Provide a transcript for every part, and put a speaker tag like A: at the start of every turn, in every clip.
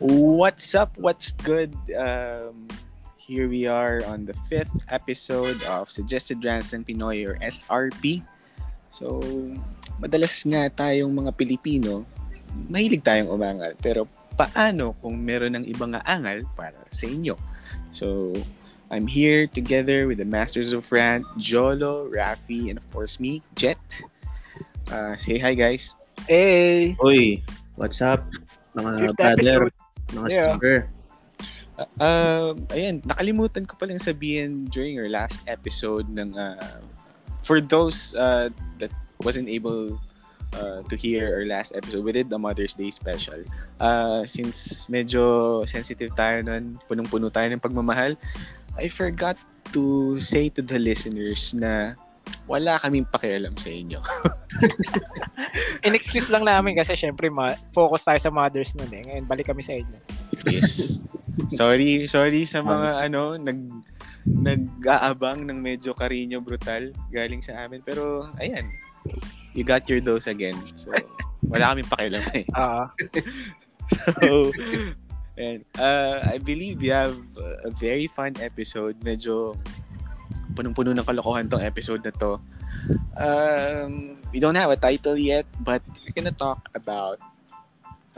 A: What's up? What's good? Um, here we are on the fifth episode of Suggested Rants and Pinoy or SRP. So, madalas nga tayong mga Pilipino, mahilig tayong umangal. Pero paano kung meron ng ibang aangal para sa inyo? So, I'm here together with the Masters of Rant, Jolo, Rafi, and of course me, Jet. Uh, say hi guys.
B: Hey!
C: Uy, what's up? Mga
B: Fifth
C: brother,
B: episode.
C: mga
B: Yeah.
C: sister.
A: Um, ayan, nakalimutan ko palang sabihin during our last episode ng uh, for those uh, that wasn't able uh, to hear our last episode, we did the Mother's Day special. Uh, since medyo sensitive tayo nun, punong-puno tayo ng pagmamahal, I forgot to say to the listeners na wala kaming pakialam sa inyo.
B: In-excuse lang namin kasi syempre ma- focus tayo sa mothers nun eh. Ngayon balik kami sa inyo.
A: Yes. sorry, sorry sa mga ano, nag nag-aabang ng medyo karinyo brutal galing sa amin. Pero, ayan. You got your dose again. So, wala kaming pakialam sa
B: Oo.
A: So, ayan. Uh, I believe you have a very fun episode. Medyo punong-puno ng kalokohan tong episode na to. Um, we don't have a title yet, but we're gonna talk about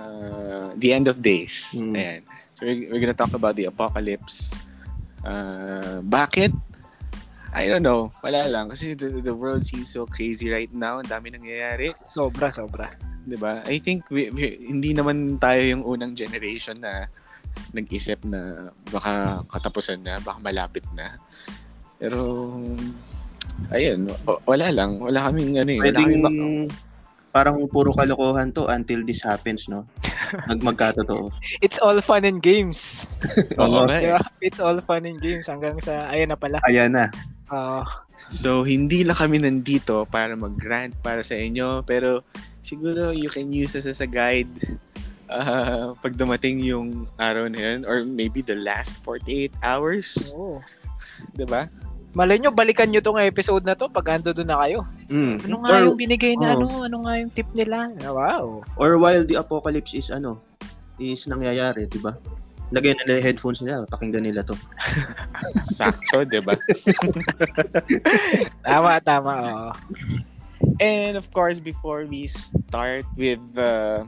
A: uh, the end of days.
C: Mm.
A: Ayan. So, we're, we're gonna talk about the apocalypse. Uh, bakit? I don't know. Wala lang. Kasi the, the world seems so crazy right now. Ang dami nangyayari.
B: sobra, sobra.
A: 'di ba? Diba? I think we, we- hindi naman tayo yung unang generation na nag-isip na baka katapusan na, baka malapit na. Pero ayun, w- wala lang, wala kaming ano eh, wala kaming ba-
C: Pwedeng parang puro kalokohan to until this happens, no? Mag magkatotoo.
B: It's all fun and games.
A: Oo nga eh.
B: Diba? It's all fun and games hanggang sa, ayan na pala.
C: Ayan na.
B: Oo.
A: So hindi lang kami nandito para mag-grant para sa inyo, pero siguro you can use us as a guide ah, pag dumating yung araw na yun or maybe the last 48 hours, diba?
B: Oo.
A: 'di ba?
B: Malay nyo, balikan nyo tong episode na to pag ando doon na kayo.
C: Mm.
B: Ano nga
C: Or-
B: yung binigay na
C: oo.
B: ano? Ano nga yung tip nila? Ah, Wow.
C: Or while the apocalypse is ano, is nangyayari, di ba? Lagay nila yung headphones nila, pakinggan nila to.
A: Sakto, diba? 'di ba?
B: Tama, tama. Oo.
A: And of course, before we start with uh,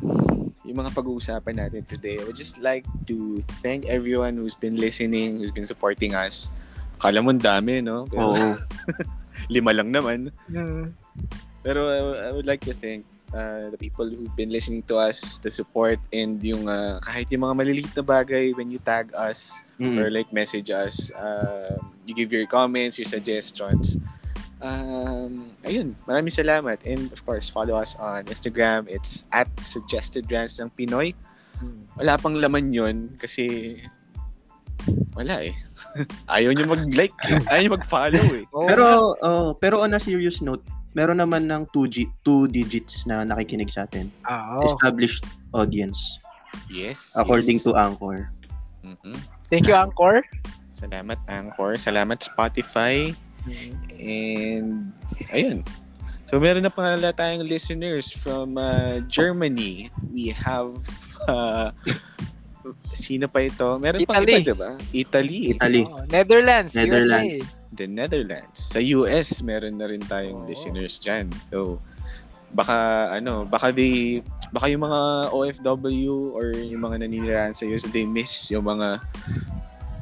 A: yung mga pag-uusapan natin today, I would just like to thank everyone who's been listening, who's been supporting us. Akala mo ang dami, no? Pero
C: Oo.
A: Lima lang naman.
B: Hmm.
A: Pero I, I would like to thank uh, the people who've been listening to us, the support, and yung uh, kahit yung mga maliliit na bagay when you tag us, or
C: Mm.
A: like message us. Um, you give your comments, your suggestions. Um, ayun, maraming salamat. And of course, follow us on Instagram. It's at suggested rants ng Pinoy.
B: Hmm.
A: Wala pang laman yun kasi wala eh. Ayaw nyo mag-like. eh. Ayaw nyo mag-follow eh.
B: Oo.
C: Pero, oh, pero on a serious note, meron naman ng 2G, 2 digits na nakikinig sa atin.
B: Oo.
C: Established audience,
A: Yes.
C: according
A: yes.
C: to Anchor.
A: Mhm.
B: Thank you, Angkor.
A: Salamat Anchor. Salamat Spotify. And ayun. So meron na pala tayong listeners from uh, Germany. We have uh, sino pa ito? Meron pang
B: Italy.
A: iba, diba? Italy,
C: Italy.
B: Oo. Netherlands,
C: Netherlands.
B: USA.
A: the Netherlands. Sa US meron na rin tayong
B: Oo.
A: listeners diyan. So baka ano, baka they baka yung mga OFW or yung mga naninirahan sa US they miss yung mga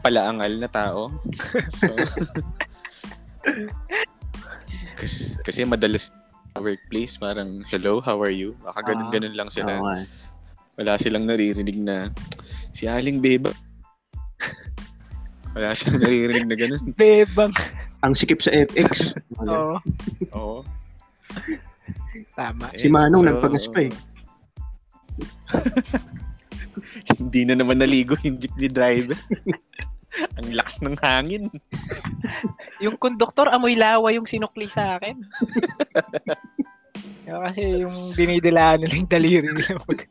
A: palaangal na tao. So, kasi, kasi madalas sa workplace parang hello how are you baka ganun
B: Ah.
A: ganun lang
C: Oo
A: sila
C: nga.
A: wala silang naririnig na si Aling Beba wala silang naririnig na ganun
B: Bebang.
C: Ang sikip sa FX.
A: Oh.
C: Wala.
B: Oo.
A: oo
B: Tama.
C: Si Manong nagpagas pa eh.
A: Hindi na naman naligo yung jeepney driver. Ang lakas ng hangin.
B: Yung conductor, amoy lawa yung sinukli sa akin. Yung kasi yung dinidilaan nila yung daliri nila pag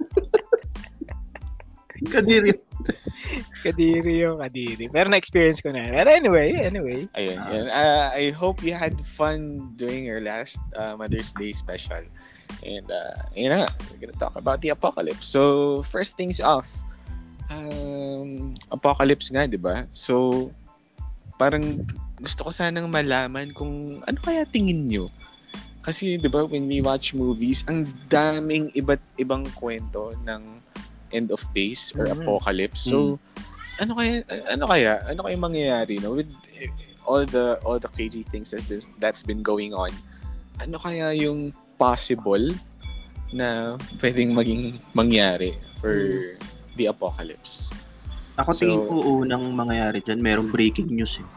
C: Kadiri.
B: kadiri yung kadiri. Pero na-experience ko na. yun. Pero anyway, anyway.
A: Ayun, yun. Uh, I hope you had fun during your last uh, Mother's Day special. ah, And uh, yun na, nga, we're gonna talk about the apocalypse. So, first things off, um, apocalypse nga, di ba? So, parang gusto ko sanang malaman kung ano kaya tingin nyo. Kasi, di ba, when we watch movies, ang daming iba't ibang kwento ng end of days or
C: Mhm.
A: apocalypse. So,
C: Hmm.
A: ano kaya ano kaya ano kaya mangyayari no with eh, all the all the crazy things that is- that's been going on ano kaya yung possible na pwedeng maging mangyari for
C: Hmm.
A: the apocalypse
C: Ako tingin
A: So-
C: ko unang mangyayari dyan, merong breaking news eh.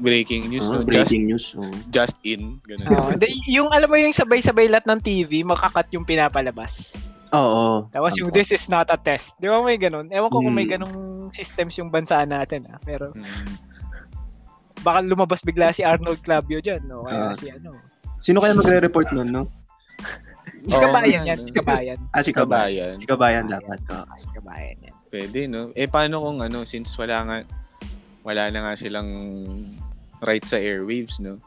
A: breaking news
C: Ah,
A: no just
C: breaking news. Oh.
A: just in ganun
B: Oh, the- yung alam mo yung sabay-sabay lahat ng TV, makakat yung pinapalabas.
C: Oo.
B: Tapos
A: Ano?
B: yung this is not a test. Di ba may ganun? Ewan ko kung may
C: Ano Hmm.
B: ganung systems yung bansa natin. Ah. Pero
A: Mm.
B: baka lumabas bigla si Arnold Clavio dyan. No? Kaya
C: Ah.
B: si ano.
C: Sino kaya magre-report nun, no?
B: Si
A: Oo,
B: Kabayan
A: yan,
B: yan. Si Kabayan.
C: Ah, si
A: kabayan
C: Kabayan. Si Kabayan dapat. oo.
B: Ah, Si Kabayan yan.
A: pwede no eh paano kung ano since wala nga wala na nga silang right sa airwaves no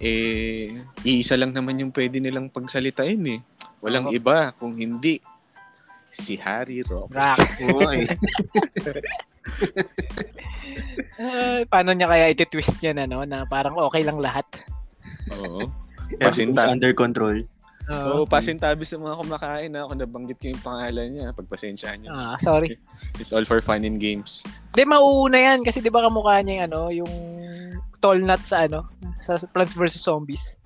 A: eh iisa lang naman yung pwede nilang pagsalitain eh walang
B: Oo.
A: iba kung hindi si Harry Rock
B: Rock.
C: Oo eh.
B: Ah, paano niya kaya iti-twist yan ano na parang okay lang lahat.
A: oo
C: Everything's
A: Pasinta.
C: under control.
A: so
B: Oo.
A: pasintabi sa mga kumakain na kung nabanggit ko yung pangalan niya pagpasensyahan niyo
B: Ah, sorry.
A: it's all for fun and games
B: Hindi mauuna yan kasi 'di ba kamukha niya yung ano yung tall nut sa ano sa Plants vs Zombies.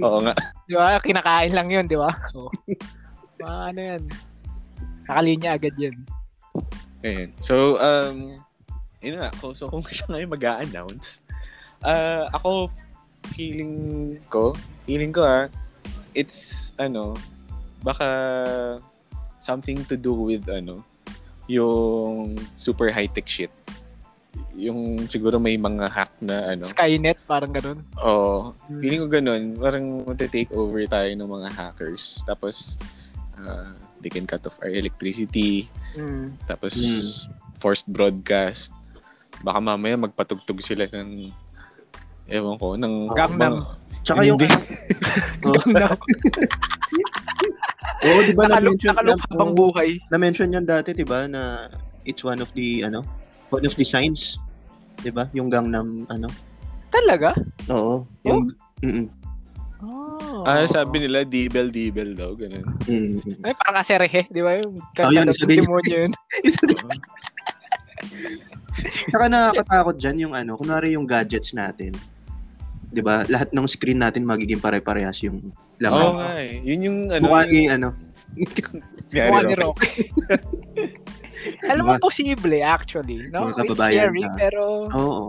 A: oo nga
B: 'Di ba? Kinakain lang 'yun, 'di ba? Oh. Ah, ano yan? Nakalinya agad yan.
A: Ayun. So, um, yun nga. So, so kung siya ngayon mag-a-announce, uh, ako, feeling ko, feeling ko ah, it's, ano, baka something to do with, ano, yung super high-tech shit. Yung siguro may mga hack na, ano,
B: Skynet, parang ganun.
A: Oo. Feeling ko ganun. Parang take over tayo ng mga hackers. Tapos, uh, they can cut off our electricity.
B: Mm.
A: Tapos,
C: Mm.
A: forced broadcast. Baka mamaya magpatugtog sila ng, ewan ko, ng...
B: Gangnam.
A: mga-
C: Tsaka yung...
A: Hindi.
C: Oo, di
A: Ano
C: ba
B: Nakalup,
C: na-mention,
B: nakalup
C: na-
B: habang buhay.
C: na-mention yan dati, di ba, na it's one of the, ano, one of the signs. Di ba? Yung Gangnam, ano.
B: Talaga?
C: Oo. Yung... Mm-mm.
B: Oh.
A: Ah, sabi nila, dibel, dibel daw. Ganun.
C: Mm-mm.
B: Ay, Eh, parang aserehe, di ba? Yung
C: Oh, yun,
B: kakalap
C: isa din.
B: demonyo yun.
C: Tsaka nakakatakot dyan yung ano, kunwari yung gadgets natin. 'Di ba? Lahat ng screen natin magiging pare-parehas yung
A: Oo
C: laman.
A: nga eh. Yun yung ano.
C: Mukha
A: yung-
C: ni ano.
A: Nangyari
B: Mukha ni
A: raw.
B: Rocky. Alam mo, posible actually. No?
C: Mga
B: It's
C: kababayan
B: scary,
C: na.
B: pero...
C: Oo.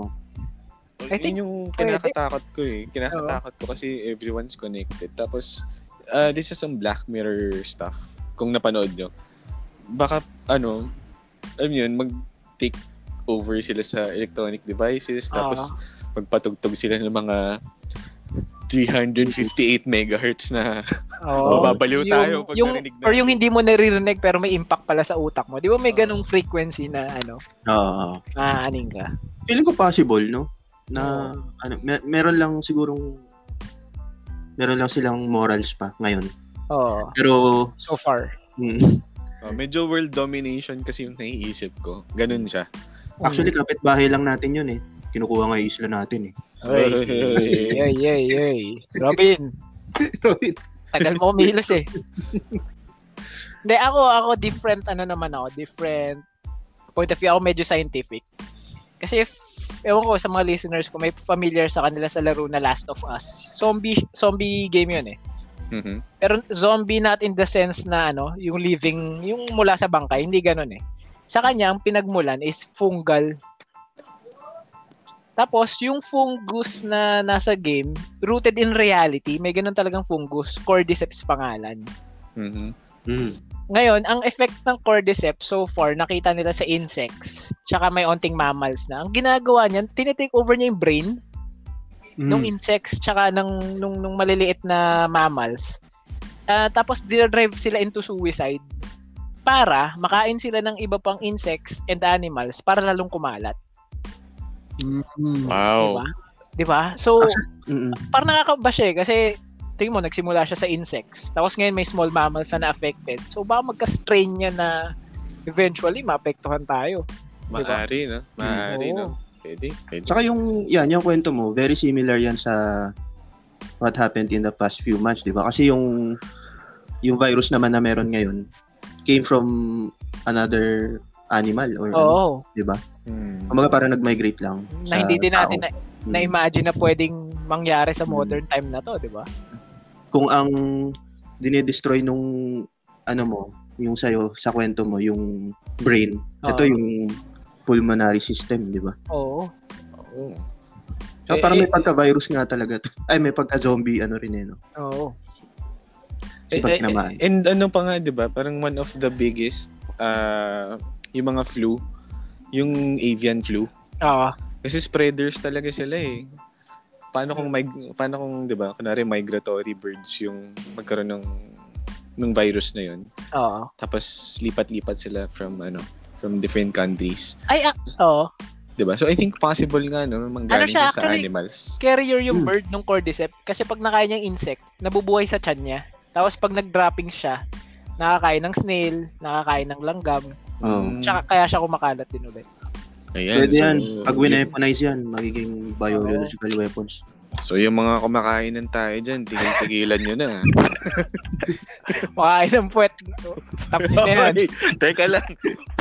B: I think
A: yun yung
B: pwede.
A: kinakatakot ko eh. Kinakatakot ko kasi everyone's connected. Tapos, ah, this is some Black Mirror stuff. Kung napanood nyo. Baka, ano, alam yun, mag-take over sila sa electronic devices. Tapos, magpatugtog sila ng mga 358 megahertz na
B: Oo.
A: babaliw tayo pag
B: oh. yung,
A: narinig na.
B: Or yung hindi mo naririnig pero may impact pala sa utak mo. Di ba may ganong frequency na ano,
C: Oo.
B: maaaning ka?
C: Feeling ko possible, no? Na ano, mer- meron lang sigurong meron lang silang morals pa ngayon.
B: Oo.
C: Pero
B: Oh. so far.
C: mm,
A: Oh, medyo world domination kasi yung naiisip ko. Ganun siya.
C: actually kapitbahay lang natin 'yun eh. Kinukuha nga yung isla natin eh.
B: Ay. Yoy, yoy, yoy. Robin, tagal mo kumilos eh. Hindi, ako, ako different, ano naman ako, different point of view. Ako medyo scientific. Kasi if, ewan ko sa mga listeners ko, may familiar sa kanila sa laro na Last of Us. Zombie, zombie game yun eh.
A: Mhm.
B: Pero zombie not in the sense na ano, yung living, yung mula sa bangkay, hindi ganun eh. Sa kanya, ang pinagmulan is fungal. Tapos, yung fungus na nasa game, rooted in reality, may ganun talagang fungus, cordyceps pangalan.
A: Mhm.
C: mm.
B: Ngayon, ang effect ng cordyceps so far, nakita nila sa insects, tsaka may onting mammals na. Ang ginagawa niyan, tinitake over niya yung brain, nung insects tsaka ng nung, nung maliliit na mammals. Ah, tapos dinadrive sila into suicide para makain sila ng iba pang insects and animals para lalong kumalat.
A: Wow.
B: Diba? Diba? So,
C: Mm-mm.
B: parang nakakabash eh kasi tingin mo, nagsimula siya sa insects. Tapos ngayon may small mammals na na-affected. So, baka magka-strain niya na eventually maapektuhan tayo.
A: Maari, no? Maari, no?
B: Oo.
A: Pwede, pwede.
C: Tsaka yung, yan, yung kwento mo, very similar yan sa what happened in the past few months, di ba? Kasi yung, yung virus naman na meron ngayon came from another animal or
B: Oo.
C: ano, di ba?
A: Hmm.
C: Kumbaga parang nag-migrate lang.
B: na
C: sa
B: hindi din natin na,
C: tao. Mm.
B: na-imagine na pwedeng mangyari sa
C: Mm.
B: modern time na to, di ba?
C: Kung ang dinedestroy nung ano mo, yung sa'yo, sa kwento mo, yung brain. Ito
B: Oo.
C: yung pulmonary system, di ba?
B: Oo.
A: Oo.
C: Tsaka
A: Eh,
C: parang may
A: eh,
C: pagka-virus nga talaga to. Ay, may pagka-zombie ano rin eh, no?
B: Oo.
A: Eh,
C: Impact
A: eh,
C: naman.
A: And ano pa nga, di ba? Parang one of the biggest, uh, yung mga flu, yung avian flu.
B: Oo.
A: Kasi spreaders talaga sila eh. Paano kung, mig- paano kung di ba, kunwari migratory birds yung magkaroon ng, ng virus na yun.
B: Oo.
A: Tapos lipat-lipat sila from ano, from different countries.
B: Ay, ah, oo.
A: Di ba? So I think possible nga, no? Manggaling
B: Ano siya,
A: siya sa
B: actually-
A: animals.
B: Carrier yung
C: Mm.
B: bird ng cordyceps kasi pag nakain niya yung insect, nabubuhay sa tiyan niya. Tapos pag nag-dropping siya, nakakain ng snail, nakakain ng langgam,
C: Oo.
A: Mm.
B: tsaka kaya siya kumakalat din ulit.
A: Ayan,
C: Pwede
A: so-
C: yan. Pag wineponize yan, magiging biological weapons.
A: So yung mga kumakainan tayo dyan, tigil-tigilan nyo na.
B: Makakain ng puwet. Stop nyo na yan.
A: Hoy, Teka lang.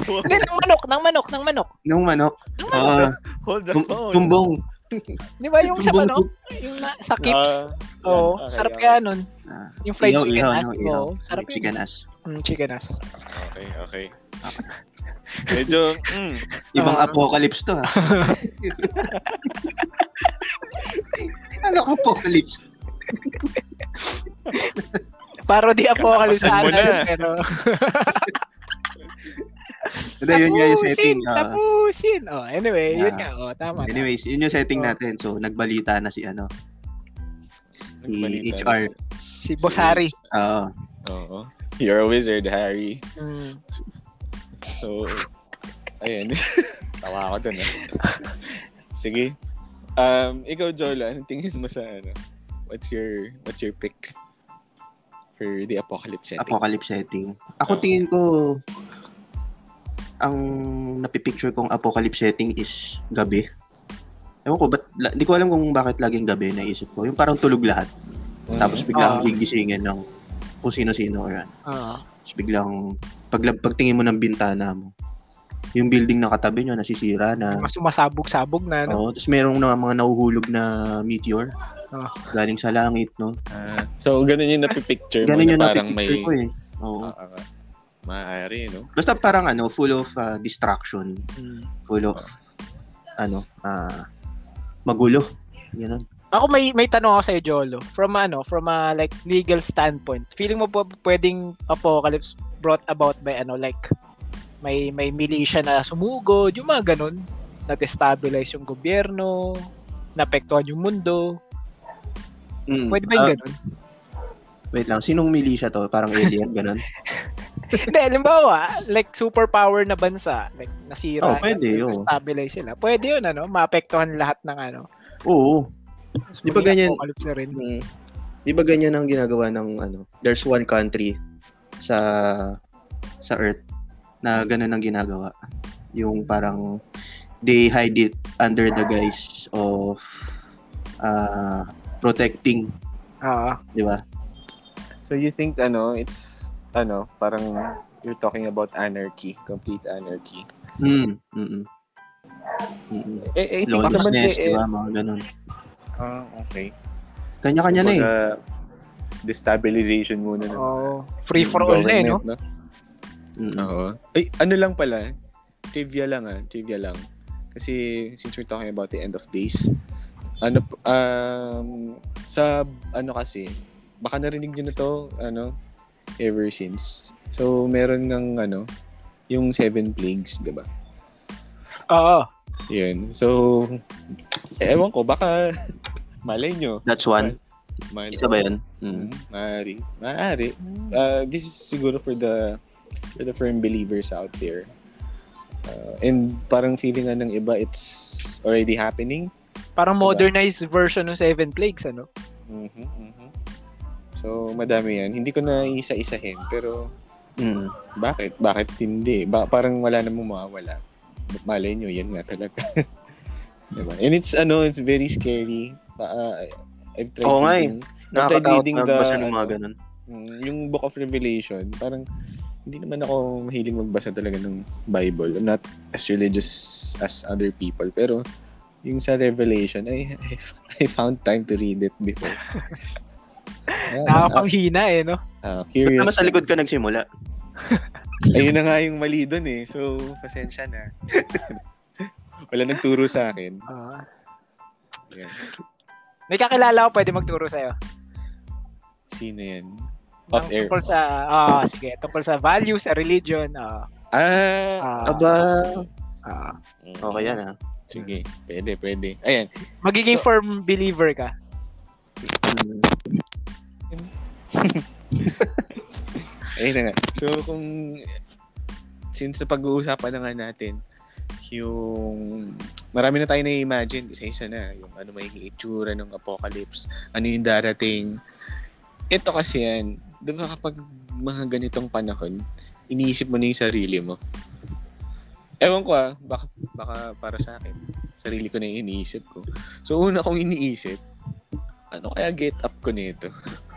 B: Hindi, ng manok, ng manok, ng manok.
C: Nung manok,
B: Ng manok.
C: ah,
A: Hold the
C: tum-
B: ano?
A: phone.
C: tumbong.
B: Di ba yung sa
C: tumbong-
B: manok? Yung na,
A: Ah,
B: sa kips.
A: yan,
B: Oo.
A: okay,
B: sarap
A: okay.
B: kaya nun.
C: Ah,
B: Yung fried
C: ihaw,
B: chicken
C: ihaw,
B: ass.
C: no, ihaw.
B: Oo. Sarap yun.
C: Chicken ass.
B: Mm, chicken ass.
A: Okay, okay. Medyo, mm,
C: Ibang
B: Ah.
C: apocalypse to, ha? ano apocalypse?
B: Parody apocalypse
A: Kalakasan mo
B: sana
A: na.
B: yun, pero...
C: Hindi, yun nga yung setting. ah.
B: tapusin. Oh, anyway, yun nga.
C: Yeah.
B: Oh, tama.
C: anyways, yun yung setting
B: Oh.
C: natin. So, nagbalita na si ano.
A: nagbalita
C: HR.
A: na si-
B: Si Bosari.
C: Oo.
A: Oo. You're a wizard, Harry.
B: Mm.
A: So, ayun. Tawa ako dun. Eh. Sige. Um, ikaw, Jolo, anong tingin mo sa ano? What's your, what's your pick for the apocalypse setting?
C: apocalypse setting. Ako
A: Oo.
C: tingin ko, ang napipicture kong apocalypse setting is gabi. Ewan ko, ba't, la- di ko alam kung bakit laging gabi naisip ko. Yung parang tulog lahat.
A: Mm.
C: Tapos biglang
B: Ah.
C: gigisingin ng kung sino-sino or ano.
B: Ah.
C: Tapos biglang, pag, pagtingin mo ng bintana mo, yung building na katabi nyo, nasisira na.
B: mas sumasabog-sabog na.
A: Ano?
B: No?
C: Oo, tapos merong na, mga nauhulog na meteor
B: Ah.
C: galing sa langit, no?
A: Ah, so, ganun yung napipicture mo na
C: Ganun yung
A: parang may...
C: napipicture
A: Ah.
C: ko eh. Oo.
A: Oo, oo. Maaari, no?
C: Basta parang ano, full of ah, distraction.
B: Mm.
C: Full of, ano, ah, magulo. Ganun.
B: Ako may may tanong ako sa Jolo. From ano, from a like legal standpoint, feeling mo po pwedeng apocalypse brought about by ano like may may militia na sumugod, yung mga ganun, nag-destabilize yung gobyerno, naapektuhan yung mundo.
C: Mm,
B: Pwede ba yung
C: ah,
B: ganun?
C: wait lang, sinong militia to? Parang alien, ganun?
B: Hindi, halimbawa, like superpower na bansa, like nasira,
C: Oh, pwede, oo.
B: stabilize sila. Pwede yun, ano, maapektuhan lahat ng ano.
C: Oo. Di ba
B: Maging
C: ganyan-
B: Apocalypse na rin.
C: Mm. Di ba ganyan ang ginagawa ng ano? There's one country sa sa Earth na ganun ang ginagawa. Yung parang they hide it under the guise of uh, protecting,
B: Oo.
C: di ba?
A: So you think ano, it's ano, parang you're talking about anarchy, complete anarchy.
C: Mm. Mm. Mm.
A: Eh, eh, I think naman
C: Lawlessness,
A: eh,
C: di ba? Mga ganun.
A: Ah, okay.
C: Kanya-kanya na eh.
A: Kumbaga, destabilization muna ng
B: Oh, free for all na eh, no?
A: government,
C: Mm.
A: Oo. Ay, ano lang pala, trivia lang ah, trivia lang. Kasi since we're talking about the end of days, ano p- um sa ano kasi, baka narinig niyo na to, ano, ever since. So meron ng ano, yung seven plagues, 'di ba?
B: Oo.
A: Yun. So, eh, ewan ko, baka malay nyo.
C: That's one.
A: Mal-
C: Isa ba yun? Mm.
A: Mm, Maaari. Maaari. Uh, this is siguro for the for the firm believers out there. Uh, and parang feeling nga ng iba, it's already happening.
B: Parang
A: Diba?
B: modernized version ng Seven Plagues, ano?
A: Mm-hmm, Mhm, mhm. So, madami yan. Hindi ko na isa-isahin, pero
C: Mm.
A: Bakit? Bakit hindi? Ba- parang wala namang mawawala. Malay nyo, yan nga talaga. diba? And it's, ano, it's very scary. Pa- ah, I've tried
C: Oo nga eh.
A: reading. I've tried
C: Nakakatakot
A: reading
C: na
A: the,
C: basa ng mga ganun.
A: Mm, yung Book of Revelation, parang hindi naman ako mahiling magbasa talaga ng Bible. I'm not as religious as other people. Pero yung sa Revelation, I, I, I found time to read it before. Ayan,
B: Nakakapanghina eh, no?
A: ah,
C: Ba't
A: curious.
C: naman Ano sa likod ka nagsimula?
A: Ayun na nga yung mali doon eh. So, pasensya na. Wala nagturo sa akin.
B: Ah.
A: Ayan.
B: may kakilala ko pwede magturo sa'yo.
A: Sino yan? Off
B: Ng
A: air.
B: Tungkol sa, ah, sige, tungkol sa values, sa religion. ah,
A: Ah!
B: ah,
C: Aba,
B: ah.
C: okay yan ah.
A: Sige. Pwede, pwede. Ayan.
B: magiging firm believer ka.
C: Mm.
A: Ayun na nga. So, kung since na pag-uusapan na nga natin, yung marami na tayo na-imagine, isa-isa na, yung ano magiging itsura ng apocalypse, ano yung darating. Ito kasi yan, di ba kapag mga ganitong panahon, iniisip mo na yung sarili mo. Ewan ko ah, baka, baka para sa akin, sarili ko na yung iniisip ko. So, una kong iniisip, ano kaya get up ko nito?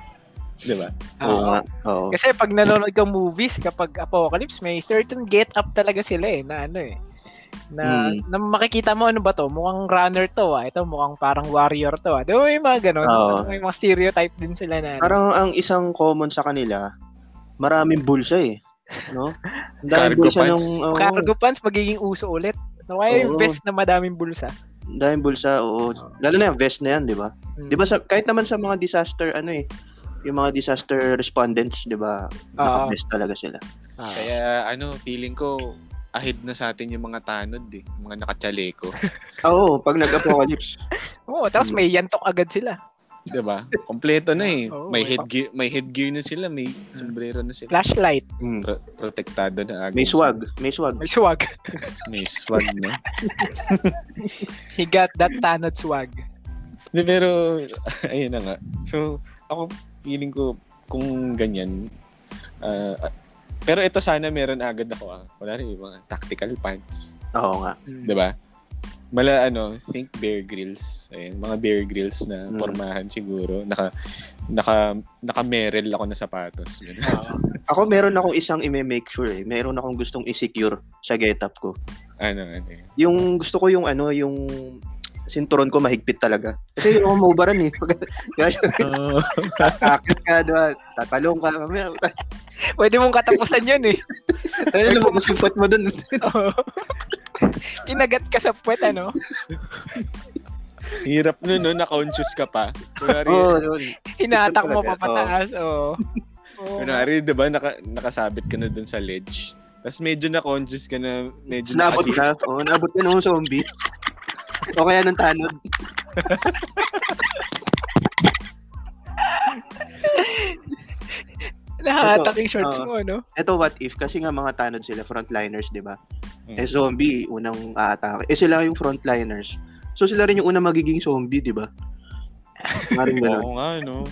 A: Diba? di ba?
C: Oo
B: Ah,
C: nga. Oo.
B: Kasi pag nanonood ka movies, kapag apocalypse, may certain get up talaga sila eh, na ano eh. Na,
C: Hmm.
B: na makikita mo ano ba to, mukhang runner to ah, ito mukhang parang warrior to ah. Di ba may mga ganun?
C: Oo.
B: May mga stereotype din sila na ano.
C: Parang ang isang common sa kanila, maraming bulsa eh. No? Ang daming
A: Cargo
C: bulsa
A: pants.
C: nung... oo.
B: cargo pants magiging uso ulit. No, kaya yung
C: Oo.
B: vest na madaming bulsa.
C: Ang daming bulsa, oo. Lalo na yung vest na yan, di ba?
B: Mm.
C: Di ba sa, kahit naman sa mga disaster, ano eh, yung mga disaster respondents, di ba?
B: Ah.
C: Naka-vest talaga sila.
A: Kaya ano, feeling ko ahead na sa atin yung mga tanod eh, yung mga nakachaleko,
C: Ah, Oo, pag nag-apocalypse.
B: Oo, tapos may yantok agad sila.
A: 'di ba? Kompleto na eh.
B: Oo,
A: may
B: may pa-
A: headgear, may headgear na sila, may sombrero na sila.
B: Flashlight,
C: Mm.
A: Pro- protektado na agad.
C: May swag, may swag.
B: may swag.
A: May swag na.
B: He got that tanod swag.
A: Hindi, pero, ayun na nga. So, ako, feeling ko, kung ganyan, ah, ah, pero ito sana meron agad ako ah. Wala rin yung mga tactical pants.
C: Oo nga.
B: Mm.
A: 'di ba? Diba? Mala ano, think Bear Grylls. Ayun, mga Bear Grylls na
C: Mm.
A: pormahan siguro. Naka naka naka Merrell ako na sapatos. Ganun.
C: Ako meron akong isang i-make sure eh. Meron akong gustong i-secure sa getup ko.
A: ano ano. yun.
C: Yung gusto ko yung ano, yung sinturon ko mahigpit talaga. Kasi yung umubaran eh. Pag- Akit ka, diba? Tatalong ka. Mamaya,
B: Pwede mong katapusan yun eh.
C: tayo na lumabas yung puwet mo dun.
B: Oo. Kinagat ka sa puwet, ano?
A: Hirap nun, no, na conscious ka pa. Kunwari,
C: Oo, yun.
B: Hinatak mo
C: Gusto talaga,
B: papataas, oo. Oo.
A: kunwari 'di ba, naka, nakasabit ka na dun sa ledge. Tapos medyo na conscious ka na medyo
C: Nabot
A: nakasi-
C: ka. Oo, nabot ka ng zombie. O kaya ng tanod.
B: Nahatak
C: Ito,
B: yung shorts
C: oo.
B: mo, ano?
C: Eto what if, kasi nga mga tanod sila, frontliners, di ba?
A: Mm.
C: Eh, zombie, unang aatake. Eh, sila yung frontliners. So, sila rin yung unang magiging zombie, di ba? Parang gano'n.
A: Oo nga no.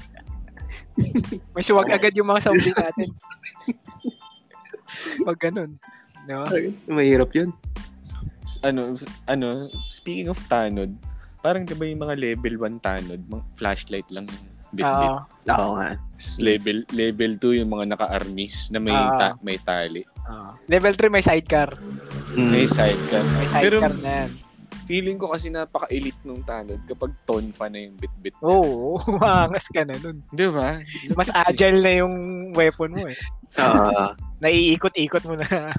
B: May suwag agad yung mga zombie natin. Pag ganun. No?
C: Ay, Mahirap yun.
A: S- Ano s- ano, speaking of tanod, parang 'di ba yung mga level 1 tanod, mga flashlight lang yung bit-bit.
B: Oo.
C: Oo nga.
A: S- level level 2 yung mga naka-arnis na may
B: Ah.
A: ta- may tali.
B: Oo.
C: Ah.
B: Level 3 may sidecar.
A: May
C: Mm.
A: sidecar.
B: Hmm. May
A: Pero
B: sidecar na yan.
A: feeling ko kasi napaka-elite nung tanod kapag tonfa na yung bit-bit.
B: Oo, oh, umangas ka na nun.
A: Di ba?
B: Mas agile na yung weapon mo eh.
C: Ah,
B: Naiikot-ikot mo na.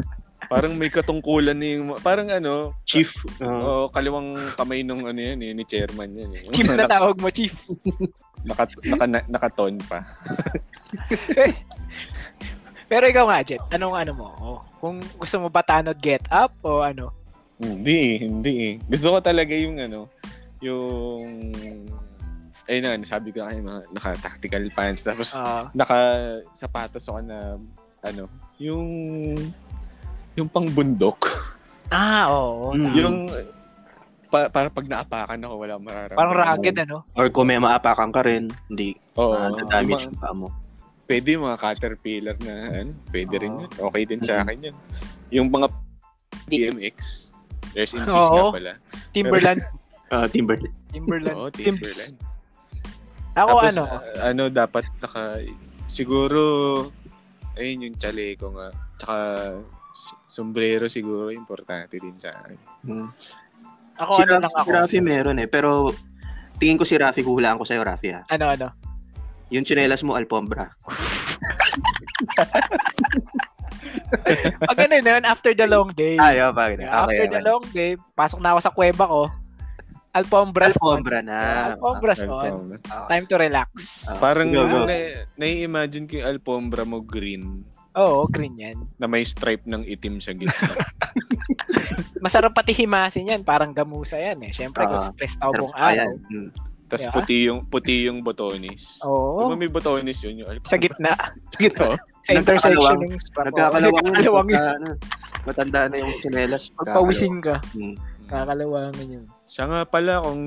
A: Parang may katungkulan na yung... Parang ano...
C: chief. Oo.
A: Oo, kaliwang kamay nung ano yan, eh, ni chairman yan. Eh.
B: Chief na tawag mo, chief.
A: Naka, naka, na- nakaton pa.
B: Pero ikaw nga, Jet, anong ano mo? Oh, kung gusto mo ba tanod get up o ano?
A: Hindi eh, hindi eh. Gusto ko talaga yung ano, yung... Ayun na, nga, nasabi ko na kayo, mga naka-tactical pants. Tapos
B: Ah,
A: naka sapatos ako na ano, yung yung pangbundok.
B: ah, oo.
C: Mm.
B: tama.
A: yung pa, para pag naapakan ako wala akong mararamdaman.
C: ah,
B: Parang rugged, ano?
C: Or kung may maapakan ka rin, hindi
A: Oo.
C: ah,
A: yung mga-
C: damage yung paa mo.
A: Pwede yung mga caterpillar na ano, pwede rin yun. Okay din
B: Hmm.
A: sa akin yun. Yung mga DMX, there's in peace nga
B: Oo.
A: pala.
B: Timberland.
C: Ah, Timberland.
B: Timberland.
A: Oo,
B: Timberland.
A: Timberland.
B: Ako
A: Tapos,
B: ano,
A: ah, ano, dapat naka, siguro, ayun yung chaleco nga. Tsaka, s- sombrero siguro, importante din sa akin.
C: Hmm.
B: ako
C: Si,
B: ano
C: Rafi,
B: lang ako.
C: si Rafi meron eh. Pero tingin ko si Rafi, kuhulaan ko sa'yo, Rafi ha.
B: Ano ano.
C: Yung tsinelas mo, alpombra.
B: Pag ano na yun, after the long day.
C: Ayaw, bakit? Okay,
B: after the
C: Ah, okay.
B: long day, pasok na ako sa kuweba ko. Alpombras on.
C: Alpombra na.
B: Alpombras on.
A: Alpombra.
C: Ah,
B: Time to relax.
C: ah.
A: Parang, ano,
C: Go, go.
A: na- nai-imagine ko yung alpombra mo green
B: Oo, green yan.
A: na may stripe ng itim sa gitna.
B: Masarap pati himasin yan. Parang gamusa yan eh. Siyempre, uh,
C: Ah.
B: stress tao buong
C: Ayan.
B: araw.
C: Hmm.
A: Tapos
B: Yeah.
A: puti yung puti yung botonis. Di
C: Oh.
B: Oo.
A: ba may botonis yun yung alpombra?
B: Sa gitna.
C: Sige to.
B: Sa intersection ng spot.
C: Nagkakalawang yun.
B: Nagkakalawang yun.
C: Pagka, ano, Matanda na yung tsinelas.
B: Pagpawising ka,
C: Hmm.
B: kakalawangin yun.
A: Siya nga pala kung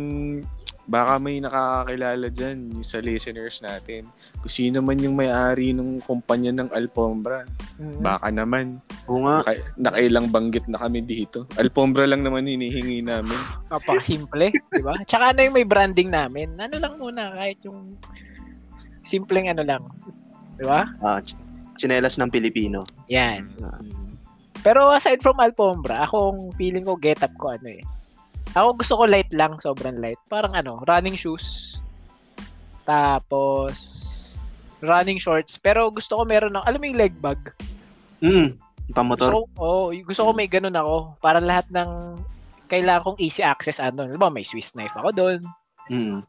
A: baka may nakakakilala dyan yung sa listeners natin. Kung sino man yung may-ari ng kumpanya ng Alpombra,
C: Hmm.
B: Mm.
A: baka naman.
C: Oo nga.
A: Naka, nakailang banggit na kami dito. Alpombra lang naman hinihingi namin.
B: Napakasimple, di ba? Tsaka ano yung may branding namin? Ano lang muna, kahit yung simpleng ano lang. Di ba?
C: Ah, ch- tsinelas ng Pilipino.
B: Yan.
C: Ah.
A: Hmm.
B: Pero aside from Alpombra, ako ang feeling ko, get up ko ano eh. Ako gusto ko light lang, sobrang light. Parang ano, running shoes. Tapos, running shorts. Pero gusto ko meron ng, alam mo yung leg bag?
C: Hmm.
B: Gusto
C: Pamotor.
B: ko, oh, gusto ko may ganun ako. Para lahat ng kailangan kong easy access ano. Alam mo, may Swiss knife ako doon.
C: Hmm.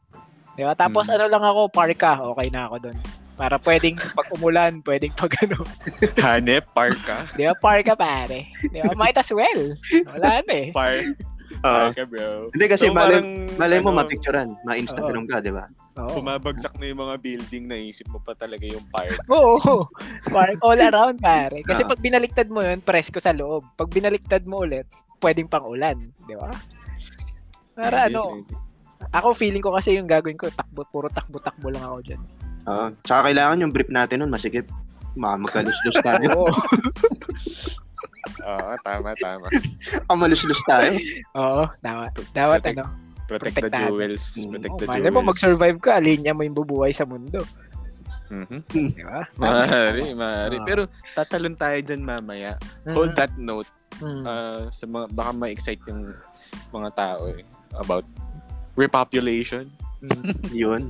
B: Di ba? Tapos
A: Mm.
B: ano lang ako, parka, okay na ako doon. Para pwedeng pag umulan, pwedeng pag ano.
A: Hanep, parka.
B: Di ba? Parka pare. Di ba? Might as well. Wala na eh.
A: Park,
C: Ah.
A: parka, bro.
C: Hindi kasi
A: So,
C: malay,
A: parang,
C: malay mo
A: ano,
C: mapicturean. Ma-instagram ka, di ba?
B: Oo.
A: Bumabagsak na yung mga building, naisip mo pa talaga yung park.
B: Oo. Parang all around, pare. Kasi
C: Ah.
B: pag binaliktad mo yun, presko sa loob. Pag binaliktad mo ulit, pwedeng pang ulan. Di ba? Para ano, ako feeling ko kasi yung gagawin ko, takbo, puro takbo-takbo lang ako dyan.
C: Oo. Tsaka kailangan yung brief natin nun, masikip. Mga magkalus-lus tayo.
B: Oo.
A: Oo, tama, tama.
C: Kamalus-lus tayo.
B: Oo, tama. Dapat
A: Protect-
B: ano,
A: Protect the
B: Protektado.
A: jewels.
C: Mm.
A: Protect
B: oh,
A: the
B: malay
A: jewels.
B: mo, mag-survive ka, alinya mo yung bubuhay sa mundo.
A: Mhm.
B: Di ba?
A: Maaari, maaari.
B: Ah.
A: Pero tatalon tayo dyan mamaya.
B: Mm-hmm.
A: Hold that note.
B: Mm.
A: ah, sa mga, baka ma-excite yung mga tao eh, about repopulation.
B: Mm.
C: Yun.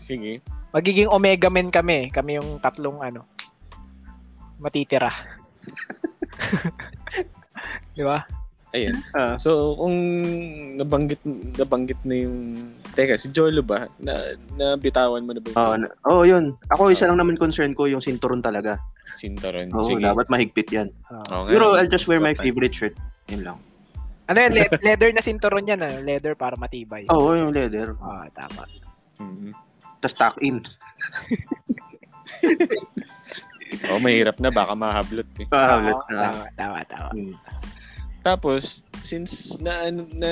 A: Sige.
B: Magiging Omega Men kami. Kami yung tatlong ano, matitira. Di ba?
A: Ayun.
C: Ah.
A: So, kung nabanggit nabanggit na yung... Teka, si Jolo ba? Na, nabitawan mo na ba yung
C: Oo, na- oo, yun. Ako, isa lang naman concern ko yung sinturon talaga.
A: sinturon?
C: Oo,
A: Sige.
C: dapat mahigpit yan.
B: Oo.
A: Oo nga.
C: Pero I'll just wear my
A: Dapat.
C: favorite shirt. Yun lang.
B: Ano yan? Le- leather na sinturon yan. Ano? Leather para matibay.
C: Oo, yung leather.
B: Ah, tama.
A: Mhm.
C: Tapos tuck in.
A: Oh, mahirap na. Baka mahablot eh.
C: Ah, ulit.
B: Oo,
C: Ah.
B: tama, tama, tama.
C: Hmm.
A: Tapos, since na, ano- na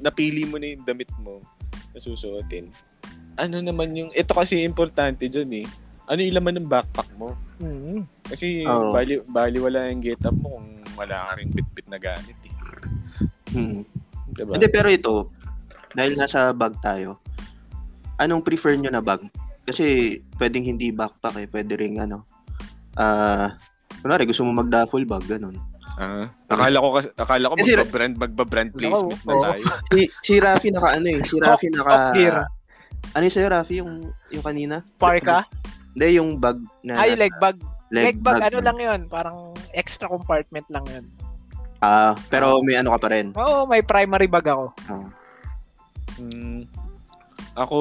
A: napili mo na yung damit mo na susuotin, ano naman yung, ito kasi importante dyan eh, ano yung laman ng backpack mo?
B: Mm.
A: Kasi
C: Oo.
A: bali, bali wala yung get up mo kung wala ka rin bit-bit na gamit eh.
C: Hmm.
A: Diba?
C: Hindi, pero ito, dahil nasa bag tayo, anong prefer nyo na bag? Kasi pwedeng hindi backpack eh, pwede rin ano. Ah, kunwari gusto mo mag-duffel bag, ganun.
A: Ah, akala ko, kas- akala ko
C: Kasi-
A: magpa-brand, magpa-brand placement na
B: Oo.
A: tayo.
C: Si, si Rafi naka ano eh, si Rafi naka...
B: Top gear.
C: Ano yung sa'yo, Rafi, yung, yung kanina?
B: Parka?
C: Hindi, yung bag na...
B: Ay, leg bag. Leg, bag, ano
C: na-
B: lang yun. Parang extra compartment lang yun.
C: Ah, pero may ano ka pa rin.
B: Oo, may primary bag ako.
A: Mm, ako,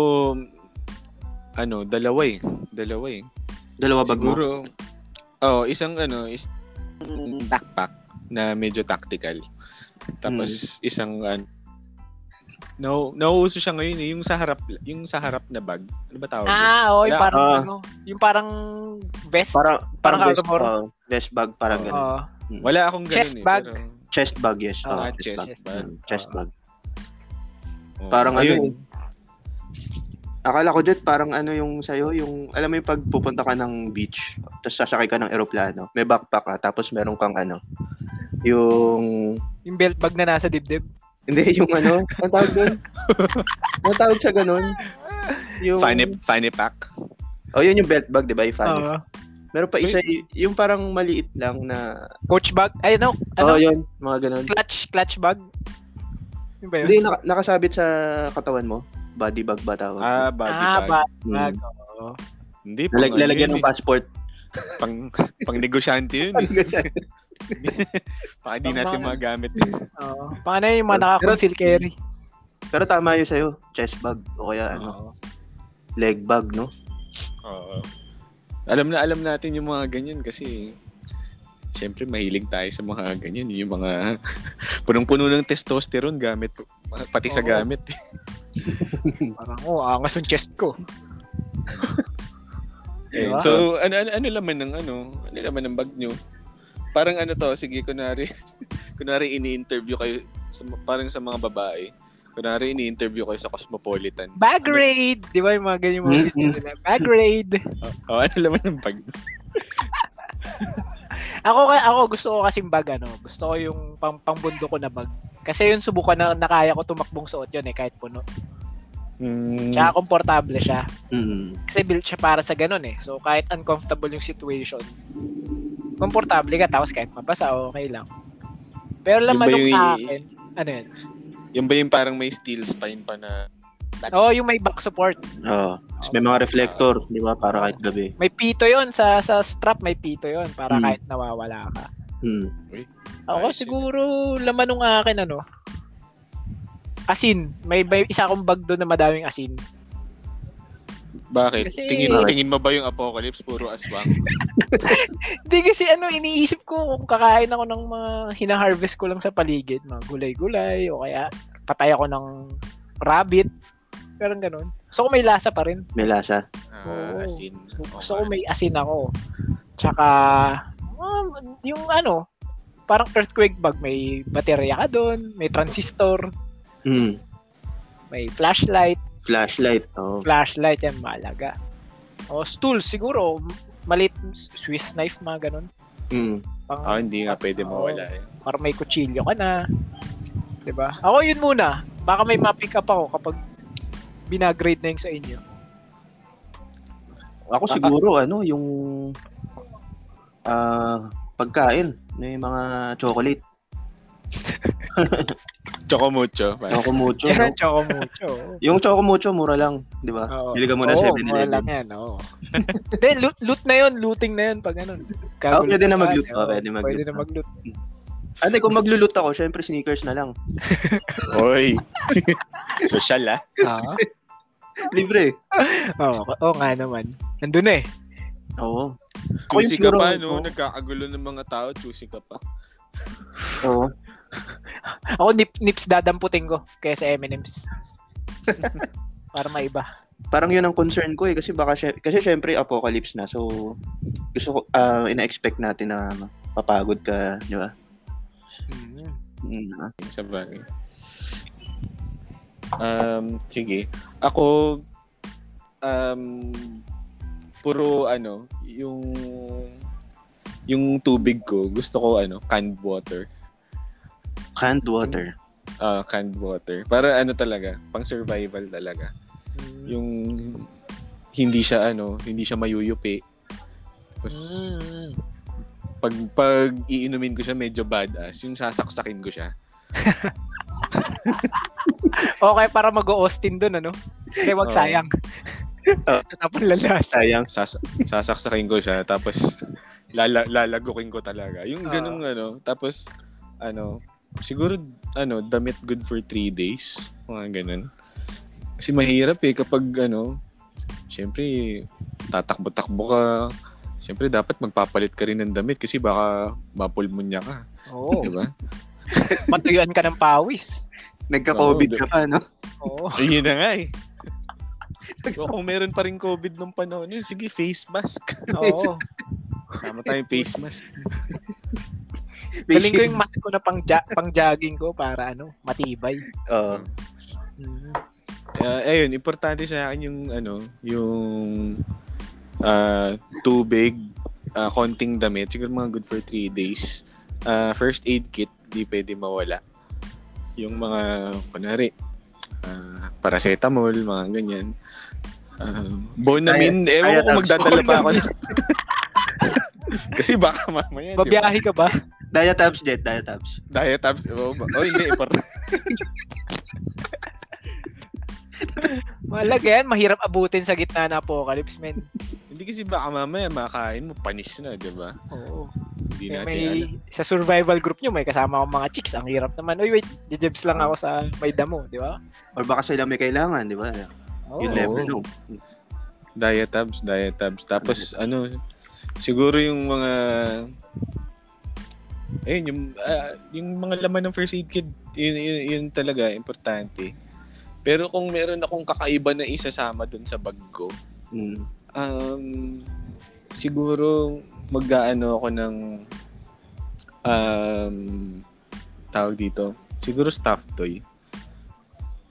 A: ano, dalawa eh. Dalawa eh.
C: Dalawa bag mo.
A: Siguro, oh, isang ano, is
C: Mm-hmm.
A: backpack na medyo tactical. Tapos
B: Hmm.
A: isang an No, nauuso siya ngayon eh, yung sa harap, yung sa harap na bag. Ano ba tawag? yun?
B: Ah, oo, yung
A: Wala.
B: parang
C: Ah.
B: ano, yung parang vest.
C: Parang, parang,
B: Parang
C: best,
B: Altamor.
C: ah, best bag, parang
B: Oo.
C: ganun.
A: Wala akong ganun
B: Chest
A: eh,
B: bag.
A: pero-
C: Chest bag, yes.
B: Ah,
C: Ah,
A: chest
C: chest bag.
A: bag.
C: Mm, Chest
A: Ah.
C: bag.
A: Oo.
C: Parang ano
A: Ayun,
C: eh. Akala ko jet parang ano yung sa'yo, yung alam mo yung pagpupunta ka ng beach, tapos sasakay ka ng eroplano, may backpack ka, tapos meron kang ano, yung,
B: Yung belt bag na nasa dibdib.
C: hindi, yung ano, ang tawag doon? Ang tawag sa ganun? eh, Yung,
A: Funny, funny pack.
C: Oh, yun yung belt bag, di ba? Yung funny.
B: Oo.
C: Meron pa isa, y- yung parang maliit lang na,
B: coach bag. Ay, ano?
C: oh,
B: Ano?
C: yun, mga ganun.
B: clutch, clutch bag. Yun ba yun?
C: Hindi, naka- nakasabit sa katawan mo. Body bag ba tawag?
A: Ah, body
B: ah,
A: bag.
B: bag.
C: Hmm.
B: bag. oo.
A: Hindi, pang,
C: Lalag- lalagyan
A: ano
C: ng
A: yun,
C: passport.
A: eh. pang, pang negosyante yun eh. Baka di
B: Pang
A: natin
B: mga-
A: magamit. eh,
B: Oo. Pang ano yung mga naka-conceal carry.
C: Pero tama yun sa'yo. Chest bag. O kaya ano,
A: Oo.
C: leg bag, no?
A: Oo. Alam na alam natin yung mga ganyan kasi Siyempre, mahilig tayo sa mga ganyan. Yung mga punong-puno ng testosterone gamit. Pati sa
B: Oo.
A: gamit.
B: Parang, oh, angas yung chest ko.
A: Ayun.
B: Diba?
A: So, ano, ano, ano laman ng ano? Ano laman ng bag nyo? Parang ano to, sige, kunwari, kunwari ini-interview kayo, sa, parang sa mga babae, kunwari ini-interview kayo sa Cosmopolitan.
B: Bag raid! Di ba yung mga ganyan mga
C: Mm-mm.
B: video nila? Bag raid!
A: Oh, ano laman ng bag?
B: Ako, ka- ako gusto ko kasing bag, ano. Gusto ko yung pang, pangbundo ko na bag. Kasi yun subukan na nakaya ko tumakbong suot yun eh, kahit puno.
C: Hmm.
A: Mm,
B: Tsaka komportable siya.
C: Mm.
B: Kasi built siya para sa ganun eh. So, kahit uncomfortable yung situation, komportable ka, tapos kahit mabasa, okay lang. Pero laman
A: ba
B: nung
A: yung-
B: akin, ano yun?
A: yung ba yung parang may steel spine pa na
B: Oo, oh, yung may back support.
C: Oo. Tapos may mga reflector, di ba? Para kahit gabi.
B: May pito yon sa sa strap, may pito yon para
C: Mm.
B: kahit nawawala ka.
C: Mm.
B: Hmm. Ako
A: Ayos yun.
B: siguro laman nung akin ano. Asin. May, may isa akong bag doon na madaming asin.
A: bakit?
B: Kasi-
A: Tingin,
C: Bakit?
A: tingin mo ba yung apocalypse? Puro aswang.
B: Hindi kasi ano, iniisip ko kung kakain ako ng mga hina-harvest ko lang sa paligid. Mga gulay-gulay o kaya patay ako ng rabbit. Parang ganun. So may lasa pa rin.
C: May lasa.
A: Ah,
B: Oo.
A: as in. okay.
B: So may asin ako. Tsaka um, yung ano, parang earthquake bag. May baterya ka doon, may transistor,
C: Mm.
B: may flashlight.
C: Flashlight. Oo.
B: Flashlight yan, mahalaga. O stool siguro, malit Swiss knife, mga ganun.
C: Mm.
B: Pang,
A: Ah, hindi nga pwede mawala eh.
B: para may kutsilyo ka na. 'Di ba? Ako yun muna. Baka may ma-pick up ako kapag binagrade na yung sa inyo.
C: Ako siguro, ano, yung ah pagkain. May mga chocolate.
A: Chocomucho. parang-
C: Chocomucho. no?
B: Yan, choco mucho.
C: Yung chocomucho, mura lang, di ba?
B: Oo.
C: Hiligan mo na
B: Oo,
C: 7-Eleven.
B: mura lang yan, oo. Then, loot, loot na yun. Looting na yun pag ganun.
C: Ah, pwede na
B: Kagulutan,
C: mag-loot.
B: oo.
C: Ah, pwede mag-loot.
B: Pwede na mag-loot.
C: Ate, kung maglulut ako, syempre sneakers na lang.
A: Oy. Social ah.
B: Ah,
C: Libre.
B: Oo, oo nga naman. Nandun na eh.
C: Oo. Ako yung
A: Choosy ka
C: siguro,
A: pa, no?
C: oo.
A: Nagkakagulo ng mga tao, choosy ka pa.
C: Oo.
B: Ako, nip, nips dadamputin ko kaya sa M&M's. Para maiba.
C: Parang yun ang concern ko eh. Kasi baka, syem- kasi syempre apocalypse na. So, gusto ko, ah, ina-expect natin na papagod ka, di ba?
B: Mm.
C: Mm, ah.
A: Sa bagay. Um, sige. Ako, um, puro ano, yung yung tubig ko, gusto ko ano, canned water.
C: Canned water.
A: Ah, canned water. Para ano talaga, pang survival talaga. Yung hindi siya ano, hindi siya mayuyupi. Tapos,
B: Mm.
A: pag, pag iinumin ko siya, medyo badass. Yung sasaksakin ko siya.
B: Okay, para mag-Austin dun, ano? Kaya wag
A: Oo.
B: sayang.
C: Oo.
B: Tatapon lang lahat.
C: Sayang.
A: sas sasaksakin ko siya tapos lala- lalagukin ko talaga. Yung ganung ano, tapos ano, siguro ano, damit good for three days, mga ganun. Kasi mahirap eh kapag ano, syempre tatakbo-takbo ka. Siyempre, dapat magpapalit ka rin ng damit kasi baka mapulmonya ka,
B: Oo.
A: di ba?
B: Matuyuan ka ng pawis.
C: Nagka-COVID
A: Oo,
C: ka pa, no?
B: Oo.
A: Ayun na nga eh. So, kung meron pa rin COVID nung panahon yun, sige, face mask.
B: Oo.
A: Sama tayong face mask.
B: Galing ko yung mask ko na pang, pang jogging ko para ano, matibay.
C: Oo.
B: Mm.
A: Uh, ayun, importante sa akin yung ano, yung uh, tubig, uh, konting damit, siguro mga good for 3 days. Uh, first aid kit, di pwede mawala. Yung mga, kunwari, uh, paracetamol, mga ganyan. Uh, bonamin,
C: Kaya-
A: ewan ko
C: kaya
A: kung
C: tapos-
A: magdadala pa ako. ng- Kasi baka mamaya, di ba?
B: Babiyahe ka ba?
C: Diet abs, Jet. Diet abs.
A: Diet abs, oh, ba- oh, hindi, importante.
B: Mahalaga yan. Mahirap abutin sa gitna ng apocalypse, men.
A: hindi kasi baka mamaya makain mo, panis na, di ba?
B: Oo.
A: Hindi
B: May,
A: natin
B: may,
A: alam.
B: sa survival group nyo, may kasama akong mga chicks. Ang hirap naman. Uy, wait. Jejebs lang ako sa may damo, di ba?
C: Or baka sila may kailangan, di ba?
B: Oo.
C: You
A: Oo.
C: never know.
A: Diet tabs, diet tabs. Tapos ano, siguro yung mga eh yung ah, yung mga laman ng first aid kit, yun, yun, yun talaga importante. Pero kung meron akong kakaiba na isasama dun sa bag ko,
C: Mm.
A: um, siguro mag-ano ako ng um, tawag dito, siguro staff toy.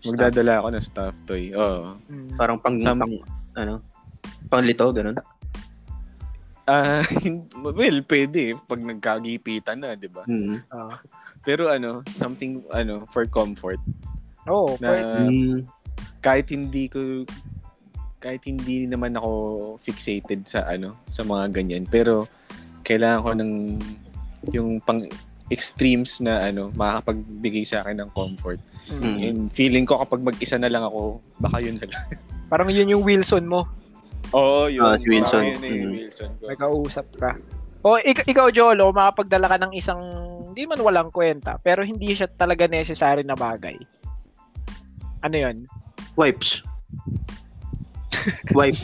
A: Magdadala ako ng staff toy. Oo.
B: Mm.
C: Parang pang,
A: Some-
C: pang ano, panglito, ganun.
A: Ah, hin- well, pwede eh, pag nagkagipitan na, 'di ba?
C: Mm.
B: Ah.
A: Pero ano, something ano for comfort
B: Oo. for-
A: na
C: Mm.
A: kahit hindi ko kahit hindi naman ako fixated sa ano, sa mga ganyan, pero kailangan ko ng yung pang extremes na ano, makakapagbigay sa akin ng comfort.
B: Mm.
C: Mm.
A: And feeling ko kapag mag-isa na lang ako, baka yun na lang.
B: Parang yun yung Wilson mo.
A: Oo, yun.
C: Ah, si Wilson.
A: Baka yun na yung
C: Mm.
A: Wilson ko.
B: Nag-ausap ka. O ik- ikaw, Jolo, makapagdala ka ng isang, hindi man walang kwenta, pero hindi siya talaga necessary na bagay. Ano yun?
C: Wipes. Wipe.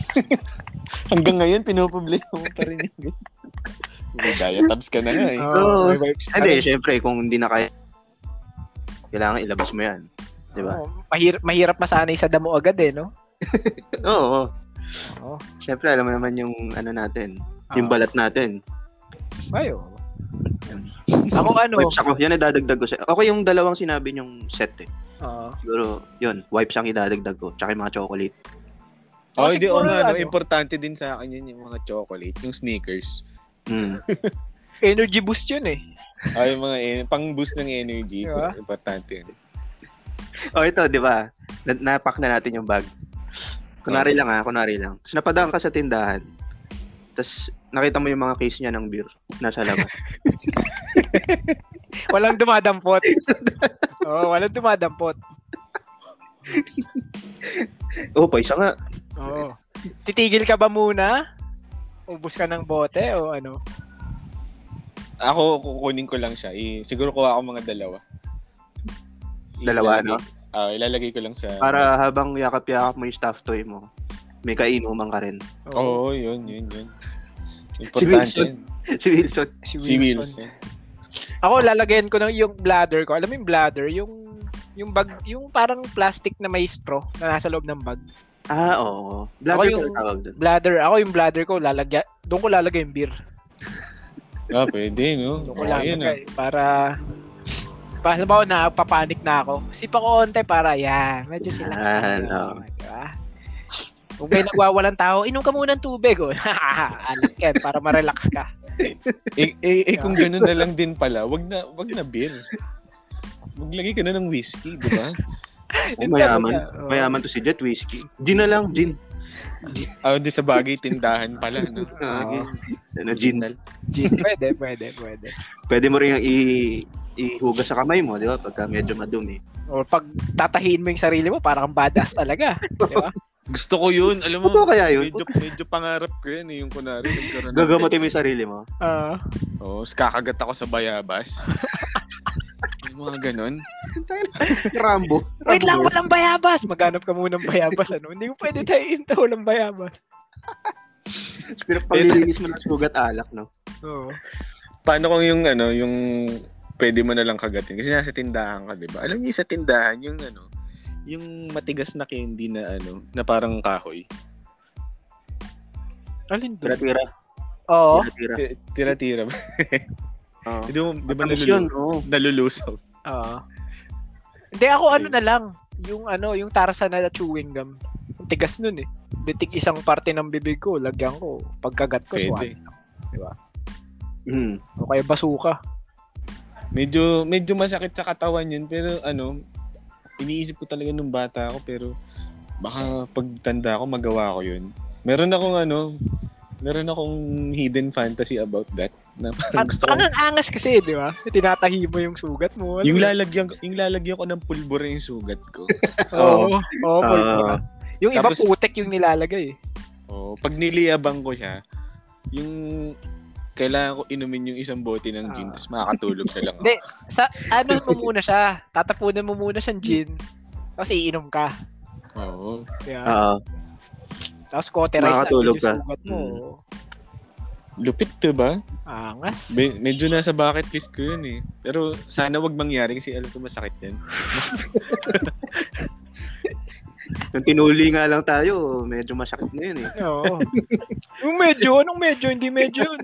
A: Hanggang ngayon, pinopubliko mo pa rin yung May diet tabs ka na nga eh.
B: Ah,
C: Oo.
B: may wipes ka
C: Hindi,
B: rin.
C: syempre, kung hindi na kaya, kailangan ilabas mo yan. Di ba?
B: Oo, mahir- mahirap masanay sa damo agad eh, no?
C: Oo. oo.
B: Oo.
C: Syempre, alam mo naman yung ano natin, yung
B: Ah,
C: balat natin.
B: Ay, oo. Ako ano?
C: Wipes ako. Yan ang dadagdag ko sa... Okay, yung dalawang sinabi niyong set eh.
B: Oo.
C: Siguro, yun, wipes ang idadagdag ko. Tsaka yung mga chocolate.
A: Oh, hindi oh,
B: siguro,
A: nga, ano,
B: ano?
A: importante din sa akin yun, yung mga chocolate, yung sneakers.
C: Mm.
B: energy boost yun eh.
A: Ah, yung mga en- pang-boost ng energy,
B: Diba?
A: importante yun.
C: o ito, di ba? Na- napack na natin yung bag.
B: Oh.
C: Kunwari lang ha, kunwari lang. Tapos napadaan ka sa tindahan. Tapos nakita mo yung mga case niya ng beer nasa labas.
B: Walang dumadampot. Oo, walang dumadampot.
C: oh, paisa nga.
B: Oo. Titigil ka ba muna? Ubus ka ng bote o ano?
A: Ako, kukunin ko lang siya. I, siguro kuha ako mga dalawa.
C: Dalawa,
A: Ilalagay-
B: ano.
C: ano?
A: Ah, ilalagay ko lang sa...
C: Para habang yakap-yakap mo yung staff toy mo, may kainuman ka rin.
A: Oo, oh, yun, yun, yun.
C: Si
A: Importante
C: Wilson.
A: yun.
C: si Wilson.
A: Si Wilson.
B: Ako lalagyan ko ng yung bladder ko. Alam mo yung bladder, yung yung bag, yung parang plastic na may straw na nasa loob ng bag.
C: Ah, oo. Bladder
B: Ako yung-
C: yung... tawag doon.
B: Bladder, ako yung bladder ko lalagyan, doon ko lalagay yung beer.
A: Ah, pwede, no?
B: Doon ko
A: Oo, yun, ah.
B: lalagay para para alam mo na papanik na ako. Sipa ko onte para yan. Medyo sila.
C: Yan, oo.
B: Diba? Kung may nagwawalan tao, inom ka muna ng tubig. Oh. Alam yan, para ma-relax ka.
A: Eh, eh, eh, kung ganun na lang din pala, wag na, wag na beer. Maglagay ka na ng whiskey, di ba?
C: Oh,
B: Yun
C: mayaman.
B: talaga, oo.
C: Mayaman to si Jet Whiskey. Gin na lang, gin.
A: Ah, di sa bagay, tindahan pala, no? Sige.
C: Ano, Ah, gin.
A: na-
B: Gin, pwede, pwede, pwede.
C: Pwede mo rin yung i- ihugas sa kamay mo, di ba? Pagka medyo madumi.
B: Or pag tatahiin mo yung sarili mo, parang badass talaga. Di ba?
A: Gusto ko yun, alam mo.
C: Totoo kaya
A: Mm,
C: yun?
A: Medyo, medyo pangarap ko yun, eh, yung kunwari. nagkaroon ng-
C: Gagamutin mo yung sarili mo.
B: Ah.
A: Oo, oh, kakagat ako sa bayabas. yung mga ganun.
C: Rambo.
B: Wait lang, walang bayabas. Maghanap ka muna ng bayabas. Ano? Hindi ko pwede tayo into walang bayabas.
C: Pero paglilinis mo ng sugat alak, no?
B: Oo.
A: Paano kung yung ano, yung pwede mo na lang kagatin? Kasi nasa tindahan ka, di ba? Alam niyo, sa tindahan, yung ano, yung matigas na candy na ano, na parang kahoy.
B: Alin doon?
C: Tira-tira.
B: Oo.
C: Tira-tira.
A: Ti- Tira-tira ba?
C: Oo.
A: Di, mo- di ba
C: Matamis yun,
A: nalulu-
C: oo.
A: nalulusaw?
B: Oo. Hindi, ako ano na lang. yung ano, yung Tarzan na chewing gum. Ang tigas nun eh. Bitik isang parte ng bibig ko, lagyan ko. Pagkagat ko,
A: Pwede.
C: ano,
B: swat.
C: Mm.
B: O kaya basuka.
A: Medyo, medyo masakit sa katawan yun, pero ano, iniisip ko talaga nung bata ako, pero baka pagtanda ako, magawa ko yun. Meron akong ano, meron akong hidden fantasy about that. Na parang gusto ko,
B: Ano ang angas kasi, di ba? Tinatahi mo yung sugat mo. Ano
A: yung
B: yun?
A: lalagyan, yung lalagyan ko ng pulbura yung sugat ko.
B: Oo. Oo, pulbura.
C: Ah.
B: yung iba
A: Tapos-
B: putek yung nilalagay. eh.
A: Oh, pag niliabang ko siya, yung kailangan ko inumin yung isang bote ng gin,
B: Ah.
A: tapos makakatulog na lang ako.
B: Hindi. Sa, ano mo muna siya? Tatapunan mo muna siyang gin. Tapos iinom ka.
A: Oo.
B: Yeah.
C: Ah,
B: Tapos cauterize na
C: Makakatulog
B: yung
C: ka.
B: sugat mo.
A: Lupit, diba?
B: Angas.
A: Be- medyo nasa bucket list ko yun eh. Pero sana wag mangyari kasi alam ko masakit yan.
C: yung tinuli nga lang tayo, medyo masakit na yun eh.
B: Oo. yung medyo, anong medyo? Hindi medyo yun.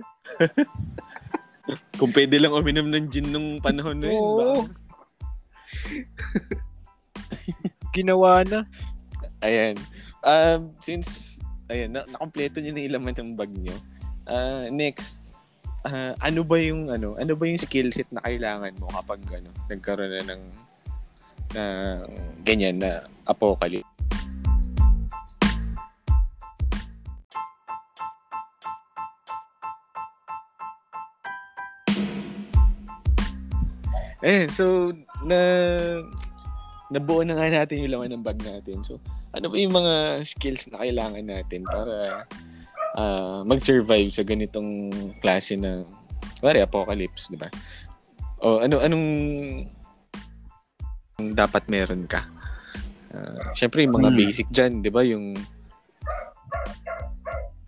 A: Kung pwede lang uminom ng gin nung panahon na Ano yun.
B: Oo.
A: baka-
B: Ginawa na.
A: Ayan. Um, since, ayan, na nakompleto niyo na yung laman ng bag niyo. Ah, next, ah, ano ba yung ano, ano ba yung skill set na kailangan mo kapag ano, nagkaroon na ng na ganyan na apocalypse? Eh, so na nabuo na nga natin yung laman ng bag natin. So, ano ba yung mga skills na kailangan natin para ah, mag-survive sa ganitong klase ng wari apocalypse, di ba? O ano anong dapat meron ka? Ah, Siyempre, yung mga
C: Hmm.
A: basic dyan, di ba? Yung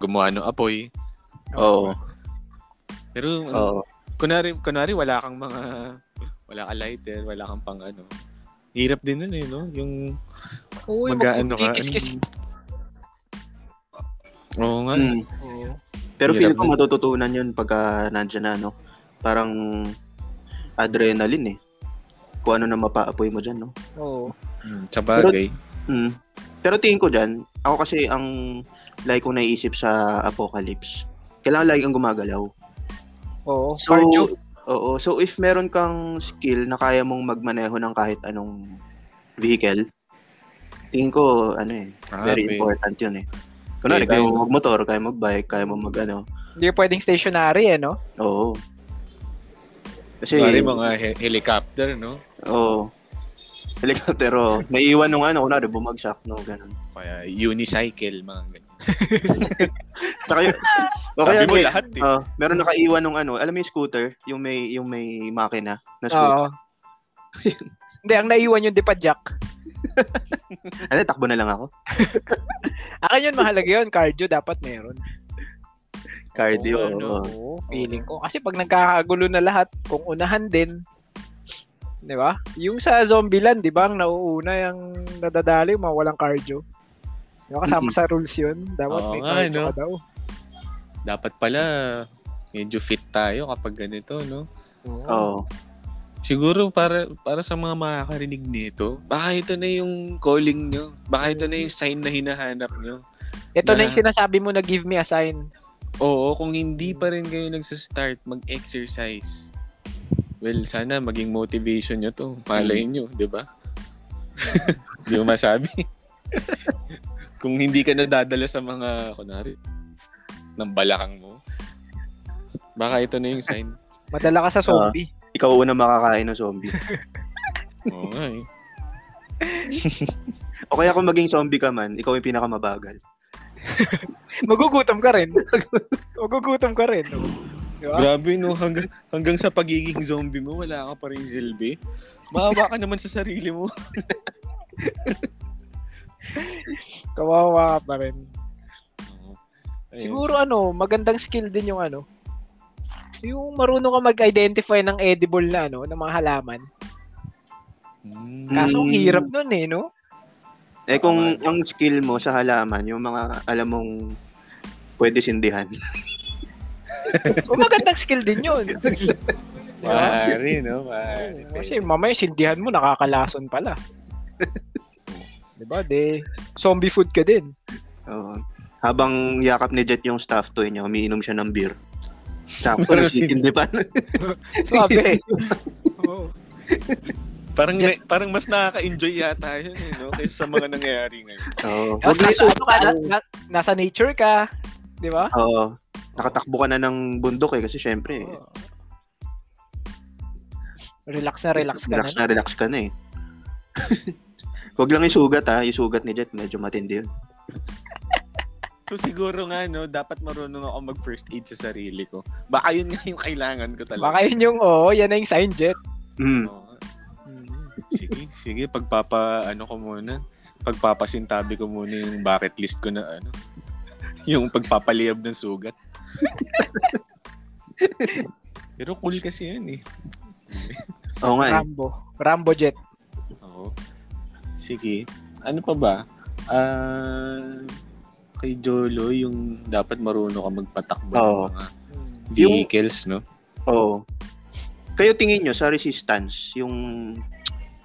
A: gumawa ng apoy.
C: Oo.
A: Pero, ano,
C: Oo.
A: kunwari, kunwari, wala kang mga, wala kang lighter, wala kang pang ano. Hirap din nun eh, no? Yung
B: Oo, yung
A: mag-ano ka.
B: magkikis-kis.
A: anong- Oo nga.
C: Mm.
B: Oo.
C: Pero
A: Hirap
C: feel ko
A: na.
C: matututunan yun pagka nandyan na, no? Parang adrenaline eh. Kung ano na mapaapoy mo dyan, no?
B: Oo.
C: Hmm.
A: Mm, sa bagay.
C: Mm. Pero tingin ko dyan, ako kasi ang like kong naiisip sa apocalypse, kailangan lagi kang gumagalaw.
B: Oo.
C: So,
B: Cardio.
C: oo. So, if meron kang skill na kaya mong magmaneho ng kahit anong vehicle, tingin ko, ano eh, very
A: Grabe.
C: important yun eh. Kunwari,
A: Pwede.
C: kaya mo magmotor, kaya magbike, kaya mo magano.
B: Hindi pwedeng stationary eh, no?
C: Oo. Kasi,
A: Pare, mga he- helicopter, no?
C: oo. Helicopter, oo. May iwan nung ano, kunwari, bumagsak, no, ganun.
A: Kaya unicycle, mga ganyan.
C: Saka yun, Ah. o
A: Sabi
C: kaya
A: mo
C: may-
A: lahat, eh.
C: Oo, meron nakaiwan nung ano, alam mo yung scooter, yung may, yung may makina na
B: Oo.
C: scooter.
B: Hindi, ang naiwan yung dipadyak.
C: Ano, takbo na lang ako.
B: Akin yun mahalaga yun. Cardio dapat meron.
C: Cardio,
A: Oo, ano.
C: oo.
B: Oo, feeling ko. Kasi pag nagkakagulo na lahat, kung unahan din, di ba? Yung sa Zombieland, di ba? Ang nauuna, yung nadadali, yung mga walang cardio. Di ba? Kasama
C: Mhm.
B: sa rules yun. Dapat
A: Oo
B: may
A: nga, eh,
B: cardio
A: no?
B: ka daw.
A: Dapat pala, medyo fit tayo kapag ganito, no?
B: Oo.
C: Oo.
A: Siguro para para sa mga makakarinig nito, baka ito na yung calling nyo. Baka ito na yung sign na hinahanap nyo.
B: Ito na
A: Na-
B: yung sinasabi mo na give me a sign.
A: Oo, kung hindi pa rin kayo nagsastart mag-exercise, well, sana maging motivation nyo to. Malay nyo, di ba? Di mo masabi. kung hindi ka nadadala sa mga, kunwari, ng balakang mo, baka ito na yung sign.
B: Madala ka sa zombie.
C: Ikaw una makakain ng zombie.
A: Oo nga eh.
C: O kaya kung maging zombie ka man, ikaw yung pinakamabagal.
B: Magugutom ka rin. Magugutom ka rin. no? Di ba?
A: Grabe no, hanggang, hanggang sa pagiging zombie mo, wala ka pa rin silbi. Maawa ka naman sa sarili mo.
B: Kawawa ka pa rin.
A: Ayun.
B: Siguro ano, magandang skill din yung ano. Yung marunong ka mag-identify ng edible na ano, ng mga halaman.
A: Mm.
B: Kaso ang
C: Mm.
B: hirap nun eh, no?
C: Eh kung
A: Tama.
C: ang skill mo sa halaman, yung mga alam mong pwede sindihan.
B: O magandang skill din yun. Diba?
A: Maaari, no? Maaari.
B: Kasi mamaya sindihan mo, nakakalason pala. Diba? De, zombie food ka din.
C: Oo. habang yakap ni Jet yung staff toy niya, umiinom siya ng beer. Sakto,
A: Pero
C: nagsisindipan.
B: Sabi. Oo.
A: Parang
B: Just-
A: na- parang mas nakaka-enjoy yata yun, eh, no? Kaysa sa mga nangyayari ngayon.
C: Oo.
B: Tapos nasa, ano ka, na, na- nasa nature ka. Di ba?
C: Oo. Nakatakbo ka na ng bundok eh kasi syempre eh,
B: Oo. Relax na relax ka
C: relax
B: na.
C: na. relax ka na eh. Huwag lang isugat ha, isugat ni Jet medyo matindi yun.
A: So siguro nga no, dapat marunong ako mag first aid sa sarili ko. Baka yun nga yung kailangan ko talaga.
B: Baka yun yung, oo, yan na yung sign jet. Hmm.
C: Mm.
A: Oo. Sige, sige, pagpapa ano ko muna. Pagpapasintabi ko muna yung bucket list ko na ano. Yung pagpapaliyab ng sugat. Pero cool kasi yun eh.
C: Oo nga eh.
B: Rambo. Rambo jet.
A: Oo. Sige. Ano pa ba? Ah, kay Jolo, yung dapat marunong ka magpatakbo
C: Oo.
A: ng mga
B: Mm.
A: vehicles, no?
C: Oo. Kayo tingin nyo sa resistance, yung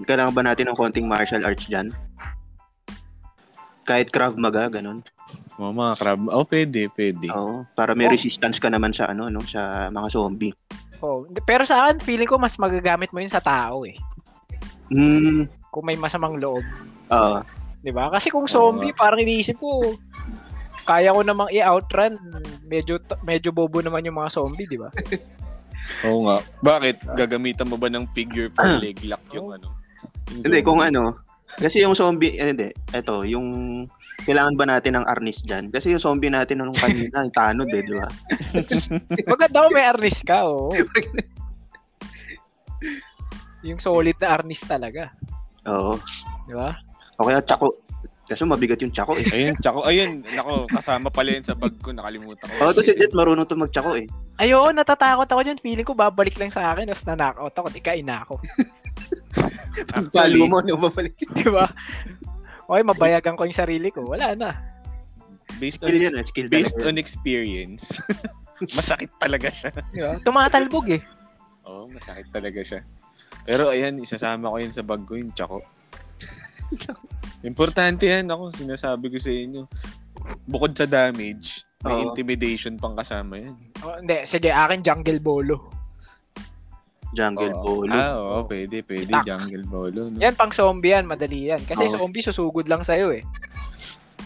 C: kailangan ba natin ng konting martial arts dyan? Kahit Krav Maga, ganun.
A: Oo, mga crab. Oh, pwede, pwede.
C: Oo, para may
B: Oh.
C: resistance ka naman sa ano, no, sa mga zombie.
B: Oo. Oh, Pero sa akin, feeling ko mas magagamit mo yun sa tao eh.
C: Mm,
B: Kung may masamang loob.
C: oo.
B: Di ba? Kasi kung zombie, parang iniisip ko, kaya ko namang i-outrun. Medyo, medyo bobo naman yung mga zombie, di ba?
A: Oo nga. Bakit? Gagamitan mo ba ng figure for leg lock yung ano? Yung
C: Ah. Hindi,
A: zombie?
C: kung ano. Kasi yung zombie, eh, hindi, eto, yung kailangan ba natin ng arnis dyan? Kasi yung zombie natin nung kanina, yung tanod eh, di ba?
B: Maganda kung may arnis ka, oo. yung solid na arnis talaga.
C: Oo.
B: Di ba?
C: O kaya tsako. Kaso mabigat yung tsako eh.
A: Ayun, tsako. Ayun, nako, kasama pala yun sa bag ko. Nakalimutan ko.
C: Oo, to si Jet marunong to magtsako eh.
B: Ayo, natatakot ako dyan. Feeling ko babalik lang sa akin. Tapos na-knockout ako. Ikain na ako.
A: Actually,
C: Talo mo, ano, babalik.
B: Di ba? Okay, mabayagan ko yung sarili ko. Wala na.
A: based on,
C: Skill yan eh, skill
A: based
C: talaga.
A: on experience, masakit talaga siya.
B: Di ba? Tumatalbog eh.
A: Oo, masakit talaga siya. Pero ayan, isasama ko yun sa bag ko, yung tsako. Importante yan ako, sinasabi ko sa inyo. Bukod sa damage, may
C: Oo.
A: intimidation pang kasama yan.
B: Oh, hindi, sige, akin jungle bolo.
C: Jungle
A: Oo.
C: Polo.
A: Ah, oo, pwede, pwede.
B: Itak.
A: Jungle bolo. No?
B: Yan, pang zombie yan. Madali yan. Kasi
C: Oo.
B: zombie susugod lang sa'yo eh.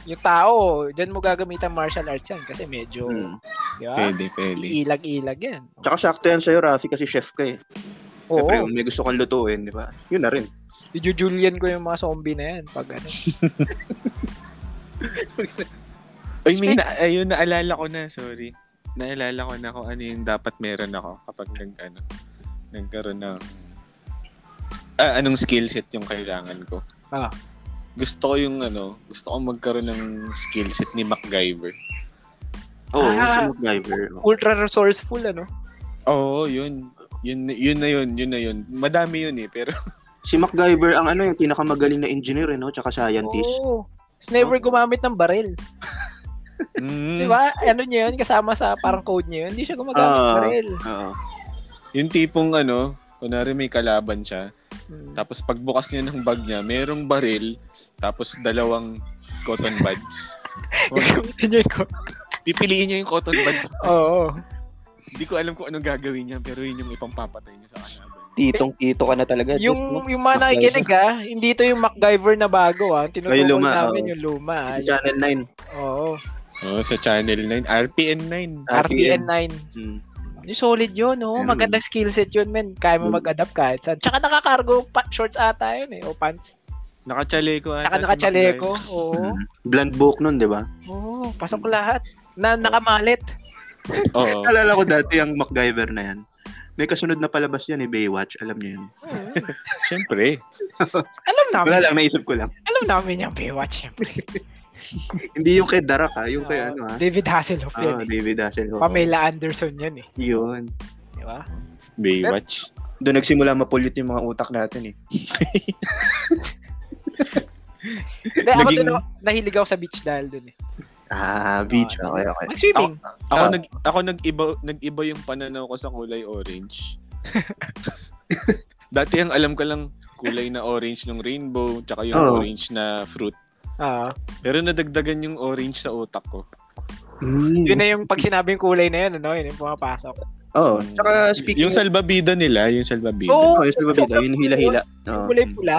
B: Yung tao, dyan mo gagamitan martial arts yan. Kasi medyo,
C: Hmm.
B: di ba?
A: Pwede, pwede.
B: Ilag-ilag yan.
C: Tsaka sakto yan sa'yo, Rafi, kasi chef ka eh.
B: Oo.
C: Siyempre, kung may gusto kang lutuin, di ba? Yun na rin.
B: Ijujulian ko yung mga zombie na yan pag ano.
A: Ay, may na, ayun, naalala ko na, sorry. Naalala ko na kung ano yung dapat meron ako kapag nag, ano, nagkaroon ng... Ah, anong skill set yung kailangan ko?
B: Ah.
A: Gusto ko yung ano, gusto ko magkaroon ng skill set ni MacGyver.
C: Oo, oh,
B: Ah.
C: si MacGyver.
B: Ultra resourceful ano.
A: Oo, yun. Yun, yun na yun, yun na yun. Madami yun eh, pero
C: Si MacGyver ang ano, yung pinakamagaling na engineer, eh, no? Tsaka scientist.
B: Oo. Tapos never
C: Oh.
A: Oo.
B: gumamit ng baril.
A: mm,
B: Di ba? Ano niya yun? Kasama sa parang code niya yun. Hindi siya gumagamit ng
C: Ah.
B: baril.
C: Oo.
A: yung tipong ano, kunwari may kalaban siya,
B: Hmm.
A: tapos pagbukas niya ng bag niya, merong baril, tapos dalawang cotton buds.
B: Gagamitin niya yung code.
A: Pipiliin niya yung cotton buds.
B: Oo.
A: Hindi ko alam kung anong gagawin niya, pero yun yung ipampapatay niya sa kalaban.
C: Titong kito ka na talaga. Yung...
B: Yung, yung mga nakikinig ha, hindi to yung MacGyver na bago ha. Tinuturo
C: Ay, luma,
B: namin
C: oo.
B: yung luma. ha.
C: Channel 9.
B: Oo.
A: Oh, sa Channel 9, RPN 9.
C: RPN.
B: RPN 9.
C: Hmm.
B: Yung solid yun, no?
C: Ayun.
B: Magandang skill set yun, men. Kaya mo
C: Hmm.
B: mag-adapt kahit saan. Tsaka nakakargo pa- shorts ata yun eh, o pants.
A: Nakachaleko ata.
B: Tsaka
A: si
B: nakachaleko. Oo.
C: Hmm. Bland book nun, di ba?
B: Oo, pasok lahat.
C: Oh.
B: Na, nakamalit.
A: MacGyver. Oo.
C: Alala ko dati ang MacGyver na yan. May kasunod na palabas yan eh, Baywatch. Alam niyo yun.
A: Siyempre.
B: Alam namin,
C: Wala lang, naisip ko lang.
B: alam namin yung Baywatch, syempre.
C: Hindi yung kay Darak ha, yung kay
B: Oo,
C: ano ha.
B: David Hasselhoff
C: Ah,
B: yun. eh.
C: David Hasselhoff.
B: Pamela Anderson yun eh.
C: Yun.
B: Di ba?
A: Baywatch.
C: Doon nagsimula mapulit yung mga utak natin eh.
B: Hindi, ako
A: Naging-
B: dun ako- nahilig ako sa beach dahil dun eh.
C: Ah, beach. Okay, okay.
B: Mag-swimming.
A: Ako
C: Ah.
A: nag ako nag-iba nag-iba yung pananaw ko sa kulay orange. Dati ang alam ko lang kulay na orange ng rainbow, tsaka yung
C: Oo.
A: orange na fruit.
B: Ah,
A: Pero nadagdagan yung orange sa utak ko.
C: Mm. eh.
B: yun na yung pag sinabing kulay na yun, ano, yun yung pumapasok.
C: Oo. Tsaka
A: Hmm.
C: speaking
A: Yung salbabida nila, yung salbabida.
B: Oo,
C: Oh, yung salbabida,
B: sobrang
C: yung hila-hila. Oo.
B: kulay pula.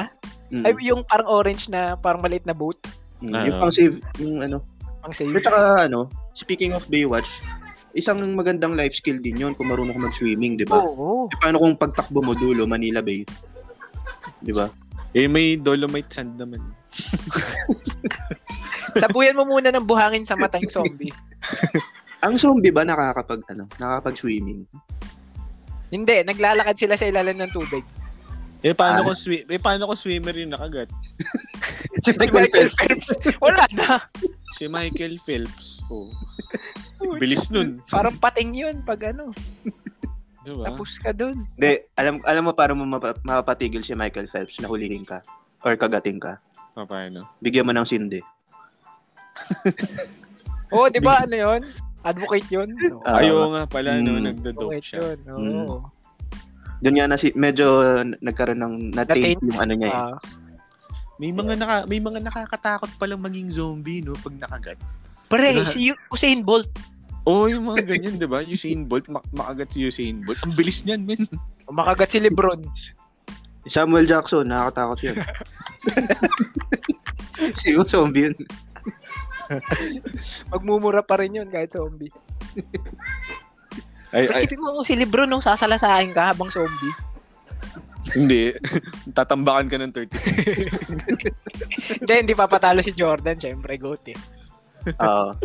C: Mm.
B: Ay, yung parang orange na parang maliit na boat.
C: Mm.
A: Ah.
C: Yung pang save, yung ano.
B: Pang save.
C: Pero tsaka ano, speaking of Baywatch, isang magandang life skill din yun kung marunong ka mag-swimming, di ba?
B: Oo.
C: Eh, paano kung pagtakbo mo dulo, Manila Bay? Di ba?
A: Eh, may dolomite sand naman.
B: Sabuyan mo muna ng buhangin sa mata yung zombie.
C: Ang zombie ba nakakapag, ano, nakakapag-swimming?
B: Hindi, naglalakad sila sa ilalim ng tubig.
A: Eh, paano
C: Ah.
A: kung, swi- eh, paano kung swimmer yung nakagat?
C: Si
B: Si Michael Phelps. Wala na.
A: Si Michael Phelps. Oh. Bilis nun.
B: Parang pating yun pag ano,
A: Diba?
B: tapos ka dun.
C: Hindi, alam, alam mo para mo mapa- mapapatigil si Michael Phelps, nahulihin ka or kagating ka.
A: Ah, paano?
C: Bigyan mo ng sindi.
B: Oo, di ba ano yun? Advocate yun. Oo.
C: Ah,
A: Ayaw nga pala, no,
C: Mm.
A: nagda-dope
B: Advocate
A: siya.
B: yun. Oo.
C: Doon nga na si, medyo nagkaroon ng na-taint
B: Na-taint.
C: yung ano niya. eh.
B: Ah,
A: May mga naka, may mga nakakatakot palang maging zombie, no, pag nakagat.
B: pre,
C: Diba?
B: si U- Usain Bolt.
A: Oo, oh, yung mga ganyan, di ba? Usain Bolt, mak- makagat si Usain Bolt. Ang bilis niyan, men.
B: Makagat si Lebron.
C: Samuel Jackson, nakakatakot yun. si zombie yun.
B: Magmumura pa rin yun kahit zombie.
A: Ay,
B: Pero
A: ay,
B: isipin mo kung si Lebron nung sasalasahin ka habang zombie.
A: hindi. Tatambakan ka ng 30 points.
B: Hindi, hindi papatalo si Jordan. Siyempre, goat eh.
C: Oo.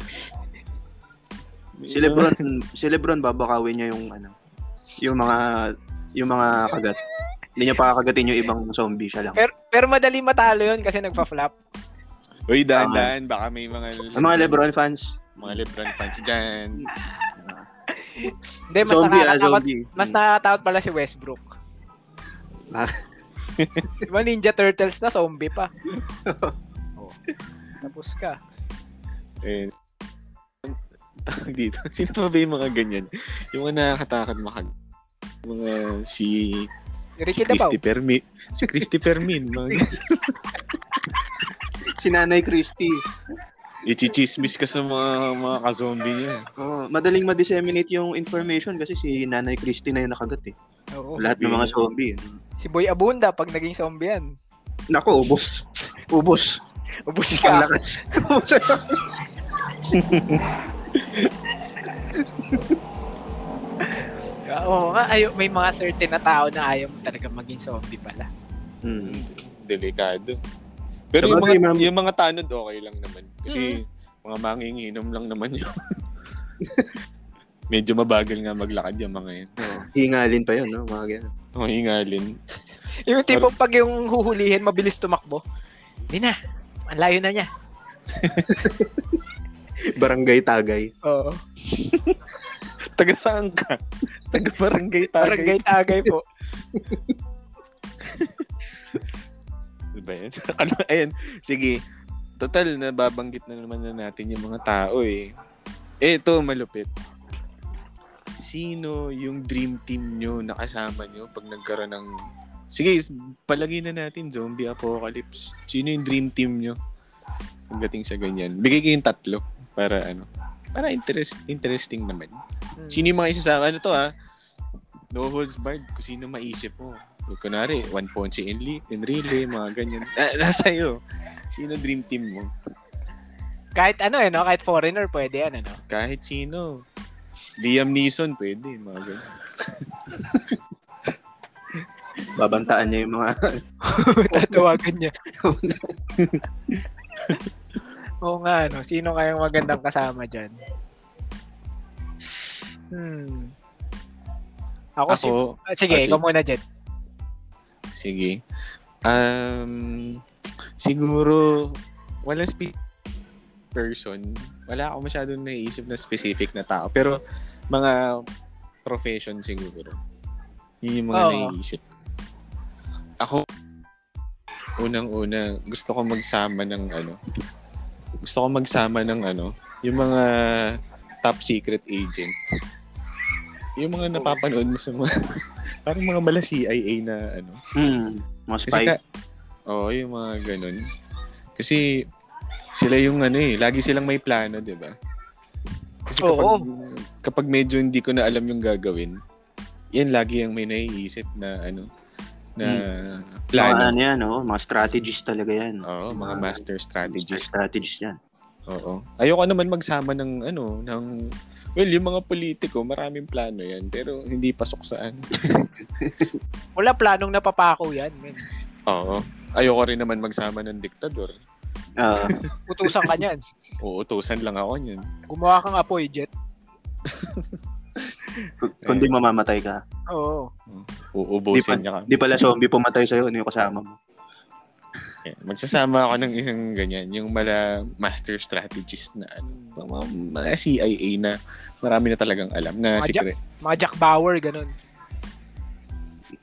C: si Lebron, si Lebron babakawin niya yung ano, yung mga yung mga kagat. Hindi niya pakakagatin yung ibang zombie siya lang.
B: Pero, pero madali matalo yun kasi nagpa-flop.
A: Uy, dahan-dahan. Baka may mga...
C: Ang Ah. mga Lebron fans,
A: Mga Lebron fans dyan.
B: Hindi, mas
C: zombie ah,
B: nakakatakot.
C: zombie.
B: Mas nakakatakot pala si Westbrook.
C: Ah.
B: Di ba Ninja Turtles na zombie pa? oh. Tapos ka.
C: Hmm.
A: And, dito. Sino pa ba yung mga ganyan? Yung mga nakakatakot makag... Mga si... Si
B: Ricky Dabao.
A: Christy Permin. Si Christy Permin. Mga
C: si Nanay Christie.
A: ichichismis ka sa mga, mga ka-zombie niya.
C: Oo, madaling ma-disseminate yung information kasi si Nanay Christie na yung nakagat eh.
B: Oo.
C: Lahat ng
A: sabihin.
C: mga zombie. eh.
B: Si Boy Abunda pag naging zombie yan.
C: Nako, ubos. Ubos.
B: Ubus
C: Ang
B: ka.
C: lakas.
B: Oo nga, ayo may mga certain na tao na ayaw mo talaga maging zombie pala.
C: Hmm.
A: Delikado. Pero
C: Sabagay,
A: yung mga,
C: ma'am.
A: yung mga tanod, okay lang naman. Kasi mga manginginom lang naman yun. Medyo mabagal nga maglakad yung mga yun.
C: Hingalin pa yun, no? Mga ganun.
A: Ang hingalin.
B: Yung tipong pag yung huhulihin, mabilis tumakbo. Hindi na. Ang layo na niya.
C: Barangay tagay.
B: Oo.
A: Taga saan ka? Taga barangay
B: Barangay
A: tagay.
B: tagay po.
A: Diba yun? ano, ayan. Sige. Total, nababanggit na naman na natin yung mga tao eh. Eh, ito, malupit. Sino yung dream team nyo nakasama nyo pag nagkaroon ng... Sige, s- palagay na natin, zombie apocalypse. Sino yung dream team nyo? Pagdating sa ganyan. Bigay kayong tatlo para ano. Para interest, interesting naman.
B: Hmm.
A: Sino yung mga isasama? Ano to ah? No holds barred. Kung sino maisip mo. Yung kunwari, one point si Enli, Enrile, mga ganyan. Ah, nasa iyo. Sino dream team mo?
B: Kahit ano eh, no? Kahit foreigner, pwede yan, ano?
A: Kahit sino. Liam Neeson, pwede. Mga ganyan.
C: Babantaan niya yung mga...
B: Tatawagan niya. Oo nga, ano? Sino kayang magandang kasama dyan? Hmm. Ako, si...
A: Ako,
B: Ah, sige,
A: Ah, si-
B: ikaw muna dyan.
A: sige. Um, siguro, walang specific person. Wala ako masyadong naiisip na specific na tao. Pero, mga profession siguro. Yun yung mga
B: Oo.
A: naiisip. Ako, unang-una, gusto ko magsama ng ano, gusto ko magsama ng ano, yung mga top secret agent. Yung mga napapanood mo sa mga, parang mga mala CIA na ano,
C: Hmm.
A: Kasi
C: Mga spike.
A: ka, oo, yung mga ganun. Kasi sila yung ano eh, lagi silang may plano, di ba? Kasi kapag,
B: Oo.
A: kapag medyo hindi ko na alam yung gagawin, yan lagi yung may naiisip na ano, na
C: Mga
A: plano.
C: ano yan, oh, mga strategies talaga yan.
A: Oo, Hmm. mga master
C: Strategies.
A: strategist.
C: Strategies yan.
A: Oo. Ayoko naman magsama ng ano, ng well, yung mga politiko, maraming plano yan, pero hindi pasok sa ano.
B: Wala planong napapako yan. Man.
A: Oo. Ayoko rin naman magsama ng diktador.
C: Ah,
B: Utusan ka niyan.
A: Uutusan lang ako niyan.
B: Gumawa kang apoy jet.
C: kung- kundi mamamatay ka.
B: Oo.
A: Uubusin niya kami.
C: Di pala zombie pumatay sa'yo, ano yung kasama mo?
A: Yeah. Magsasama ako ng isang ganyan, yung mala master strategist na ano, mga, mga CIA na marami na talagang alam na
B: Mga
A: secret.
B: Mga Jack Bauer, ganun.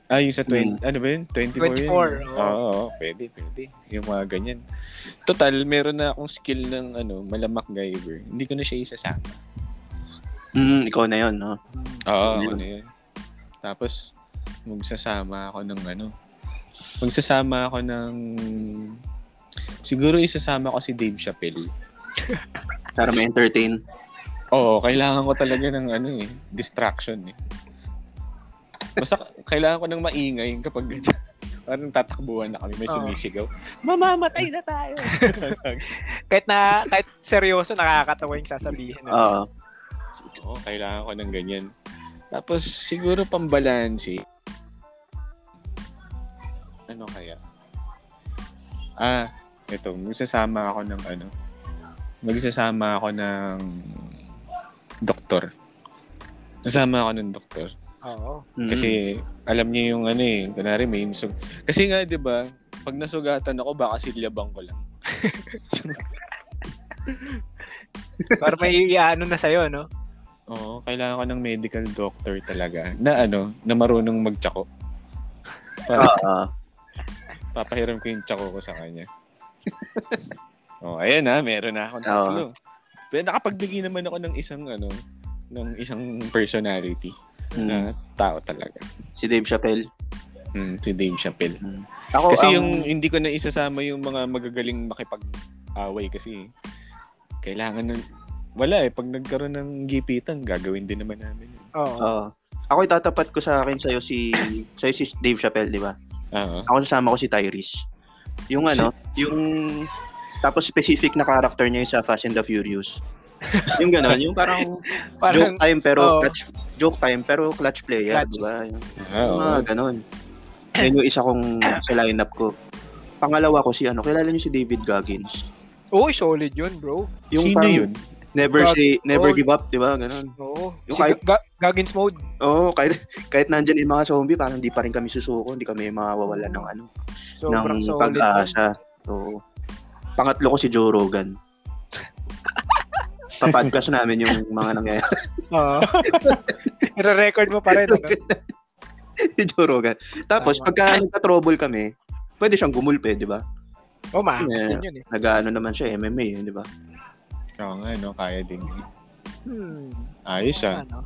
A: Ah, yung sa 20, ano ba yun? 24,
B: 24,
A: yun.
B: Hmm. oo.
A: Oo, oo, pwede, pwede. Yung mga ganyan. Total, meron na akong skill ng ano, malamak MacGyver. Hindi ko na siya isasama.
C: Mm, ikaw na yun, no?
A: Oo,
C: Yun.
A: ano yun. Tapos, magsasama ako ng ano, magsasama ako ng, siguro isasama ko si Dave Chappelle.
C: Para ma-entertain.
A: Oo, kailangan ko talaga ng ano eh, distraction eh. Basta kailangan ko ng maingay kapag ganyan. Parang tatakbuhan na kami, may
B: Oo.
A: sumisigaw.
B: Mamamatay na tayo. kahit na, kahit seryoso, nakakatawa yung sasabihin. eh.
C: Oo.
A: Oo, kailangan ko ng ganyan. Tapos siguro pambalansi. Ano kaya? Ah, ito, magsasama ako ng ano. Magsasama ako ng doktor. Sasama ako ng doktor.
B: Oo.
C: Mm.
A: Kasi alam niya yung ano eh, kunwari may insug. Kasi nga 'di ba, pag nasugatan ako baka silyabang ko lang.
B: Para may ano na sa'yo, no?
A: Oo, kailangan ko ng medical doctor talaga na ano, na marunong magtsako. Para
C: Oo.
A: papahiram ko yung tsako ko sa kanya. oh, ayan na, meron na akong tatlo. Pero nakapagbigay naman ako ng isang ano, ng isang personality
C: Mm.
A: na tao talaga.
C: Si Dave Chappelle.
A: Mm, si Dave Chappelle.
C: Mm. Ako,
A: Kasi
C: ang-
A: yung hindi ko na isasama yung mga magagaling makipag-away kasi kailangan ng wala eh pag nagkaroon ng gipitan gagawin din naman namin. yun.
B: Oo.
C: Oo. ako itatapat ko sa akin sa'yo si, sa'yo si Dave Chappelle, di ba?
A: Oo.
C: Ako sasama ko si Tyrese. Yung ano, yung tapos specific na character niya yung sa Fast and the Furious. yung gano'n, yung parang,
B: Parang,
C: joke time pero
B: oo.
C: clutch, joke time pero clutch player,
B: Clutch.
C: di ba? Yung
A: Oo.
C: mga gano'n. Yan yung isa kong sa lineup ko. Pangalawa ko si ano, kilala niyo si David Goggins.
B: uy, solid yun, bro.
C: Yung
A: Sino
C: parang-
A: yun?
C: Never
B: Gag-
C: say, never
B: oh.
C: give up, di ba? Ganun.
B: Oo.
C: Yung
B: Si
C: kahit-
B: Ga- Goggins mode.
C: Oo, kahit, kahit nandyan yung mga zombie, parang di pa rin kami susuko, hindi kami mawawala ng ano,
B: Sobrang
C: ng
B: solid.
C: pag-asa. Oo. Pangatlo ko si Joe Rogan. Papodcast namin yung mga nangyayari.
B: Oo. Ire-record mo pa rin, ano?
C: si Joe Rogan. Tapos,
B: Tama.
C: pagka nagka-trouble kami, pwede siyang gumulpe, di ba?
B: Oh, maangas
C: Yeah.
B: din yun eh.
C: Nag-ano naman siya, MMA, eh, di ba?
A: Oo nga, no? Kaya din.
B: Hmm.
A: Ayos ah.
B: Ano?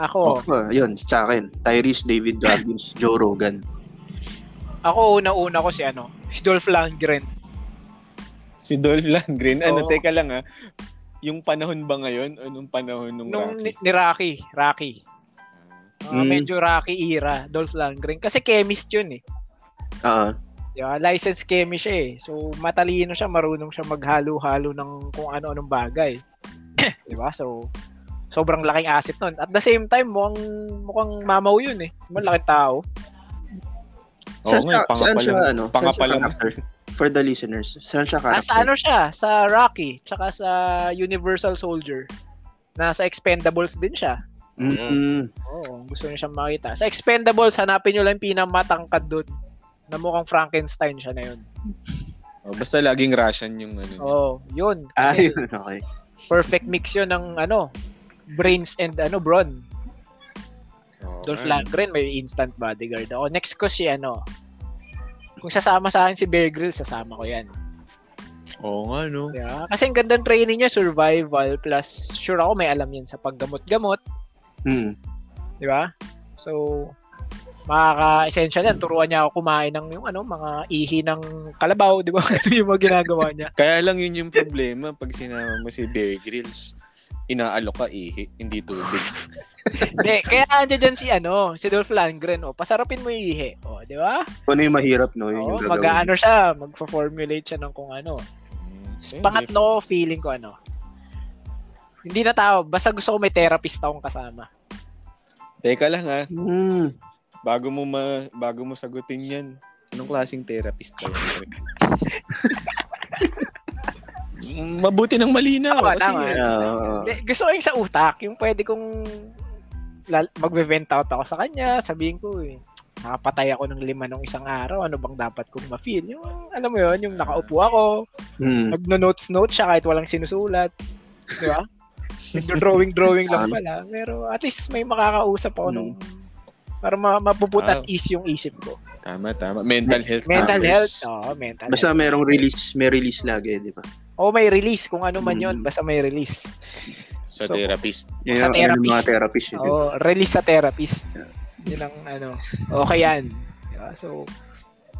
B: Ako,
C: Oh, yun, sa akin. Tyrese, David Goggins, Joe Rogan.
B: ako una-una ko si ano, si Dolph Lundgren.
A: Si Dolph Lundgren. Ano,
B: Oo.
A: teka lang ah. Yung panahon ba ngayon o nung panahon nung,
B: Nung
A: Rocky?
B: ni, ni Rocky, Rocky. Ah,
C: Mm.
B: Medyo Rocky era, Dolph Lundgren. Kasi chemist yun eh.
C: Oo.
B: Di ba? Licensed chemist siya eh. So, matalino siya, marunong siya maghalo-halo ng kung ano-anong bagay. Di ba? So, sobrang laking asset nun. At the same time, mukhang, mukhang mamaw yun eh. Malaking tao.
A: Oo nga, eh,
C: saan siya,
A: pangapalang.
C: ano? Saan siya
A: Pangapalang.
C: character? For the listeners, saan
B: Ah,
C: siya character?
B: sa ano siya? Sa Rocky, tsaka sa Universal Soldier. Nasa Expendables din siya.
C: Mm,
B: Oo, gusto niya siyang makita. Sa Expendables, hanapin niyo lang yung pinakamatangkad doon. Na mukhang Frankenstein siya na yun.
A: Oh, basta laging Russian yung ano. niya.
B: Oo, yun.
C: Mm. ah,
B: Kasi
C: yun, okay.
B: perfect mix yun ng ano, brains and ano, brawn.
A: Oo
B: Dolph
A: nga. eh.
B: Lundgren, may instant bodyguard ako. Next ko si ano, kung sasama sa akin si Bear Grylls, sasama ko yan.
A: Oo nga, no?
B: Di ba? Kasi ang gandang training niya, survival, plus sure ako
C: Hmm.
B: may alam yan sa paggamot-gamot.
C: Mm.
B: Di ba? So, makaka-essential yan. Turuan niya ako kumain ng yung ano, mga ihi ng kalabaw, di ba? Ano yung mga ginagawa niya.
A: Kaya lang yun yung problema pag sinama mo si Bear Grylls. Inaalok ka ihi, hindi tubig.
B: Hindi, kaya nandiyan dyan si ano, si Dolph Lundgren, oh, pasarapin mo yung ihi, oh, di ba?
C: Ano yung mahirap, no? Yun
B: Oh,
C: yung gagawin.
B: mag-ano siya, magfo-formulate siya ng kung ano.
A: Okay,
B: Pangatlo, feeling ko ano, hindi na tao, basta gusto ko may therapist akong kasama.
A: Teka lang ha,
C: Hmm.
A: bago mo ma, bago mo sagutin yan. Anong klaseng therapist ka? Mabuti ng malinaw.
B: Tama,
A: kasi
B: tama.
A: yun.
C: Ah,
B: Hindi, gusto ko yung sa utak, yung pwede kong lal- mag-vent out ako sa kanya, sabihin ko eh, nakapatay ako ng lima nung isang araw, ano bang dapat kong ma-feel? Yung, alam mo yun, yung nakaupo ako,
C: hmm.
B: nagno-notes-notes siya kahit walang sinusulat. Di ba? Nagdo-drawing-drawing lang pala. Pero at least may makakausap ako nung
C: Hmm.
B: para ma- mapuput at
C: Ah.
A: Wow.
B: ease yung isip ko.
A: Tama, tama. Mental health.
B: Mental health.
A: matters.
B: Oo, mental
C: Basta
B: health.
C: merong release, may release lagi, di ba?
B: O may release kung ano man yun.
C: Mm.
B: Basta may release.
A: Sa
B: So,
A: therapist.
C: Yun
B: Sa
C: ang- yun ang
B: therapist.
C: mga therapist. yun. eh.
B: Oo, release sa therapist. Yun ang ano. Okay yan. Di ba? So,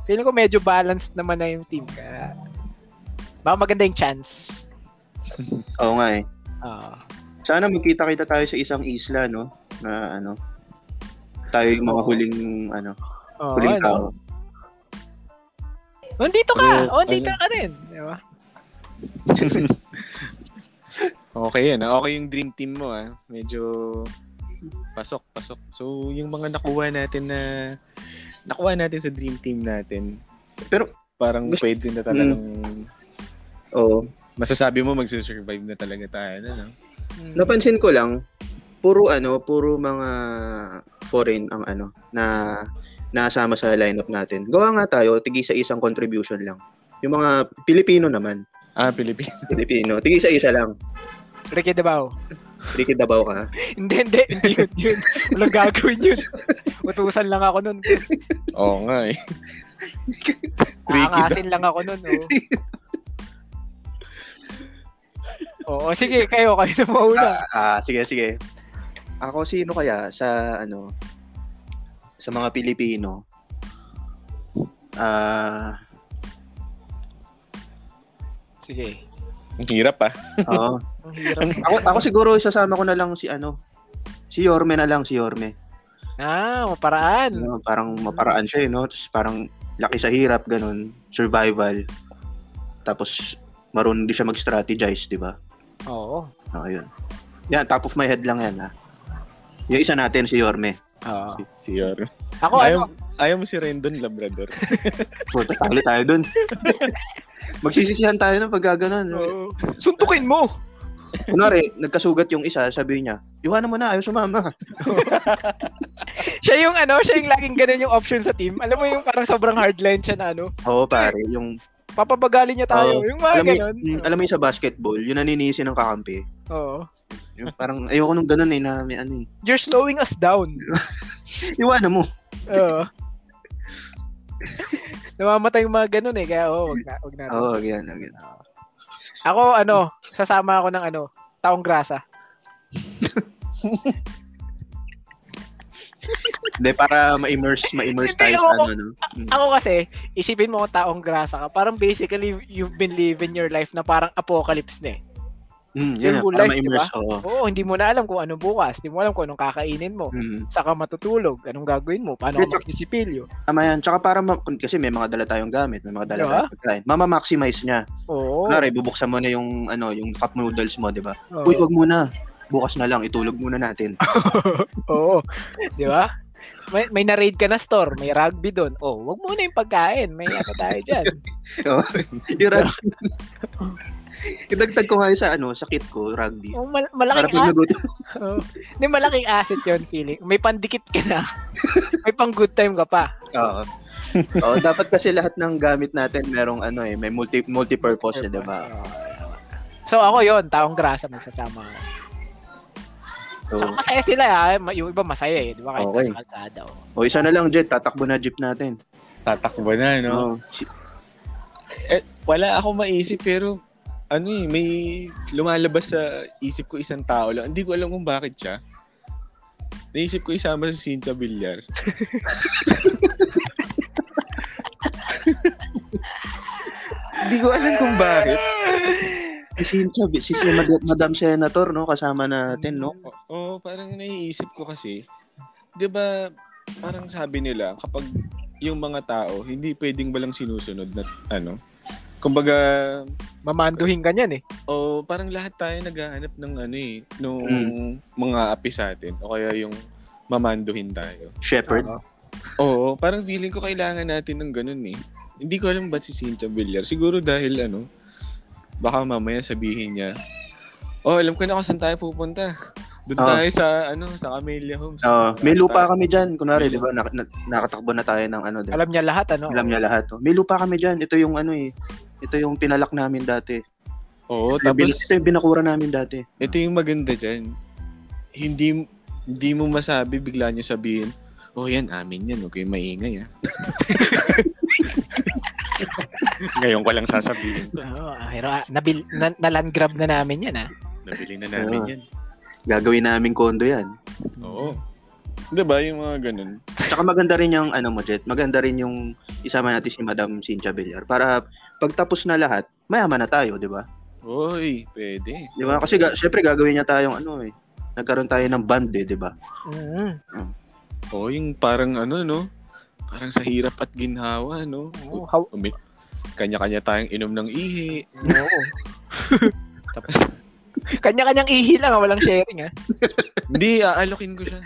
B: feeling ko medyo balanced naman na yung team. Kaya, baka maganda yung chance.
C: Oo nga eh.
B: Ah.
C: Sana magkita-kita tayo sa isang isla, no? Na ano, tayo yung mga
B: Oo.
C: huling, ano,
B: Oo,
C: huling
B: ano?
C: tao.
B: Nandito ka!
A: Pero,
B: O, nandito
A: ano?
B: ka rin! diba? Di ba?
A: Okay yan. ah. Okay yung dream team mo ah. Medyo pasok, pasok. So, yung mga nakuha natin na nakuha natin sa dream team natin,
C: Pero,
A: parang
C: Gusto-
A: pwede na talagang
B: Hmm.
C: oo.
A: masasabi mo magsusurvive na talaga tayo. Ano?
B: Mm.
C: Napansin ko lang, puro ano, puro mga foreign ang ano, na nasama sa lineup natin. Gawa nga tayo, tigi sa isang contribution lang. Yung mga Pilipino naman.
A: Ah, Pilipinas.
C: Pilipino. Tigi sa isa lang.
B: Ricky Dabao.
C: Ricky Dabao ka.
B: Hindi, hindi. Hindi yun, yun. Walang gagawin yun. Utusan lang ako nun.
A: Oo nga eh.
B: Aangasin lang ako nun. Oh. Oo, sige, kayo. Kayo na mauna.
C: Ah, ah, sige, sige. Ako sino kaya sa ano sa mga Pilipino? Ah,
B: Sige.
A: Ang hirap ah.
C: oo.
B: Ang hirap.
C: ako, ako siguro isasama ko na lang si ano, si Yorme na lang, si Yorme.
B: Ah, maparaan.
C: Ano, parang maparaan siya, eh, no? Tapos parang laki sa hirap, ganun. Survival. Tapos, marunong din siya mag-strategize, di ba?
B: Oo.
C: Oh, yun. Yan, top of my head lang yan, ha? Yung isa natin, si Yorme.
B: Oo.
A: Si, si Yor.
B: Ako,
A: ayaw,
B: ano?
A: ayaw mo si Rendon Labrador.
C: Puta, talo tayo dun. Magsisisihan tayo ng pag gaganon.
B: Oo. Suntukin mo!
C: Kunwari, nagkasugat yung isa, sabi niya, iwanan mo na, ayaw sumama.
B: Siya yung ano, siya yung laging ganun yung option sa team. Alam mo yung parang sobrang hardline siya na ano,
C: Oo, pare. Yung,
B: papabagalin niya tayo.
C: Oo.
B: yung mga
C: alam, mo,
B: Ah, ganun.
C: yung, alam mo yung sa basketball, yung naninisi ng kakampi.
B: Oo.
C: Yung parang, ayoko nung ganun eh, na may ano eh.
B: You're slowing us down.
C: Iwanan mo.
B: Oo. Namamatay yung mga ganun eh, kaya oo, wag na, wag natin.
C: Oo, ganyan, ganyan.
B: Ako, ano, sasama ako ng ano, taong grasa.
C: Hindi, para ma-immerse, ma-immerse
B: Hindi,
C: tayo sa
B: ako-
C: ano, no? Mm.
B: Ako kasi, isipin mo kung taong grasa ka, parang basically, you've been living your life na parang apocalypse na eh.
C: Mm, yun,
B: yung
C: na, para
B: life,
C: ma-immerse, oo.
B: Oo, hindi mo na alam kung ano bukas, hindi mo alam kung anong kakainin mo,
C: Mm.
B: saka matutulog, anong gagawin mo, paano ka
C: Ito-
B: magdisipilyo.
C: Tama yan. Tsaka para, ma- kasi may mga dala tayong gamit, may mga dala
B: Diba?
C: tayong pagkain. Mama-maximize niya.
B: Oo.
C: Kunwari, bubuksan mo na yung, ano, yung cup noodles mo, di ba?
B: oo.
C: Uy, wag muna. Bukas na lang, itulog muna natin.
B: Oo. Di ba? May, may na-raid ka na store, may rugby doon. Oh, wag muna yung pagkain. May ano tayo dyan.
C: yung rugby. Idagtag ko nga yun sa ano, sa kit ko, rugby.
B: Oh, mal-
C: Para
B: malaking
C: pag nagutom.
B: Oo. Hindi, malaking asset yon feeling. May pandikit ka na. may pang good time ka pa.
C: Oo. Oo, dapat kasi lahat ng gamit natin merong ano eh, may multi multi-purpose na, Oh, di ba?
B: So ako yon taong grasa magsasama. ako.
C: So,
B: Tsaka masaya sila ha. Yung iba masaya eh. Di ba? Kahit
C: Okay.
B: nasa kalsada. Oh.
C: o isa na lang, Jet, tatakbo na jeep natin.
A: Tatakbo na, no?
C: No.
A: Oh. Wala ako maisip pero ano eh, may lumalabas sa isip ko isang tao lang. Hindi ko alam kung bakit siya. Naisip ko isama sa scene sa bilyar. Hindi ko alam kung bakit.
C: Si Sincha, si si Mad- Madam Senator, no? Kasama natin, no?
A: Mm, O- Oo, parang naiisip ko kasi, 'di ba, parang sabi nila kapag yung mga tao hindi pwedeng walang sinusunod na ano. Kumbaga,
B: Mamanduhin ka niyan eh.
A: o parang lahat tayo naghahanap ng ano eh, nung
C: Mm.
A: mga api sa atin o kaya yung mamanduhin tayo.
C: Shepherd.
B: Oo.
A: Oo, parang feeling ko kailangan natin ng ganun eh. Hindi ko alam ba't si Cynthia Villar. Siguro dahil ano, baka mamaya sabihin niya, oh, alam ko na kung saan tayo pupunta. Doon
C: Oo.
A: tayo sa, ano, sa Camellia Homes.
C: Oo. Ah. may lupa kami dyan. Kunwari,
A: May
C: di ba, nak- na- nakatakbo na tayo ng ano. Di ba?
B: Alam niya lahat ano.
C: Alam niya lahat. Oh. May lupa kami dyan. Ito yung ano eh. Ito yung pinalak namin dati.
A: Oo,
C: Tapos,
A: tapos
C: ito yung binakura namin dati.
A: ito yung maganda dyan. Hindi, hindi mo masabi, bigla niya sabihin, oh yan, amin yan, okay, maingay ah. Ngayon ko lang sasabihin.
B: Oo, ah, pero ah, nabil, na, na-land grab na namin yan ah.
A: Nabili na
C: namin
A: yan.
C: Gagawin namin kondo yan.
A: Oo. Di ba yung mga ganun?
C: Tsaka maganda rin yung ano mo, Jet. Maganda rin yung isama natin si Madam Cynthia Villar. Para pagtapos na lahat, mayaman na tayo, di ba?
A: Uy, pwede.
C: Di ba? Kasi ga- syempre gagawin niya tayong ano eh. Nagkaroon tayo ng band eh, di ba?
B: Mm.
A: Oo, yung parang ano, no? Parang sa hirap at ginhawa, no?
B: Oo, how,
A: Umi- Kanya-kanya tayong inom ng ihi.
B: oo.
A: Tapos,
B: Kanya-kanyang ihi lang, ah, walang sharing ah.
A: hindi, aalokin ko siya.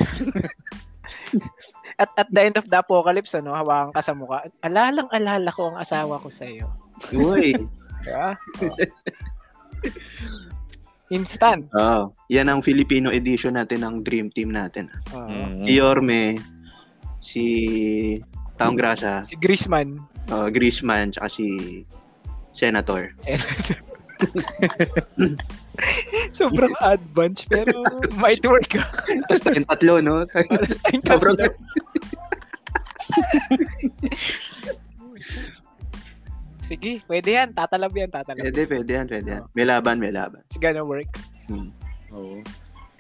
B: At at the end of the apocalypse ano, hawakan ka sa mukha. Alalang alala ko ang asawa ko sa iyo.
C: Uy!
B: Diba? Oo. Instant.
C: Oo. Yan ang Filipino edition natin ng Dream Team natin.
B: Oo.
A: Hmm.
C: Si Yorme, si Taong Grasa,
B: Si Griezmann.
C: uh, Griezmann, tsaka si Senator.
B: Sobrang advanced pero might work. ah.
C: Tapos tayong tatlo, no?
B: Ay,
C: Sobrang...
B: Sige, pwede yan. Tatalab yan, tatalab.
C: pwede, pwede yan, pwede yan. May laban, may laban.
B: It's gonna work.
A: Oo.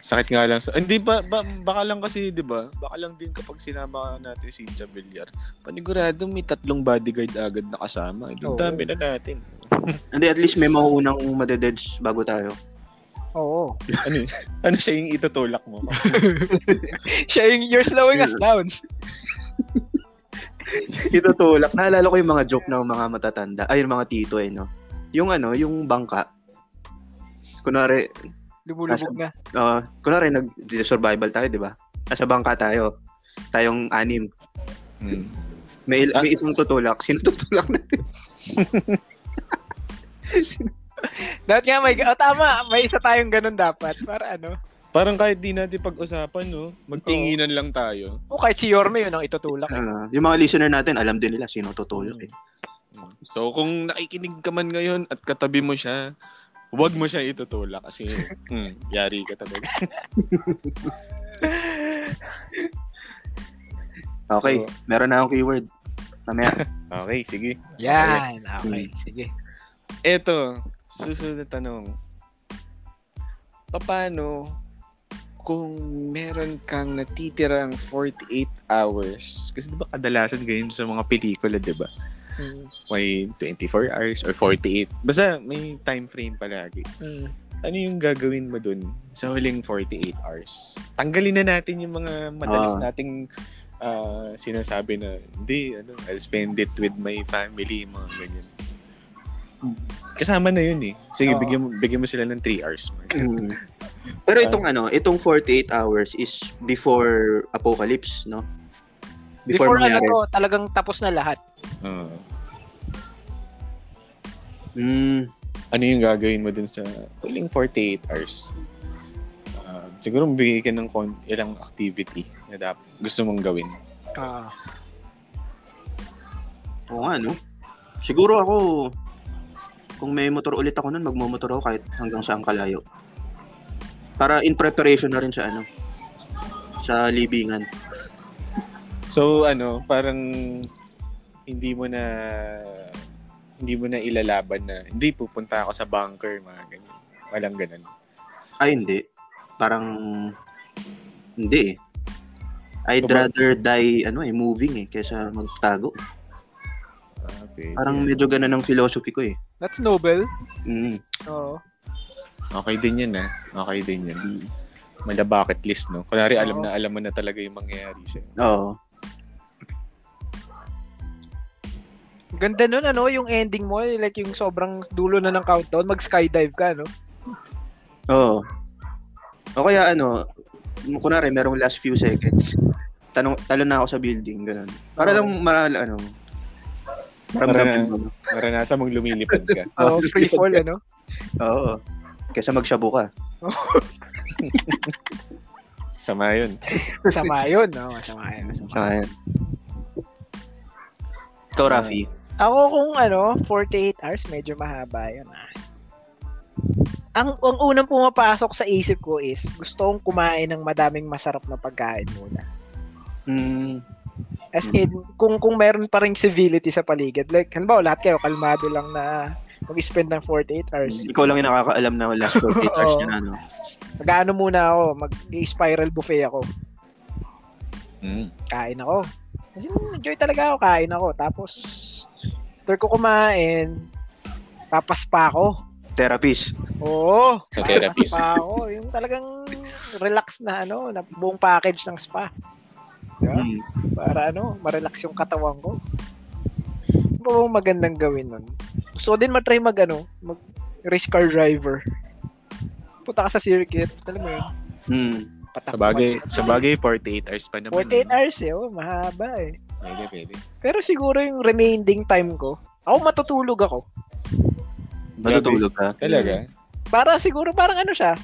A: Sakit nga lang. Sa... Hindi, ba, ba, baka lang kasi, di ba? Baka lang din kapag sinama natin si Incha Villar. Panigurado, may tatlong bodyguard agad na kasama. Eh, Ang
B: Oo.
A: dami na natin.
C: Hindi, at least may mauunang madededs bago tayo.
B: Oo.
A: Ano siya yung itutulak mo?
B: Siya yung you're slowing us down.
C: Itutulak. Naalala ko yung mga joke ng mga matatanda. Ay, yung mga tito eh, no? Yung ano, yung bangka. Kunwari,
B: Lumulubog na.
C: uh, kunwari nag-survival tayo, di ba? Nasa bangka tayo. Tayong anim.
A: Hmm.
C: May,
A: Ah.
C: may isang tutulak. Sino tutulak na?
B: Dapat nga may... Oh, tama. May isa tayong ganun dapat. Para ano.
A: Parang kahit di natin pag-usapan, no? Magtinginan lang tayo.
B: O Oh, kahit si Yorme yun ang itutulak. eh.
C: Ah, yung mga listener natin, alam din nila sino tutulak eh.
A: So kung nakikinig ka man ngayon at katabi mo siya, huwag mo siya itutulak kasi hmm, yari ka talaga.
C: Mm. Okay,
A: So-
C: meron na akong keyword. Mamaya.
A: Okay, sige.
B: Yan. Okay. Sige.
A: Eto, susunod na tanong. Paano kung meron kang natitirang 48 hours? Kasi di ba kadalasan ganyan sa mga pelikula, di ba?
B: Mm,
A: May 24 hours or 48. Basta may time frame palagi.
B: mm.
A: ano yung gagawin mo dun sa huling 48 hours? Tanggalin na natin yung mga madalas
C: Ah.
A: nating ah, sinasabi na, hindi, ano, I'll spend it with my family, mga ganyan. Kasama na yun eh. Sige,
B: Oo.
A: bigyan, mo, bigyan mo sila ng 3 hours.
C: Mm. Pero itong ano, itong 48 hours is before apocalypse, no?
B: Before, ano
C: mangyari.
B: to, talagang tapos na lahat.
A: Ah.
C: Mm,
A: ano yung gagawin mo dun sa huling 48 hours? Ah, siguro bigay ka ng kon- ilang activity na dapat gusto mong gawin.
B: Ah.
C: oo nga, no? Siguro ako, kung may motor ulit ako nun, magmumotor ako kahit hanggang saan kalayo. Para in preparation na rin sa ano, sa libingan.
A: So ano, parang hindi mo na hindi mo na ilalaban na hindi pupunta ako sa bunker mga ganyan. Walang ganun.
C: Ay, Ah, hindi. Parang, hindi eh. I'd
A: Tubag.
C: rather die ano eh moving eh kaysa magtago.
A: Ah, Okay.
C: Parang medyo ganun ang philosophy ko eh.
B: That's noble.
C: Mm.
B: Oo.
A: Okay din yan ah. Okay din yan. Mala bucket list, no? Kunwari, alam
B: Oo.
A: na alam mo na talaga yung mangyayari sa'yo.
C: Oo.
B: Ganda nun, ano, yung ending mo, like yung sobrang dulo na ng countdown, mag-skydive ka, no?
C: Oo. O kaya ano, yung kunwari merong last few seconds. Tanong talo na ako sa building ganun. Para
B: Oo.
C: lang maral ano. Maramdaman
A: Para-
C: mo. no?
A: Maranasan mong lumilipad ka.
B: Oo, free fall, ano?
C: Ah, Oo. Kaysa magshabu ka.
A: Sama yun.
B: Masama yun, no? Masama yun. masama.
C: Ayan. Ikaw, Rafi.
B: Ako kung ano, 48 hours, medyo mahaba yun, ah. Ang, ang unang pumapasok sa isip ko is, gusto kong kumain ng madaming masarap na pagkain muna.
C: Mm,
B: As in, kung kung meron pa rin civility sa paligid, like, halimbawa, lahat kayo, kalmado lang na mag-spend ng 48 hours.
C: Mm, ikaw lang yung nakakaalam na last 48 hours
B: Oo.
C: niya na, no?
B: Mag-ano muna ako, mag-spiral buffet ako.
A: Mm.
B: Kain ako. Kasi enjoy talaga ako, kain ako. Tapos, after ko kumain, papaspa ako.
C: Therapist.
B: Oo.
A: Sa
B: parang
A: therapist.
B: Spa ako. Yung talagang relax na ano, na buong package ng spa. Di ba?
C: Mm.
B: Para ano, ma-relax yung katawan ko. Ano ba bang magandang gawin nun? Gusto ko din matry mag ano, mag race car driver. Punta ka sa circuit, alam mo yun.
C: Mm.
A: Sa
B: Patak-
A: bagay,
B: patak-
A: sa bagay, 48 hours pa naman.
B: 48
A: ano?
B: hours eh, oh, mahaba eh.
A: Pwede, pwede.
B: Pero siguro yung remaining time ko, ako matutulog ako.
C: Matutulog ka.
A: Talaga?
C: Hmm.
B: Para siguro parang ano siya,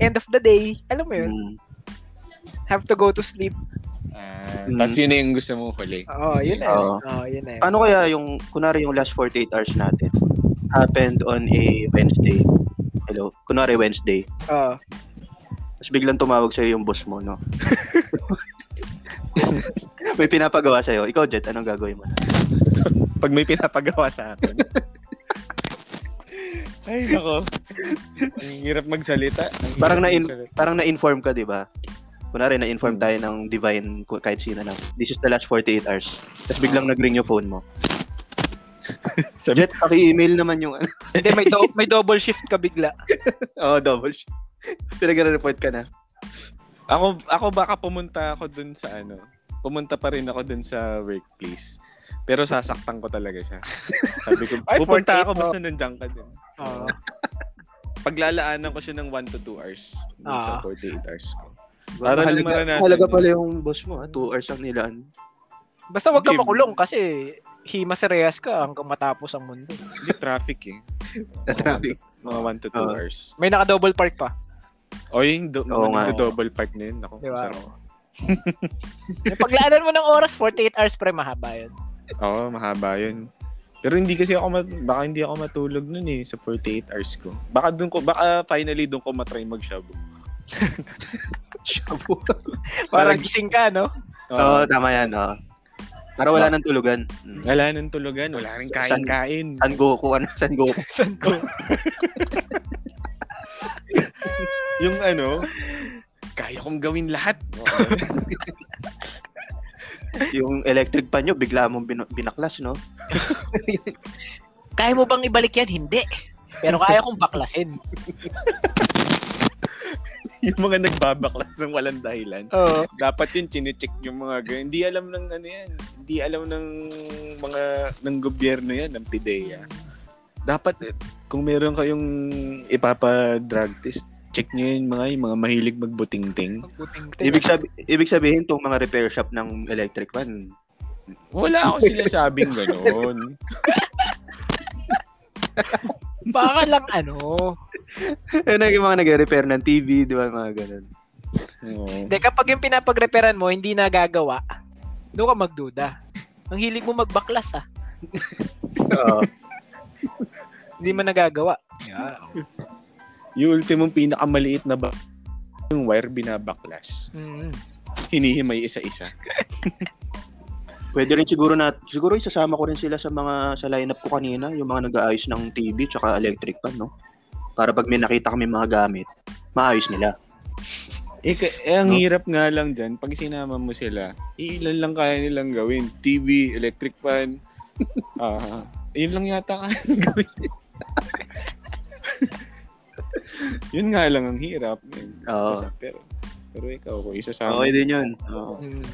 B: end of the day, alam mo Ano yun,
C: Mm.
B: have to go to sleep.
A: Ah,
C: Mm.
A: Tapos yun na yung gusto mo huli.
B: Oo, yun na.
C: Oo.
B: Oo, yun eh. na.
C: Ano kaya yung, kunwari yung last 48 hours natin happened on a Wednesday. Hello? Kunwari Wednesday.
B: Oo.
C: Tapos biglang tumawag sa'yo yung boss mo, no? May pinapagawa sa'yo. Ikaw, Jet, anong gagawin mo?
A: Pag may pinapagawa sa akin. Ay, nako. Ang hirap magsalita. Ang hirap
C: Parang na-in-
A: magsalita.
C: parang na-inform ka, di ba? Kunwari, na-inform
B: Hmm.
C: tayo ng divine ku- kahit sino na. This is the last 48 hours. Tapos biglang
B: Ah.
C: nag-ring yung phone mo.
A: Sabi,
C: Jet, paki-email naman yung ano.
B: Hindi, may, do- may double shift ka bigla.
C: Oo, double. sh- Pinag-report ka na.
A: ako, ako baka pumunta ako dun sa ano. Pumunta pa rin ako dun sa workplace. Pero sasaktan ko talaga siya. Sabi ko,
B: Ay,
A: pupunta
B: 48
A: ako
B: oh.
A: basta nandiyan ka din.
B: Oo.
A: Paglalaanan ko siya ng 1 to 2 hours. Dun sa
B: Ah.
A: 48 hours ko. Para nang
C: Mahalaga-
A: maranasan
C: Mahalaga
A: yun.
C: pala yung boss mo. ano? 2 hours ang nilaan.
B: Basta wag ka
A: Hindi.
B: makulong kasi hima si Reyes ka hanggang matapos ang mundo.
A: Hindi traffic eh.
C: Na traffic.
A: Mga 1 to 2
C: Oo.
A: hours.
B: May naka-double park pa.
A: O yung do-
C: Oo nga.
A: double park na yun. Ako,
B: Di ba?
A: sarap.
B: Yung Paglaanan mo ng oras, 48 hours pre, mahaba yun.
A: Oo, mahaba yun. Pero hindi kasi ako, mat- baka hindi ako matulog nun eh sa 48 hours ko. Baka dun ko, baka finally dun ko matry mag-shabu.
C: Shabu.
B: Parang
A: Parang-
B: gising ka, no?
A: Oo.
C: Oo, tama yan. oo. Para wala nang tulugan. Mm.
A: wala nang tulugan, wala rin kain-kain.
C: San Goku, ano? San Goku.
B: San ko?
A: Yung ano, kaya kong gawin lahat.
C: Yung electric pan nyo, bigla mong bin- binaklas, no?
B: Kaya mo bang ibalik yan? Hindi. Pero kaya kong baklasin.
A: yung mga nagbabaklas ng walang dahilan.
B: Oo.
A: Dapat yun, chinecheck yung mga ganyan. Hindi alam ng ano yan. Hindi alam ng mga, ng gobyerno yan, ng PIDEA. dapat eh, kung meron kayong ipapa-drug test, check nyo yun mga yung mga mahilig magbutingting.
B: Magbuting-ting.
C: Ibig, sabi- ibig sabihin, itong mga repair shop ng electric pan,
A: Wala ako sila sabing gano'n.
B: Baka lang ano.
C: Ayun na yung mga nag-repair ng TV, di ba, mga ganun.
A: Oo.
B: Hindi, kapag yung pinapagreperan mo, hindi nagagawa, doon ka magduda. Ang hilig mo magbaklas, ah.
C: Oo.
B: Hindi mo nagagawa.
A: Yung ultimong pinakamaliit na ba yung wire binabaklas.
B: Mm.
A: Hinihimay isa-isa.
C: Pwede rin siguro na, siguro isasama ko rin sila sa mga, sa lineup ko kanina, yung mga nag-aayos ng TV, tsaka electric pan, no? Para pag may nakita kami mga gamit, maayos nila.
A: Eh, ka- eh, ang
C: No?
A: hirap nga lang dyan, pag sinama mo sila, ilan lang kaya nilang gawin. TV, electric fan, ah, yun lang yata kaya nilang gawin. yun nga lang ang hirap. Yun,
C: Oo.
A: isa sa- pero, pero ikaw, kung isasama.
C: Okay din yun. Oo.
B: Mm.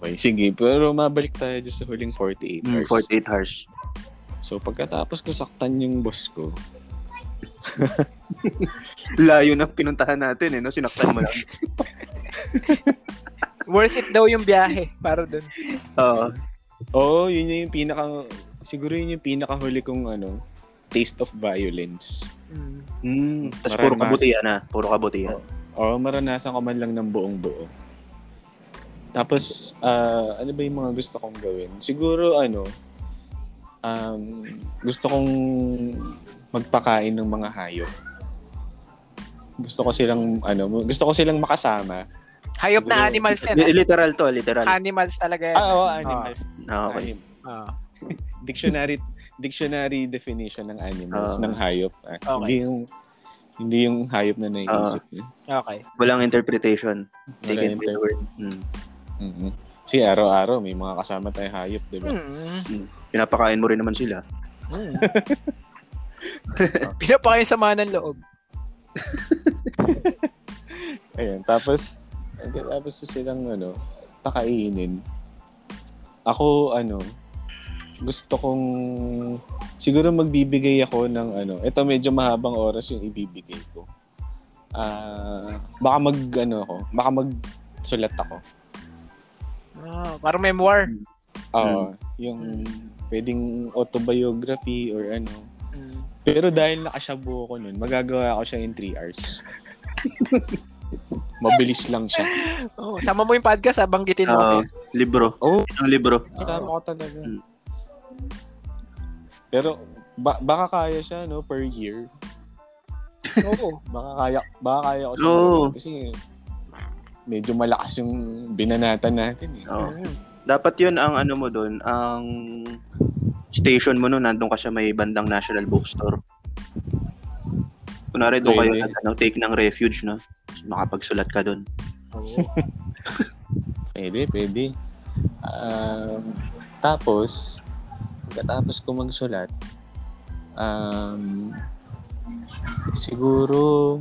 A: Okay, sige. Pero mabalik tayo dyan sa huling 48
C: Mm,
A: hours.
C: 48 hours.
A: So, pagkatapos ko saktan yung boss ko,
C: Layo na pinuntahan natin eh, no? Sinaktan mo lang.
B: Worth it daw yung biyahe para dun.
C: Oo.
A: Oo, yun yung pinaka... Siguro yun yung pinakahuli kong ano, taste of violence.
B: Mm.
C: Mm, Tapos
A: Maraming
C: puro
A: mas-
C: kabutihan na. Puro kabutihan.
A: Oo, maranasan ko man lang ng buong buo. Tapos, ah, ano ba yung mga gusto kong gawin? Siguro, ano, um, gusto kong magpakain ng mga hayop. Gusto ko silang, ano, gusto ko silang makasama.
B: Hayop na
A: Siguro-
B: animals
C: Li-
B: yan. ah.
C: Literal to, literal.
B: Animals talaga yan.
A: Ah, oo, animals.
C: Ah, okay.
A: Anim-
B: Ah.
A: dictionary dictionary definition ng animals,
C: Ah.
A: ng hayop. ah.
B: Okay.
A: Hindi yung hindi yung hayop na naiisip.
C: Ah.
A: Uh,
B: Ah. Okay.
C: Walang interpretation. Take
A: Wala
C: it by the word. Mm.
A: mm Si araw-araw may mga kasama tayong hayop, 'di ba?
B: Mm.
C: Pinapakain mo rin naman sila.
B: Mm. Pinapakain sa ng loob.
A: Ayun, tapos tapos ko silang ano, pakainin. Ako ano, gusto kong siguro magbibigay ako ng ano, ito medyo mahabang oras yung ibibigay ko. Ah, baka mag ano ako, baka magsulat ako.
B: Ah, parang memoir.
A: Oo, Ah, yung pwedeng autobiography or ano.
B: Mm.
A: Pero dahil nakashabu ako nun, magagawa ako siya in 3 hours. Mabilis lang siya.
B: Oh, sama mo yung podcast, ah, banggitin mo.
C: Ah,
B: kami.
C: libro.
A: Oo.
C: Ang libro.
A: Kasama ko talaga.
C: Mm.
A: Pero ba- baka kaya siya no per year.
B: Oo.
A: Baka kaya baka kaya ko siya.
C: Oo.
A: gawin Kasi medyo malakas yung binanatan natin eh.
C: Oo.
B: Mm.
C: Dapat yun ang ano mo doon, ang station mo noon, nandun ka sa may bandang National Bookstore. Kunwari doon kayo
A: Pwede.
C: nag, ano, take ng refuge, no? Makapagsulat ka doon.
B: Oo.
A: Pwede, pwede. Um, tapos, pagkatapos ko magsulat, um, siguro,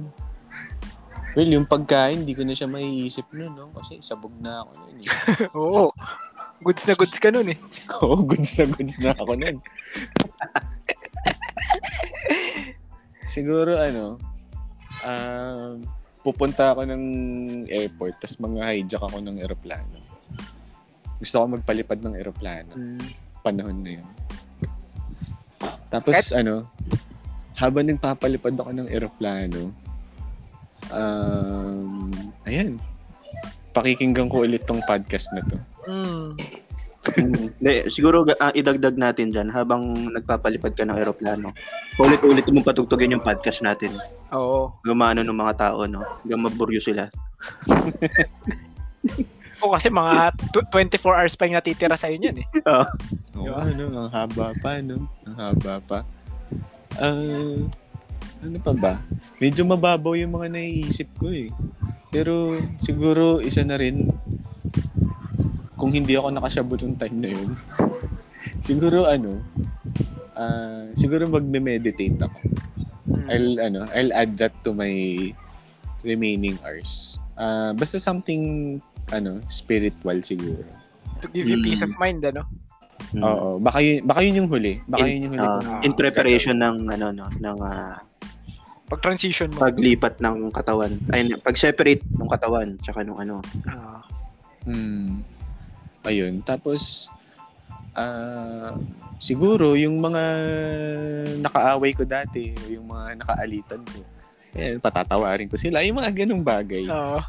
A: well, yung pagkain, hindi ko na siya maiisip nun, no? Kasi sabog na ako nun. eh.
B: Oo. Goods na goods ka nun eh.
A: Oo, goods na goods na ako nun. siguro, ano, um, pupunta ako ng airport, tapos mga hijack ako ng aeroplano. Gusto ko magpalipad ng aeroplano panahon na yun. Tapos
B: Kahit-
A: ano, habang nagpapalipad ako ng eroplano, um, ayan, pakikinggan ko ulit tong podcast na to.
B: Mm.
C: De, siguro ga- ah, idagdag natin dyan habang nagpapalipad ka ng eroplano. Ulit-ulit mo patugtugin yung podcast natin.
B: Oo.
C: Gumano ng mga tao, no? Gamaburyo sila.
B: Oo, kasi mga tw- 24 hours pa yung natitira sa'yo yun eh.
A: Oo,
B: Diba?
A: ano, ang haba pa, no? Ang haba pa. Ah, ano pa ba? Medyo mababaw yung mga naiisip ko eh. Pero siguro isa na rin, kung hindi ako nakasyabot yung time na yun, siguro ano, ah, siguro magme-meditate ako.
B: Mm.
A: I'll ano, I'll add that to my remaining hours. Ah, basta something ano, spiritual siguro.
B: To give you peace of mind, ano?
C: Mm.
A: Oo, baka yun, baka yun yung huli. Baka yun yung huli.
C: Ah,
A: kong
C: in preparation ng ano no ng ah,
B: Pag-transition mo.
C: paglipat ng katawan ay pag-separate ng katawan tsaka nung ano
B: Ah.
A: Mm. Ayun. Tapos, ah, siguro, yung mga nakaaway ko dati, o yung mga nakaalitan ko, eh, patatawarin ko sila. Yung mga ganong bagay.
B: Oo.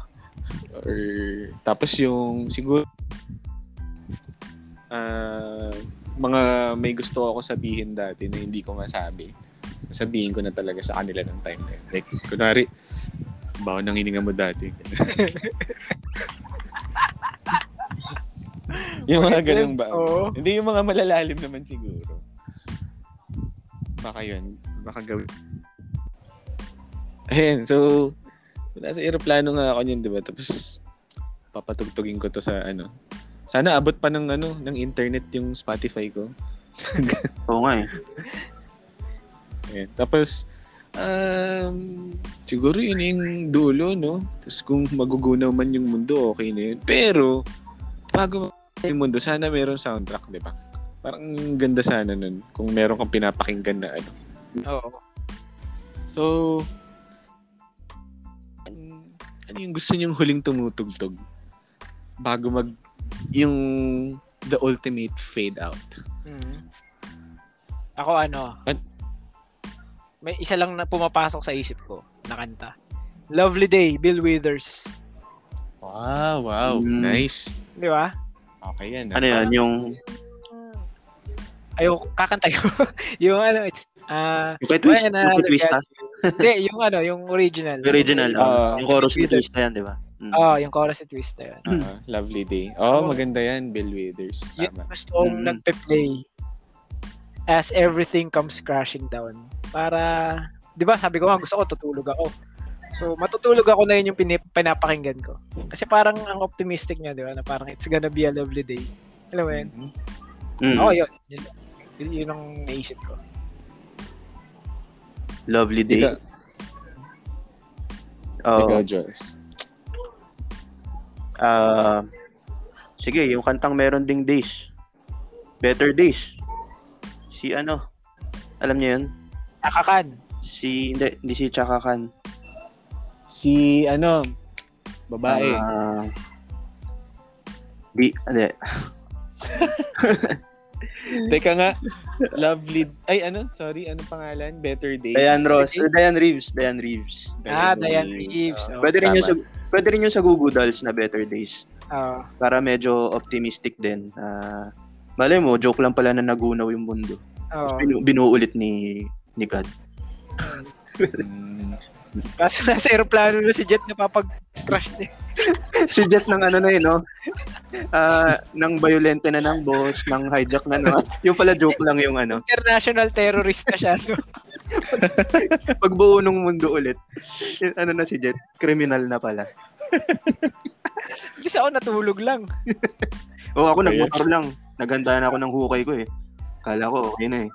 A: Or, tapos yung, siguro, ah, mga may gusto ako sabihin dati na hindi ko masabi. Sabihin ko na talaga sa kanila ng time na yun. Like, kunwari, bawa nang hininga mo dati. yung mga ganun ba?
B: Oo.
A: Hindi yung mga malalalim naman siguro. Baka yun. Baka gawin. Ayan, so, Nasa aeroplano nga ako yun, di ba? Tapos, papatugtugin ko to sa ano. Sana abot pa ng ano, ng internet yung Spotify ko.
C: Oo nga eh.
A: Ayan. Eh, Tapos, um, siguro yun yung dulo, no? Tapos kung magugunaw man yung mundo, okay na yun. Pero, bago mag- yung mundo, sana meron soundtrack, di ba? Parang ganda sana nun kung meron kang pinapakinggan na ano.
B: Oo.
A: So, an- ano yung gusto niyong huling tumutugtog bago mag yung the ultimate fade out?
B: Mm-hmm. Ako ano,
A: An-
B: may isa lang na pumapasok sa isip ko na kanta. Lovely Day, Bill Withers.
A: Wow, wow.
C: Mm.
A: Nice.
B: Di ba?
A: Okay yan. ah.
C: Ano yan? Yung,
B: Ayoko, kakanta ko. yung ano, it's, ah,
C: yung kay Twist.
B: Why an
C: yung kay Twist,
B: alligator?
C: ah.
B: hindi, yung ano, yung original.
C: Yung original.
A: Ah,
C: ah. yung chorus ni
B: Twist.
C: Twist na yan, di ba? Mm.
B: Oo, yung chorus ni Twist na yun.
A: Ah, lovely day. Oh,
B: Oo.
A: maganda yan, Bill Withers.
B: Yun
A: Tama.
B: gusto kong
C: Mm.
B: nagpe-play as everything comes crashing down. Para, di ba sabi ko nga gusto ko tutulog ako. So matutulog ako na yun yung pinip- pinapakinggan ko. Kasi parang ang optimistic niya, di ba? Na parang it's gonna be a lovely day. Alam mo yun?
A: Mhm.
C: Mm.
B: Oo, yun. Yun, yun, yun ang naisip ko.
C: Lovely day. Oh,
A: Ikaw, ikaw,
C: Oo.
A: Joyce.
C: Ah, sige, yung kantang meron ding days. Better days. Si ano? Alam niyo yun?
B: Nakakan.
C: Si, hindi, hindi si Chaka Khan.
A: Si, ano, babae.
C: Ah, di, hindi.
A: Teka nga, lovely, ay ano, sorry, anong pangalan? Better Days.
C: Diane Ross. eh, Diane Reeves. Diane Reeves.
B: Ah, Diane Reeves.
A: Ah,
B: Oo.
C: Pwede rin,
A: tama.
C: yung sa, pwede rin yung sa Google Dolls na Better Days.
B: Oo.
C: Para medyo optimistic din. Ah, malay mo, joke lang pala na nagunaw yung mundo.
B: Oo.
C: Binu- binuulit ni ni God.
A: Mm.
B: Kaso nasa aeroplano na si Jet napapag-crash niya.
C: si Jet ng ano na yun, no? Ah, nang violente na ng boss, nang hijack na, no? Yung pala joke lang yung ano.
B: International terrorist na siya. no?
C: Pagbuo ng mundo ulit. Yun, ano na si Jet? Criminal na pala.
B: Kasi ako natulog lang.
C: O ako,
A: Okay.
C: nagmotor lang. Naganda na ako ng hukay ko, eh. Kala ko, okay na, eh.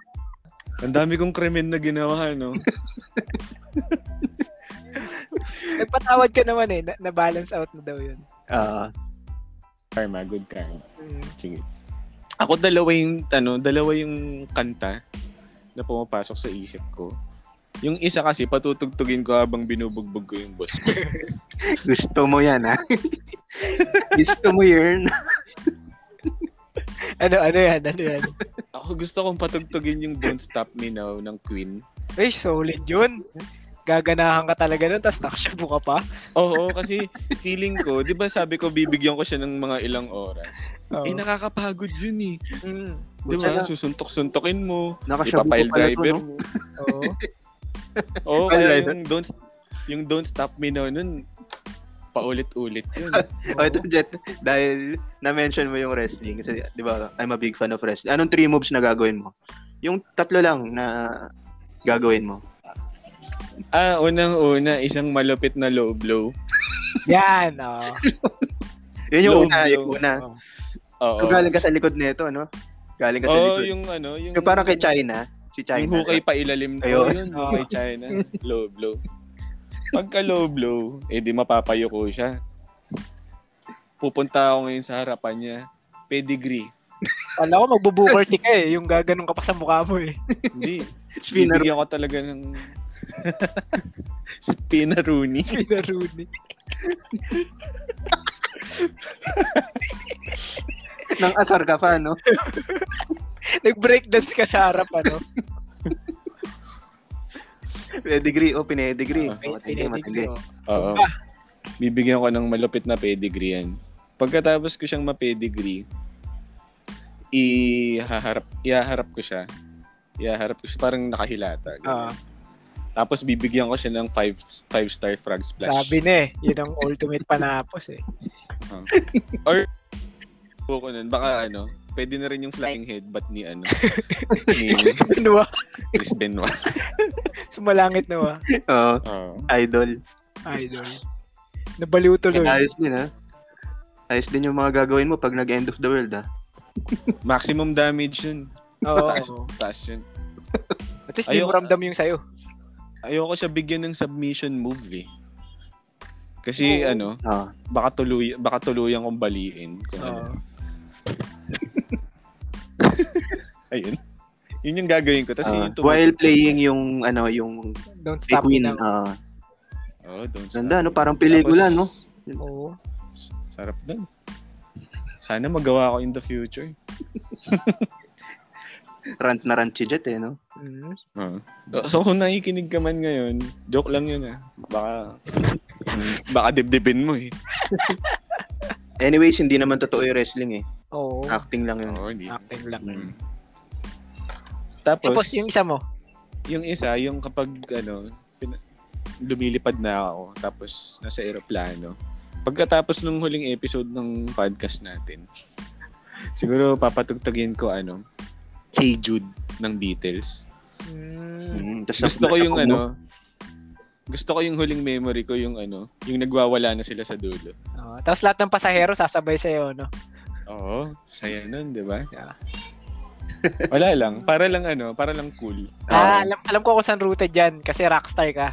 A: Ang dami kong krimen na ginawa, no?
B: Nagpatawad ka naman eh. Na- Na-balance out na daw yun.
C: Ah,
A: karma, good karma.
B: Mm.
A: Sige. Ako dalawa yung, ano, dalawa yung kanta na pumapasok sa isip ko. Yung isa kasi, patutugtugin ko habang binubugbog ko yung boss ko.
C: gusto mo yan, ha? gusto mo yun?
B: Ano, ano yan? Ano yan?
A: Ako gusto kong patugtugin yung Don't Stop Me Now ng Queen.
B: Ay, solid yun. Gaganahan ka talaga nun, tapos nakasyabu ka pa.
A: Oo, kasi feeling ko, 'di ba sabi ko bibigyan ko siya ng mga ilang oras.
B: Oo.
A: Eh nakakapagod 'yun eh.
B: Mm.
A: 'Di ba? Susuntok-suntokin mo.
C: Nakashabu ko
A: Ipapile
C: pala to,
A: driver.
C: no?
B: Oo.
A: Oo,
C: Pile
A: kaya
C: driver.
A: yung don't yung don't stop me now nun paulit-ulit 'yun.
C: Oh, ito, Jet, dahil na-mention mo yung wrestling, kasi, di ba, I'm a big fan of wrestling. Anong three moves na gagawin mo? Yung tatlo lang na gagawin mo.
A: Ah, unang-una isang malupit na low blow.
B: Yan, oh. oo.
C: Yun yung
A: Low
C: una,
A: blow.
C: yung una.
B: Oo.
A: Oo.
C: So, galing ka sa likod nito, ano? Galing ka sa
A: Oo,
C: likod. Yung,
A: Oh. yung ano, yung,
C: parang kay China, si China.
A: Yung hukay pa ilalim ko
C: Ayun.
A: yun, hukay China, low blow. Pagka low blow, eh di mapapayo ko siya. Pupunta ako ngayon sa harapan niya, pedigree.
B: Kala ko magbubukert ka eh, yung gaganon ka pa sa mukha mo eh.
A: Hindi,
C: Spinner.
A: bibigyan ko talaga ng spinaroonie.
B: Pinaruni.
C: Nang asar ka pa, no?
B: Nag-breakdance ka sa harap, ano?
C: Pedigree, o oh, pinedegree.
A: Ah,
C: Oh, matindi, matindi.
B: Oo.
A: Oo.
C: Ah.
A: Bibigyan ko ng malupit na pedigree yan. Pagkatapos ko siyang mapedigree, ihaharap, ihaharap ko siya. Ihaharap ko siya, parang nakahilata. ganun.
B: Ah.
A: Tapos bibigyan ko siya ng five, five star frog splash.
B: Sabi na eh, yun ang ultimate panapos eh.
A: ko nun, baka ano, pwede na rin yung flying headbutt ni ano, ni
B: Chris Benoit,
A: Chris Benoit.
B: sumalangit na wa.
C: Oo,
A: Oo.
C: Oh, idol.
B: Idol. Nabaliw tuloy.
C: Ayos din ha. Ayos din yung mga gagawin mo pag nag-end of the world ah. ha.
A: Maximum damage yun. Taas,
B: Oo.
A: taas yun.
B: At least di
A: Ayoko-
B: mo ramdam yung sayo.
A: Ayoko siya bigyan ng submission move eh. Kasi
B: Oo.
A: ano,
C: Ah.
A: baka tuluy baka tuluyan kong baliin. Kung ano.
B: Oo.
A: Ayun. Yun yung gagawin ko. Tapos
C: Ah,
A: yun yung tumatalo.
C: while playing yung ano yung
B: Don't stop me
C: Between
B: na.
C: ah,
A: Oh, don't
C: Ganda,
A: stop.
C: no? Parang pelikula, no?
B: Oo.
A: s- Sarap nun. Sana magawa ko in the future.
C: rant na rant si Jet eh, no?
B: Mm.
A: Hmm. So, kung nakikinig ka man ngayon, joke lang yun ah. Baka, baka dibdibin mo eh.
C: Anyways, hindi naman totoo yung wrestling eh.
B: Oo.
C: Acting lang yun.
A: Oo, hindi.
B: Acting lang.
A: Mm. Tapos,
B: Tapos yung isa mo.
A: yung isa, yung kapag ano, pin- lumilipad na ako, tapos nasa aeroplano. Pagkatapos nung huling episode ng podcast natin, siguro papatugtugin ko ano, Hey Jude ng Beatles.
B: Mm.
C: Mm, tas
A: Gusto ko
C: nasa-
A: yung ano, gusto ko yung huling memory ko yung ano, yung nagwawala na sila sa dulo.
B: Oo. Tapos lahat ng pasahero sasabay sa'yo, no?
A: Oo, saya nun, di ba?
B: Yeah.
A: Wala lang, para lang ano, para lang cool.
B: Ah, alam, alam ko kung saan rooted yan kasi rockstar ka.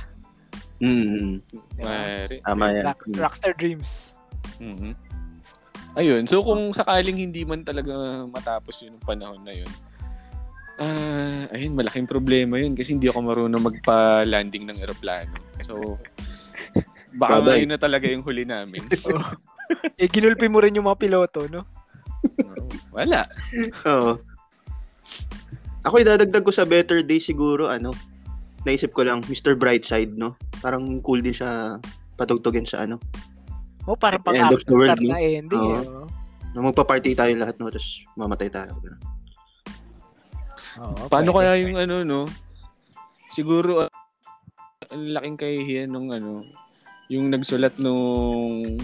C: Mm,
B: Di ba?
A: Mare.
C: tama yan.
B: Ah. Rock, rockstar dreams.
A: Mhm. Ayun, so kung sakaling hindi man talaga matapos yun ng panahon na yun, ah, ayun, malaking problema yun kasi hindi ako marunong magpa-landing ng eroplano. So, baka
C: Babay.
A: ngayon na talaga yung huli namin.
B: Eh, ginulpi mo rin yung mga piloto, no?
A: Wala.
C: Mm. Oo. Ako idadagdag ko sa better day siguro, ano, naisip ko lang, Mr. Brightside, no? Parang cool din siya patugtugin sa ano.
B: Oh, parang pang
C: End of the
B: action
C: world,
B: star
C: no?
B: na ending.
C: Oo.
B: eh, oh.
C: Na Magpa-party tayo lahat, no? Tapos mamatay tayo.
A: Paano kaya yung ano, no? Siguro, ah, ang laking kahihiyan nung ano, yung nagsulat nung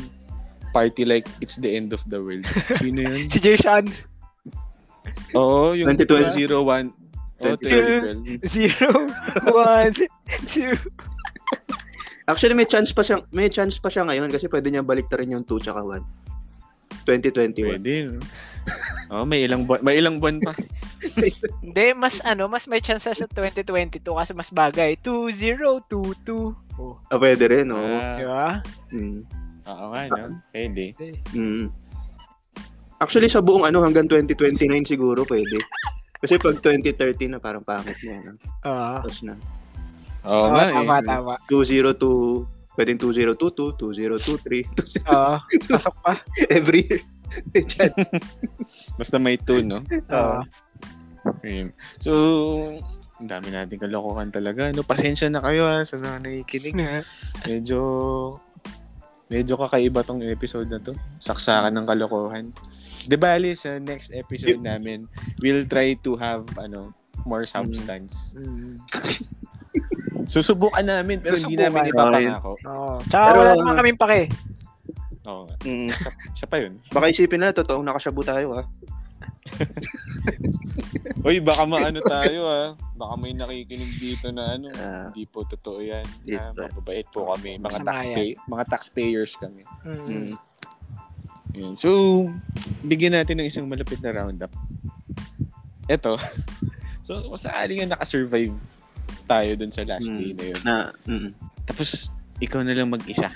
A: party like it's the end of the world. Sino yun?
B: Si Jay Sean,
A: Oo, yung
C: 2012.
A: 2001. Oo, 2012.
B: 0, 1, 2.
C: Actually, may chance pa siya, may chance pa siya ngayon kasi pwede niya baliktarin yung 2 tsaka 1. 2021.
A: Pwede, no? Oo, may ilang buwan, may ilang buwan pa.
B: Hindi, mas ano, mas may chance sa 2022 kasi mas bagay. 2022. Oh,
C: Ah, pwede rin, no?
A: Ah,
B: di ba?
C: Mm.
A: Oo nga, no? Pwede.
C: Mm. Actually, sa buong ano, hanggang 2029 siguro pwede. Kasi pag 2030 na parang pangit na yan.
B: Ah,
C: Tapos na.
A: Oo nga, eh.
B: tama, tama.
C: 202, pwedeng 2022, 2023.
B: Oo, pasok pa.
C: Every year. Diyan.
A: Basta may two, no?
B: Oo.
A: Ayun. So, ang dami nating kalokohan talaga. No, pasensya na kayo ha, sa mga nakikinig. Medyo medyo kakaiba tong episode na to. Saksakan ng kalokohan. Di ba, Ali, sa next episode namin, we'll try to have ano more substance.
B: Mm.
A: Susubukan namin pero hindi
B: Susubukan.
A: namin ipapangako.
B: Oo. Tsaka
C: Pero-
B: wala naman kaming pake.
A: Oo. nga.
C: Mm.
A: Siya pa yun.
C: Baka isipin na, totoong nakasyabu tayo ah. ha.
A: Uy, baka maano tayo ha. Baka may nakikinig dito na ano.
C: Ah,
A: Hindi po totoo yan.
C: Yes,
A: Ah,
C: but-
A: mababait po kami. Mga,
B: Masama
A: taxpay- mga taxpayers kami.
B: Mm.
C: mm.
A: Yun. So, bigyan natin ng isang malapit na roundup. Eto. So, kung sakali nga nakasurvive tayo dun sa last
C: Hmm.
A: day na yun.
C: Na, mm.
A: Tapos, ikaw na lang mag-isa.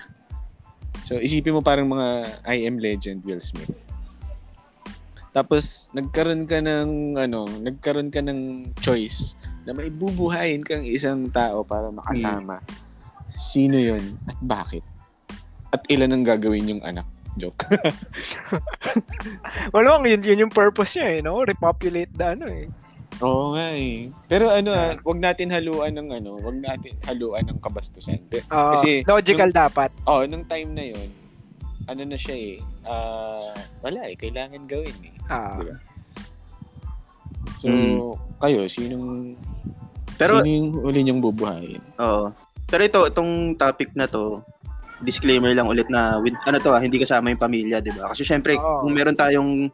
A: So, isipin mo parang mga I Am Legend, Will Smith. Tapos, nagkaroon ka ng, ano, nagkaroon ka ng choice na may bubuhayin kang isang tao para makasama. Sino yun at bakit? At ilan ang gagawin yung anak? Joke.
B: Wala bang yun, yun yung purpose niya eh, no? Repopulate the ano eh.
A: Oo nga eh. Pero ano, ah, wag natin haluan ng ano, wag natin haluan ng kabastusan. Pe-
B: Oo,
A: Kasi
B: logical dapat.
A: Oh, nung time na 'yon, ano na siya eh, ah, wala eh, kailangan gawin eh.
B: Ah.
A: Diba? So,
C: Mm.
A: kayo, sinong,
C: Pero,
A: sino yung uli niyong bubuhayin?
C: oo. Pero ito, itong topic na to, disclaimer lang ulit na with, ano to ah, hindi kasama yung pamilya, di ba? Kasi syempre,
B: Oo.
C: kung meron tayong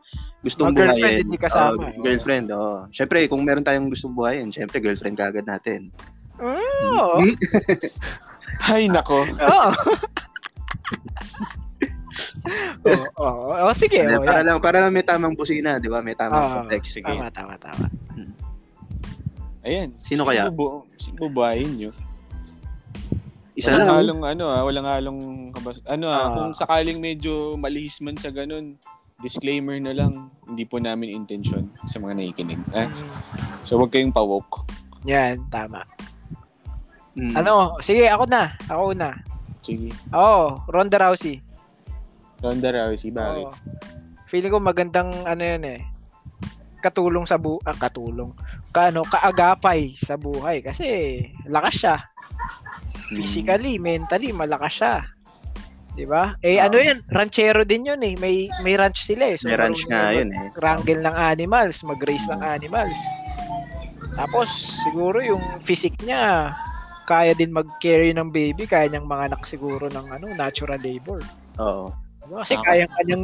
B: Mga
C: gustong
B: girlfriend
C: buhayin,
B: hindi kasama,
C: oo,
B: eh.
C: girlfriend, oo. Syempre, kung meron tayong gustong buhayin, syempre girlfriend kaagad natin.
B: Oh, Oo.
A: Hay nako.
B: Oo. Oo, oo. Oo, sige. Eh,
C: Hindi,
B: oo,
C: para
B: yan.
C: lang, para lang may tamang busina, di ba? May tamang
B: Ah,
C: subtext. Ano, Sige.
B: Tama, tama, tama.
A: Ayan.
C: Sino kaya?
A: Bubu- sino bubuhayin nyo?
C: Isa
A: walang
C: lang.
A: halong ano ah, walang halong kabas. Ano ah,
B: Ah.
A: kung sakaling medyo malihis man sa ganun, disclaimer na lang, hindi po namin intention sa mga nakikinig. Ah,
B: Mm.
A: so wag kayong pawok.
B: Yan, tama.
C: Mm.
B: Ano? Sige, ako na. Ako na.
A: Sige.
B: Oo, Ronda Rousey.
A: Ronda Rousey, bakit?
B: Oo. Feeling ko magandang ano yun eh. Katulong sa bu ah, katulong. Kaano, kaagapay sa buhay kasi lakas siya.
C: Mm.
B: Physically, mentally malakas siya. 'Di ba? Eh
C: Ah.
B: ano 'yun? Ranchero din 'yun eh. May may ranch sila eh.
C: Mm. May ranch
B: marunong
C: nga
B: mag-
C: yun eh.
B: Wrangle ng animals, mag-raise ng animals. Tapos siguro yung physique niya kaya din mag-carry ng baby, kaya niyang manganak siguro ng ano, natural labor.
C: Oo.
B: Diba? Kasi
A: Tama.
B: kaya kanyang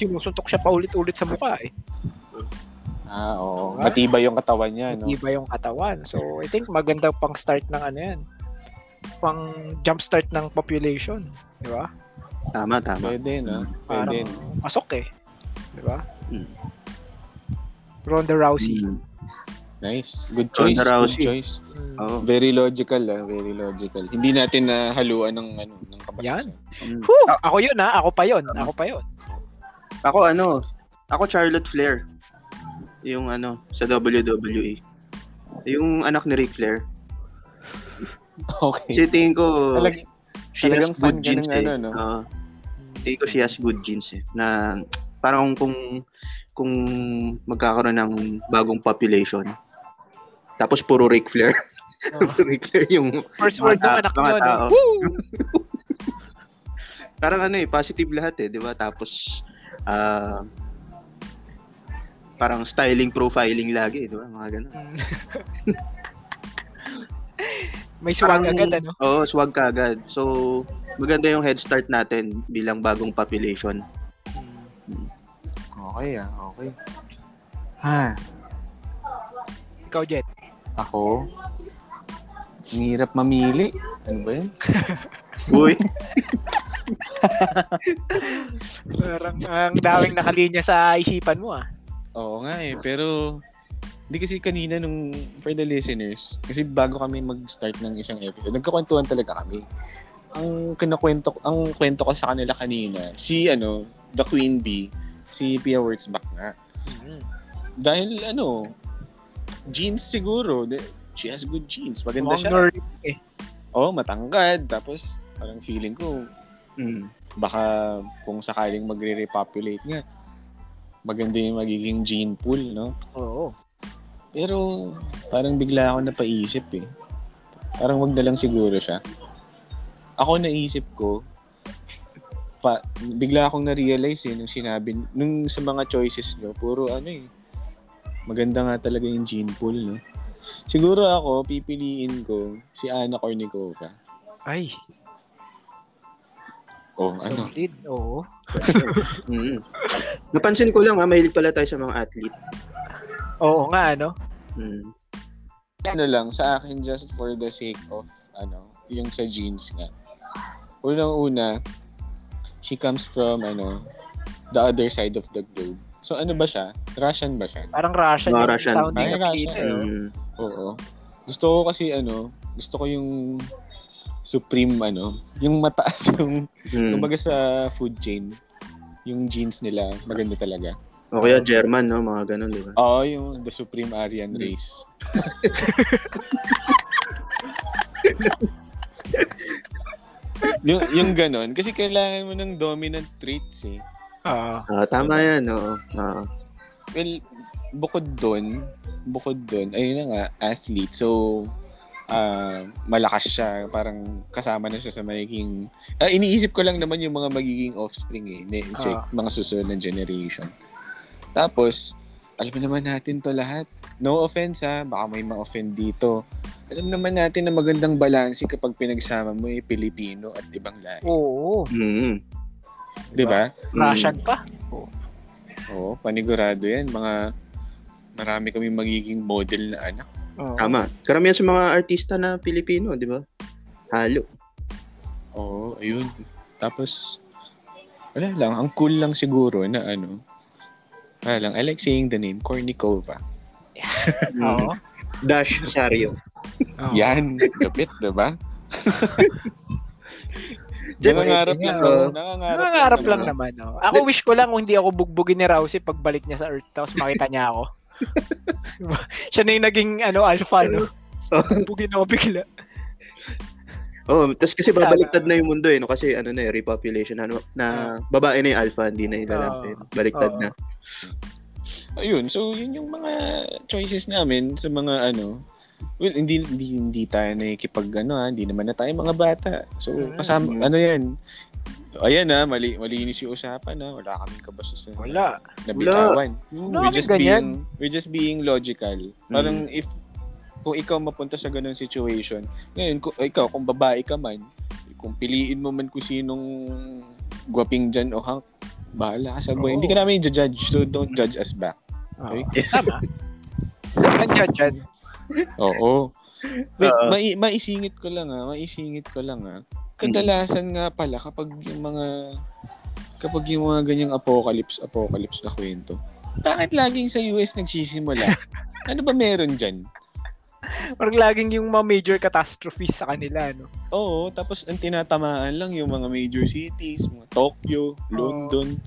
B: sinusuntok siya paulit-ulit sa mukha eh.
A: Ah, oo.
B: Diba?
A: Matibay yung katawan niya,
C: Ano?
A: no?
B: Iba yung katawan. So I think maganda pang start ng ano yan. Pang jump start ng population. Di ba?
C: Tama, tama.
A: Pwede, no?
B: Parang
A: Pwede.
B: pasok eh. Di ba?
C: Mm.
B: Ronda Rousey.
C: Mm.
A: Nice. Good choice.
C: Ronda
A: Good
C: Rousey.
A: choice.
B: Mm.
C: Oo.
A: Very logical, ah. Very logical. Hindi natin na haluan ng ano, ng kabas.
B: Yan.
C: Mm.
B: Whew! A- Ako yun ha. Ako pa yun.
C: Ah.
B: Ako pa yun.
C: Ako ano, ako Charlotte Flair. Yung ano, sa WWE. Yung anak ni Ric Flair.
A: Okay.
C: Kasi tingin ko,
A: Eh, Talag-
C: she has
A: talagang fan
C: good
A: ka
C: genes
A: ng
C: eh.
A: ano, no?
C: Oo. tingin ko she has good genes eh. Na parang kung kung magkakaroon ng bagong population. Tapos puro Ric Flair. puro Ric Flair yung
B: First word
C: Mga-
B: ng anak
C: mga
B: mo. No?
C: tao.
B: Woo!
C: parang ano eh, positive lahat eh, 'di ba? Tapos ah parang styling profiling lagi, eh, 'di ba? Mga ganun.
B: Mm. May swag
C: Parang-
B: agad ano.
C: Oo, swag ka agad. So, maganda yung head start natin bilang bagong population.
A: Okay, ah. Okay. Ah, Ha.
B: Ikaw Jet.
A: Ako? Ang hirap mamili. Ano ba yun?
C: Uy,
B: Parang ang daming nakalinya sa isipan mo ah.
A: Oo nga eh, pero hindi kasi kanina nung for the listeners, kasi bago kami mag-start ng isang episode, nagkakwentuhan talaga kami. Ang kinakwento, ang kwento ko sa kanila kanina, si ano, the Queen Bee, si Pia Wurtzbach nga.
B: Hmm.
A: Dahil ano, jeans siguro, De- she has good jeans, maganda siya.
B: Longer
A: Oo, matangkad, tapos parang feeling ko,
C: mm,
A: baka kung sakaling magre-repopulate nga, maganda yung magiging gene pool, no?
B: Oo.
A: Pero parang bigla ako napaisip eh. Parang wag na lang siguro siya. Ako naisip ko, pa, bigla akong na-realize eh, nung sinabi, nung sa mga choices nyo, puro ano eh, maganda nga talaga yung gene pool, no? Siguro ako, pipiliin ko si Anna Kournikova.
B: Ay,
A: Oh, ano?
B: solid. Oo.
C: mm. Napansin ko lang, ah, mahilig pala tayo sa mga athlete.
B: Oo nga, ano?
C: Mm.
A: ano lang, sa akin just for the sake of, ano, yung sa jeans nga. Unang-una, she comes from, ano, the other side of the globe. So, ano ba siya? Russian ba siya?
B: Parang Russian
C: Mga
B: yung
C: Russian.
B: sounding
A: Parang
B: ng
A: Russian,
B: kita. eh.
C: Mm.
A: Oo. Gusto ko kasi, ano, gusto ko yung supreme, ano, yung mataas yung,
C: Mm.
A: kumbaga sa food chain, yung jeans nila, maganda talaga.
C: Mm. O kaya German, no? Mga ganun, di ba?
A: Oo, yung the supreme Aryan race. yung, yung ganon. Kasi kailangan mo ng dominant traits eh.
B: Oo.
C: Ah, tama yan, oo. Ah,
A: Well, bukod doon, bukod doon, ayun na nga, athlete. So, ah, malakas siya. Parang kasama na siya sa magiging... ah, iniisip ko lang naman yung mga magiging offspring eh. May, sa
B: Ah.
A: mga susunod na generation. Tapos, alam naman natin to lahat. No offense ha, baka may ma-offend dito. Alam naman natin na magandang balanse kapag pinagsama mo eh, Pilipino at ibang lahi.
B: Oo.
C: mm.
A: Di ba?
C: Mm.
B: Russian pa.
A: Oo, panigurado yan. Mga marami kami magiging model na anak.
B: Oo.
C: Tama. Karamihan sa mga artista na Pilipino, di ba? Halo.
A: Oo, ayun. Tapos, Wala lang. Ang cool lang siguro na ano. Wala lang. I like saying the name Kornikova.
C: Hmm.
B: Oo.
C: Mm. Dash Rosario.
B: Oo.
A: Yan. Kapit, diba?
C: Diyan,
A: nangangarap lang.
C: oo.
A: ako. nangangarap,
B: Oh. Nangangarap lang
A: ako.
B: naman. Oh. Ako wish ko lang kung hindi ako bugbugin ni Rousey pagbalik niya sa Earth tapos makita niya ako. Diba? Siya na yung naging ano, alpha, no?
C: Oo.
B: Bugbugin ako bigla.
C: Oh, tapos kasi
B: Sana.
C: babaliktad na yung mundo eh, no? kasi ano na eh, repopulation ano, na babae na yung alpha, hindi na yung lalaki.
B: Oo.
C: Baliktad
B: Oo.
C: na.
A: Ayun, so yun yung mga choices namin sa mga ano. Well, hindi hindi, hindi tayo nakikipag ano, ah, hindi naman na tayo mga bata. So
B: Mm.
A: kasama ano 'yan. Ayan na, mali, malinis yung usapan na wala kaming kabastos na
B: Wala.
A: nabitawan.
B: Wala
A: We're
B: kaming
A: just
B: ganyan. Mm.
A: being we're just being logical. Parang if kung ikaw mapunta sa ganung situation, ngayon kung, ikaw kung babae ka man, kung piliin mo man kung sinong gwaping dyan o hunk, bahala ka sa buhay.
B: Oo.
A: Hindi ka namin judge, so don't judge us back.
B: Oo. Tama. Nandiyan dyan.
A: Oo. Wait,
C: Oo.
A: mai- maisingit ko lang ah, maisingit ko lang ah. Kadalasan nga pala kapag yung mga kapag yung mga ganyang apocalypse apocalypse na kwento. Bakit laging sa US nagsisimula? ano ba meron diyan?
B: Parang laging yung mga major catastrophes sa kanila, no?
A: Oo, tapos ang tinatamaan lang yung mga major cities, mga Tokyo, London.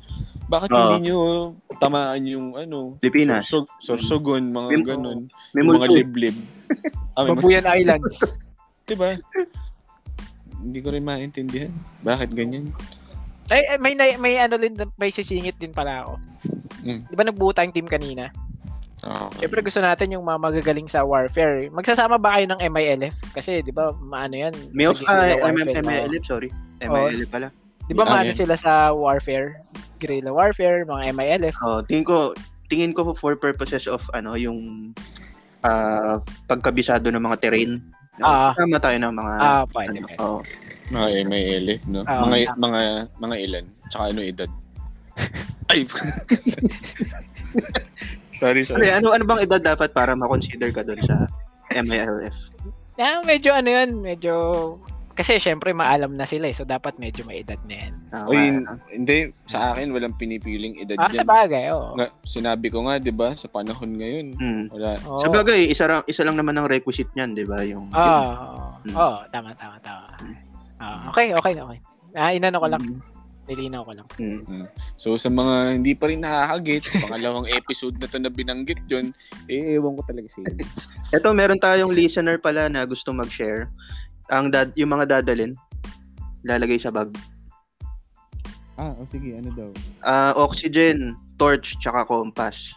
A: Bakit
C: Oo.
A: hindi nyo tamaan yung ano,
C: Pilipinas.
A: Sorsog, Sorsogon, mga
C: Mem-
A: ganun. Yung
C: May
A: mga
C: multo.
A: liblib. Ah, may mga-
B: Babuyan Islands.
A: Diba? Hindi ko rin maintindihan. Bakit ganyan?
B: Ay, ay, may, may, may ano din, may sisingit din pala ako.
A: Mm.
B: Di ba nagbuo tayong team kanina?
A: Okay.
B: Siyempre gusto natin yung mga magagaling sa warfare. eh. Magsasama ba kayo ng MILF? Kasi di ba maano yan?
C: Males,
B: Sa
C: ah,
B: guerrilla warfare, mga-
C: MLF, sorry. MLF pala.
B: Di ba
A: Ah,
B: maano
A: yeah.
B: sila sa warfare? Guerrilla warfare, mga MILF.
C: Oh, tingin ko tingin ko for purposes of ano yung ah, pagkabisado ng mga terrain.
B: Ah.
C: Tama tayo ng mga
B: Ah,
C: ano,
B: pwede. pwede.
C: oo.
A: Mga MILF, no?
B: Oo,
A: mga,
B: tama.
A: mga, mga ilan? Tsaka ano edad? Ay! sorry,
C: Sorry,
A: sorry.
C: ano ano bang edad dapat para ma-consider ka doon sa MILF?
B: Ah, medyo ano yun, medyo... Kasi syempre maalam na sila eh, so dapat medyo may edad na yan.
C: Ah,
A: Uy,
C: ma-
A: hindi. Sa akin, walang pinipiling edad
B: Ah,
A: dyan.
B: sa bagay, oo.
A: Nga, sinabi ko nga, di ba, sa panahon ngayon,
C: Hmm.
A: wala.
B: Oo. Ah,
C: Sa bagay, isa, lang- isa lang naman ang requisite niyan, di ba? Yung,
B: Oo,
C: Mm.
B: oo, oo, tama, tama, tama. Ah, okay, okay, okay. Ah, inano ko lang, nilinaw ko lang.
C: Hmm.
A: So, sa mga hindi pa rin nakakagit, pangalawang episode na to na binanggit yun, eh, ewan ko talaga sa inyo.
C: Ito, meron tayong listener pala na gusto mag-share. Ang dad, yung mga dadalin, lalagay sa bag.
A: ah, oh, sige, ano daw?
C: Ah, oxygen, torch, tsaka compass.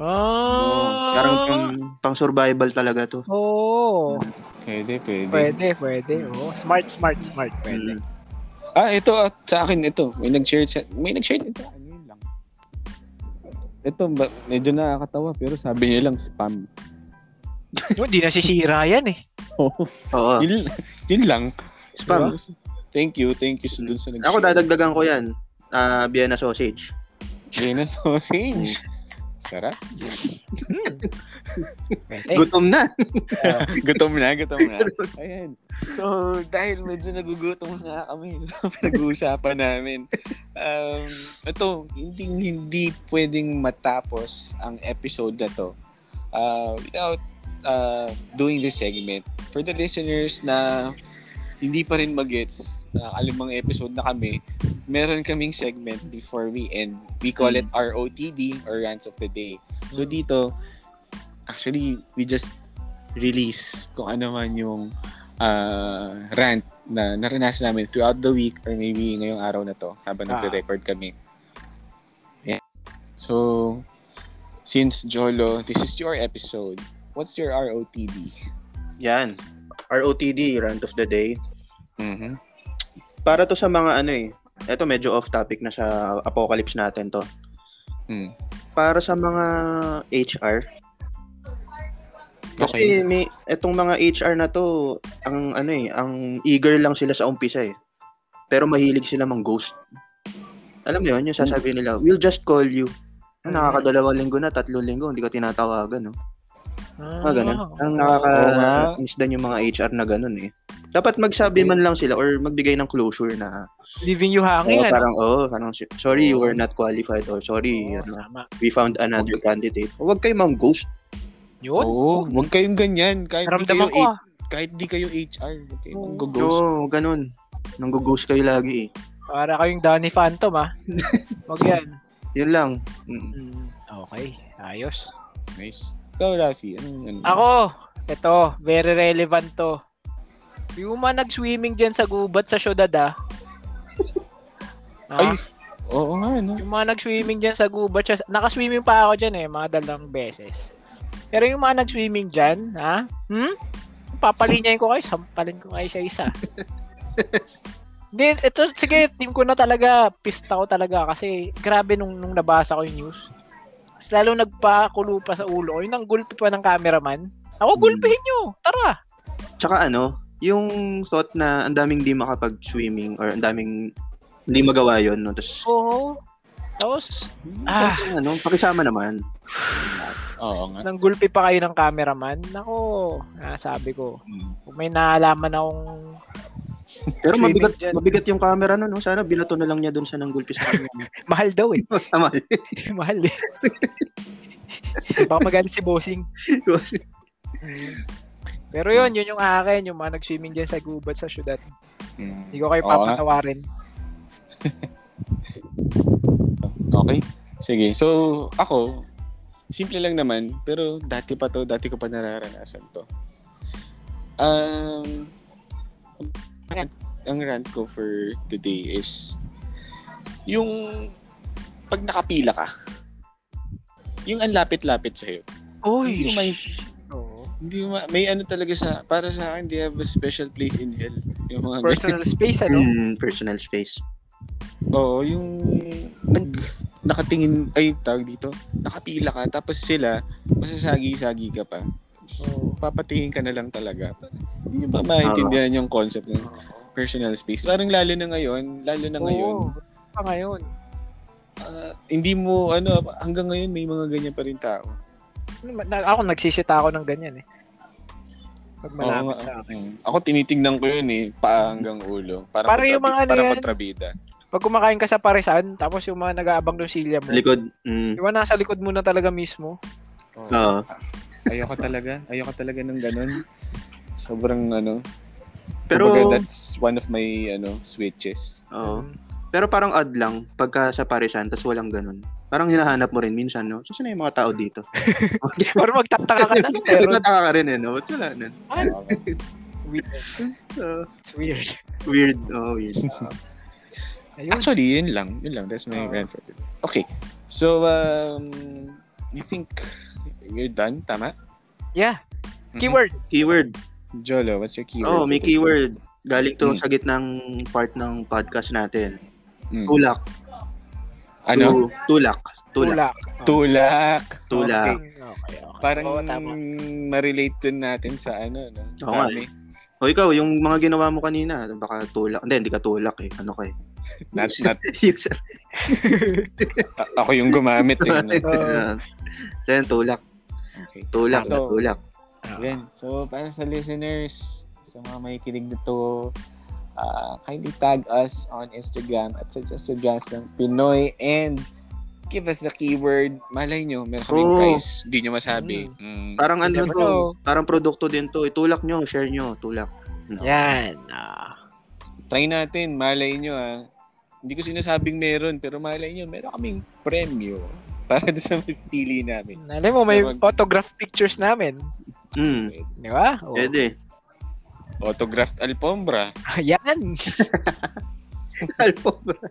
B: Oh,
C: Ah. Oo, parang pang, pang survival talaga to.
B: Ah, Oo.
A: Pwede, pwede.
B: Pwede, pwede. Oo. Smart, smart, smart. Pwede.
C: Mm.
A: Ah, ito at sa akin ito. May nag-share sa may nag-share ito. Ano yun lang. Ito ba, medyo nakakatawa pero sabi niya lang spam.
C: Hmm.
B: No, di nasisira yan eh.
A: Oh.
C: Oo.
A: Yun, yun lang.
C: Spam.
A: Thank you, thank you sa dun sa nag-share.
C: Ako dadagdagan ko 'yan. Ah, Vienna sausage.
A: Vienna sausage. Sarap.
B: Pwede.
C: Gutom na.
A: gutom na, gutom na. Ayan. So, dahil medyo nagugutom na kami sa pinag-uusapan namin. Um, ito, hindi, hindi pwedeng matapos ang episode na to uh, without uh, doing this segment. For the listeners na hindi pa rin magets na alam mga episode na kami, meron kaming segment before we end. We call it ROTD or Rants of the Day. So dito, actually, we just release kung ano man yung ah, rant na naranasan namin throughout the week or maybe ngayong araw na to habang
B: Ah.
A: nagre-record kami. Yeah. So, since Jolo, this is your episode. What's your ROTD?
C: 'Yan. ROTD, rant of the day.
A: Mm-hmm.
C: Para to sa mga ano eh. Ito medyo off topic na sa apocalypse natin to.
A: Mm.
C: Para sa mga HR.
A: Okay.
C: Kasi may etong mga HR na to, ang ano eh, ang eager lang sila sa umpisa eh. Pero mahilig sila mang ghost. Alam mo 'yun, yung sasabihin nila, "We'll just call you."
B: Mm.
C: Nakakadalawang linggo na, tatlong linggo, hindi ka tinatawagan, no?
B: Ah,
C: Mga ganun. Ang
A: Oo nga.
C: nakaka-miss din yung mga HR na ganun eh. Dapat magsabi
A: Okay.
C: man lang sila or magbigay ng closure na
B: Leaving you hanging,
C: Oo,
B: ano?
C: parang, oh, parang, sorry, you
B: Oo.
C: were not qualified or sorry,
B: Oo,
C: ano,
B: tama.
C: we found another candidate. Huwag kayo ma'am ghost.
B: Yun.
A: Oo, huwag kayong ganyan. Kahit di kayo,
B: Naramdaman ko, ah.
A: kahit di kayo HR, huwag kayong
B: Oo.
A: mag-ghost.
C: Oo, ganun. Nanggo-ghost kayo lagi eh.
B: Para kayong Danny Phantom, ha? Huwag yan.
C: Yun lang. Mm.
B: Mm, Okay, ayos.
A: Nice. Ikaw, Rafi, ano anong, anong,
B: Ako, ito, very relevant to. Yung mga nag-swimming dyan sa gubat sa syudad, ah.
A: Ay,
B: Ah,
A: oo nga, no?
B: yung mga nag-swimming dyan sa gubat, siya, nakaswimming pa ako dyan eh, mga dalawang beses. Pero yung mga nag-swimming dyan, ha? Hmm? Papalinyayin ko kayo, sampalin ko kayo sa isa. Hindi, ito, sige, team ko na talaga, pista ko talaga kasi grabe nung, nung nabasa ko yung news. Mas lalo nagpakulo pa sa ulo ko, yun ang gulpi pa ng cameraman. Ako,
A: Hmm.
B: gulpihin nyo! Tara!
C: Tsaka ano, yung thought na ang daming di makapag-swimming or ang daming hindi magawa yun. No? Tapos,
B: Oo. Tapos, ah,
C: ano, pakisama naman.
A: Oo nga.
B: nang gulpi Ah. pa kayo ng cameraman. Nako, ah, sabi ko,
A: Mm.
B: kung may naalaman akong
C: Pero
B: Swimming
C: mabigat,
B: dyan.
C: mabigat yung camera no, no? Sana binato na lang niya doon sa nanggulpi sa camera.
B: Mahal daw eh.
C: Tama.
B: Mahal eh. Baka magalit si bossing. Hmm. Pero yun, yun yung akin, yung mga nag-swimming dyan sa gubat sa syudad.
A: Mm.
B: Hindi ko kayo
A: Oo nga.
B: papatawarin.
A: Okay. Sige. So, ako, simple lang naman, pero dati pa to, dati ko pa nararanasan to. Um, ang rant ko for today is yung pag nakapila ka, yung ang lapit-lapit sa'yo. Hindi ko
B: Uy!
A: may,
B: Oo.
A: hindi ko ma- may ano talaga sa, para sa akin, they have a special place in hell. Yung mga
B: Personal space,
A: Hmm.
B: ano?
C: Mm, personal space.
A: Oo, yung nag nakatingin ay tawag dito, nakapila ka tapos sila masasagi-sagi ka pa. So, papatingin ka na lang talaga. Hindi nyo ba maintindihan yung concept ng personal space? Parang lalo na ngayon, lalo na ngayon,
B: Oo. Ano Pa ngayon.
A: ah, hindi mo, ano, hanggang ngayon may mga ganyan pa rin tao.
B: Ano, na- Ako, nagsisita ako ng ganyan eh. Pag malapit
A: Oo nga,
B: sa akin.
A: mm. Ako tinitingnan ko yun eh, paa hanggang ulo. Parang,
B: Parang yung
A: kontrabi-
B: mga ano
A: parang
B: yan.
A: kontrabida.
B: Pag kumakain ka sa paresan, tapos yung mga nag-aabang ng silya mo,
C: Likod. Mm.
B: yung mga nasa likod mo na talaga mismo.
A: Oo.
C: Oo.
A: Ayoko talaga. Ayoko talaga ng ganun. Sobrang ano.
C: Pero-
A: Pero that's one of my ano switches.
C: Oo. Pero parang odd lang pagka sa Parisan tas walang ganun. Parang hinahanap mo rin minsan, no? Saan na yung mga tao dito?
B: Or magtataka ka na. Pero,
C: Nagtataka ka rin, eh, no? Ba't wala na?
A: Oo.
B: weird.
C: So,
B: It's weird.
C: weird. Oh, weird.
B: Ayun.
A: Actually, yun lang. Yun lang. That's my
C: Ah.
B: Oo.
A: rant for today. Okay. So, um, you think we're done? Tama?
B: Yeah.
A: Mhm.
B: Keyword.
C: Keyword.
A: Jolo, what's your keyword?
C: Oh,
A: for
C: may
A: today?
C: keyword. Galing to
A: Mm.
C: sa gitnang part ng podcast natin.
A: Mm.
C: Tulak.
A: Ano?
C: Tu- Tulak. Tulak.
B: Tulak.
A: Tulak.
C: Tulak.
B: Okay. okay, okay.
A: Parang
B: Oo, tama.
A: na-relate din natin sa ano, no?
C: Oo eh. nga,
A: Dami.
C: O ikaw, yung mga ginawa mo kanina, baka tulak. Hindi, hindi ka tulak eh. Ano kay?
A: Not, not,
C: yung sa...
A: a- ako yung gumamit. Eh, no?
C: Ah. So, yan, tulak.
A: Okay.
C: Tulak.
A: So-
C: tulak.
A: Yan. So, para sa listeners, sa mga may kilig nito, ah, kindly tag us on Instagram at suggested brands ng Pinoy and give us the keyword. Malay nyo, meron kaming
C: Oh.
A: prize. Hindi nyo masabi. Mm.
C: Parang ano
B: You never
C: to,
B: know.
C: parang produkto din to. Itulak nyo, share nyo, tulak.
B: Yan. ah.
A: Try natin. Malay nyo, ha. Hindi ko sinasabing meron, pero malay nyo, meron kaming premyo para doon sa pili namin.
B: alam mo, may
A: Tawag.
B: photograph pictures namin.
C: Mm,
B: Di ba? Oh.
C: pwede.
A: Autographed alpombra.
B: Oh, Yan.
C: Alpobra.
B: Di ba?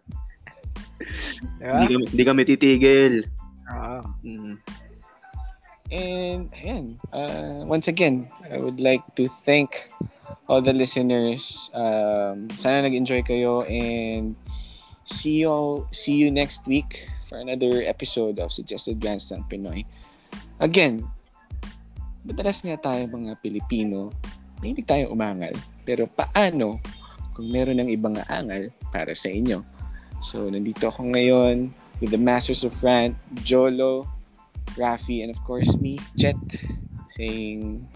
B: Ah.
C: Hindi kami, hindi kami titigil.
B: Oo.
C: Mm.
A: And ayan, uh, once again, I would like to thank all the listeners. Um, sana nag-enjoy kayo and see you see you next week for another episode of Suggested Brands ng Pinoy. Again, madalas nga tayo mga Pilipino, hindi tayo umangal. Pero paano kung meron ng ibang aangal para sa inyo? So, nandito ako ngayon with the Masters of Rant, Jolo, Rafi, and of course me, Jet, saying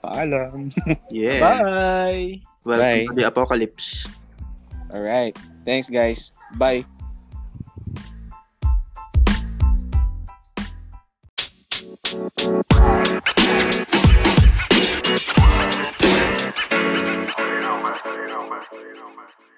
A: paalam.
C: Yeah.
B: Bye.
C: Welcome
A: Bye.
C: to the apocalypse.
A: All right. Thanks guys. Bye. You know, man. You know, man. You know, man.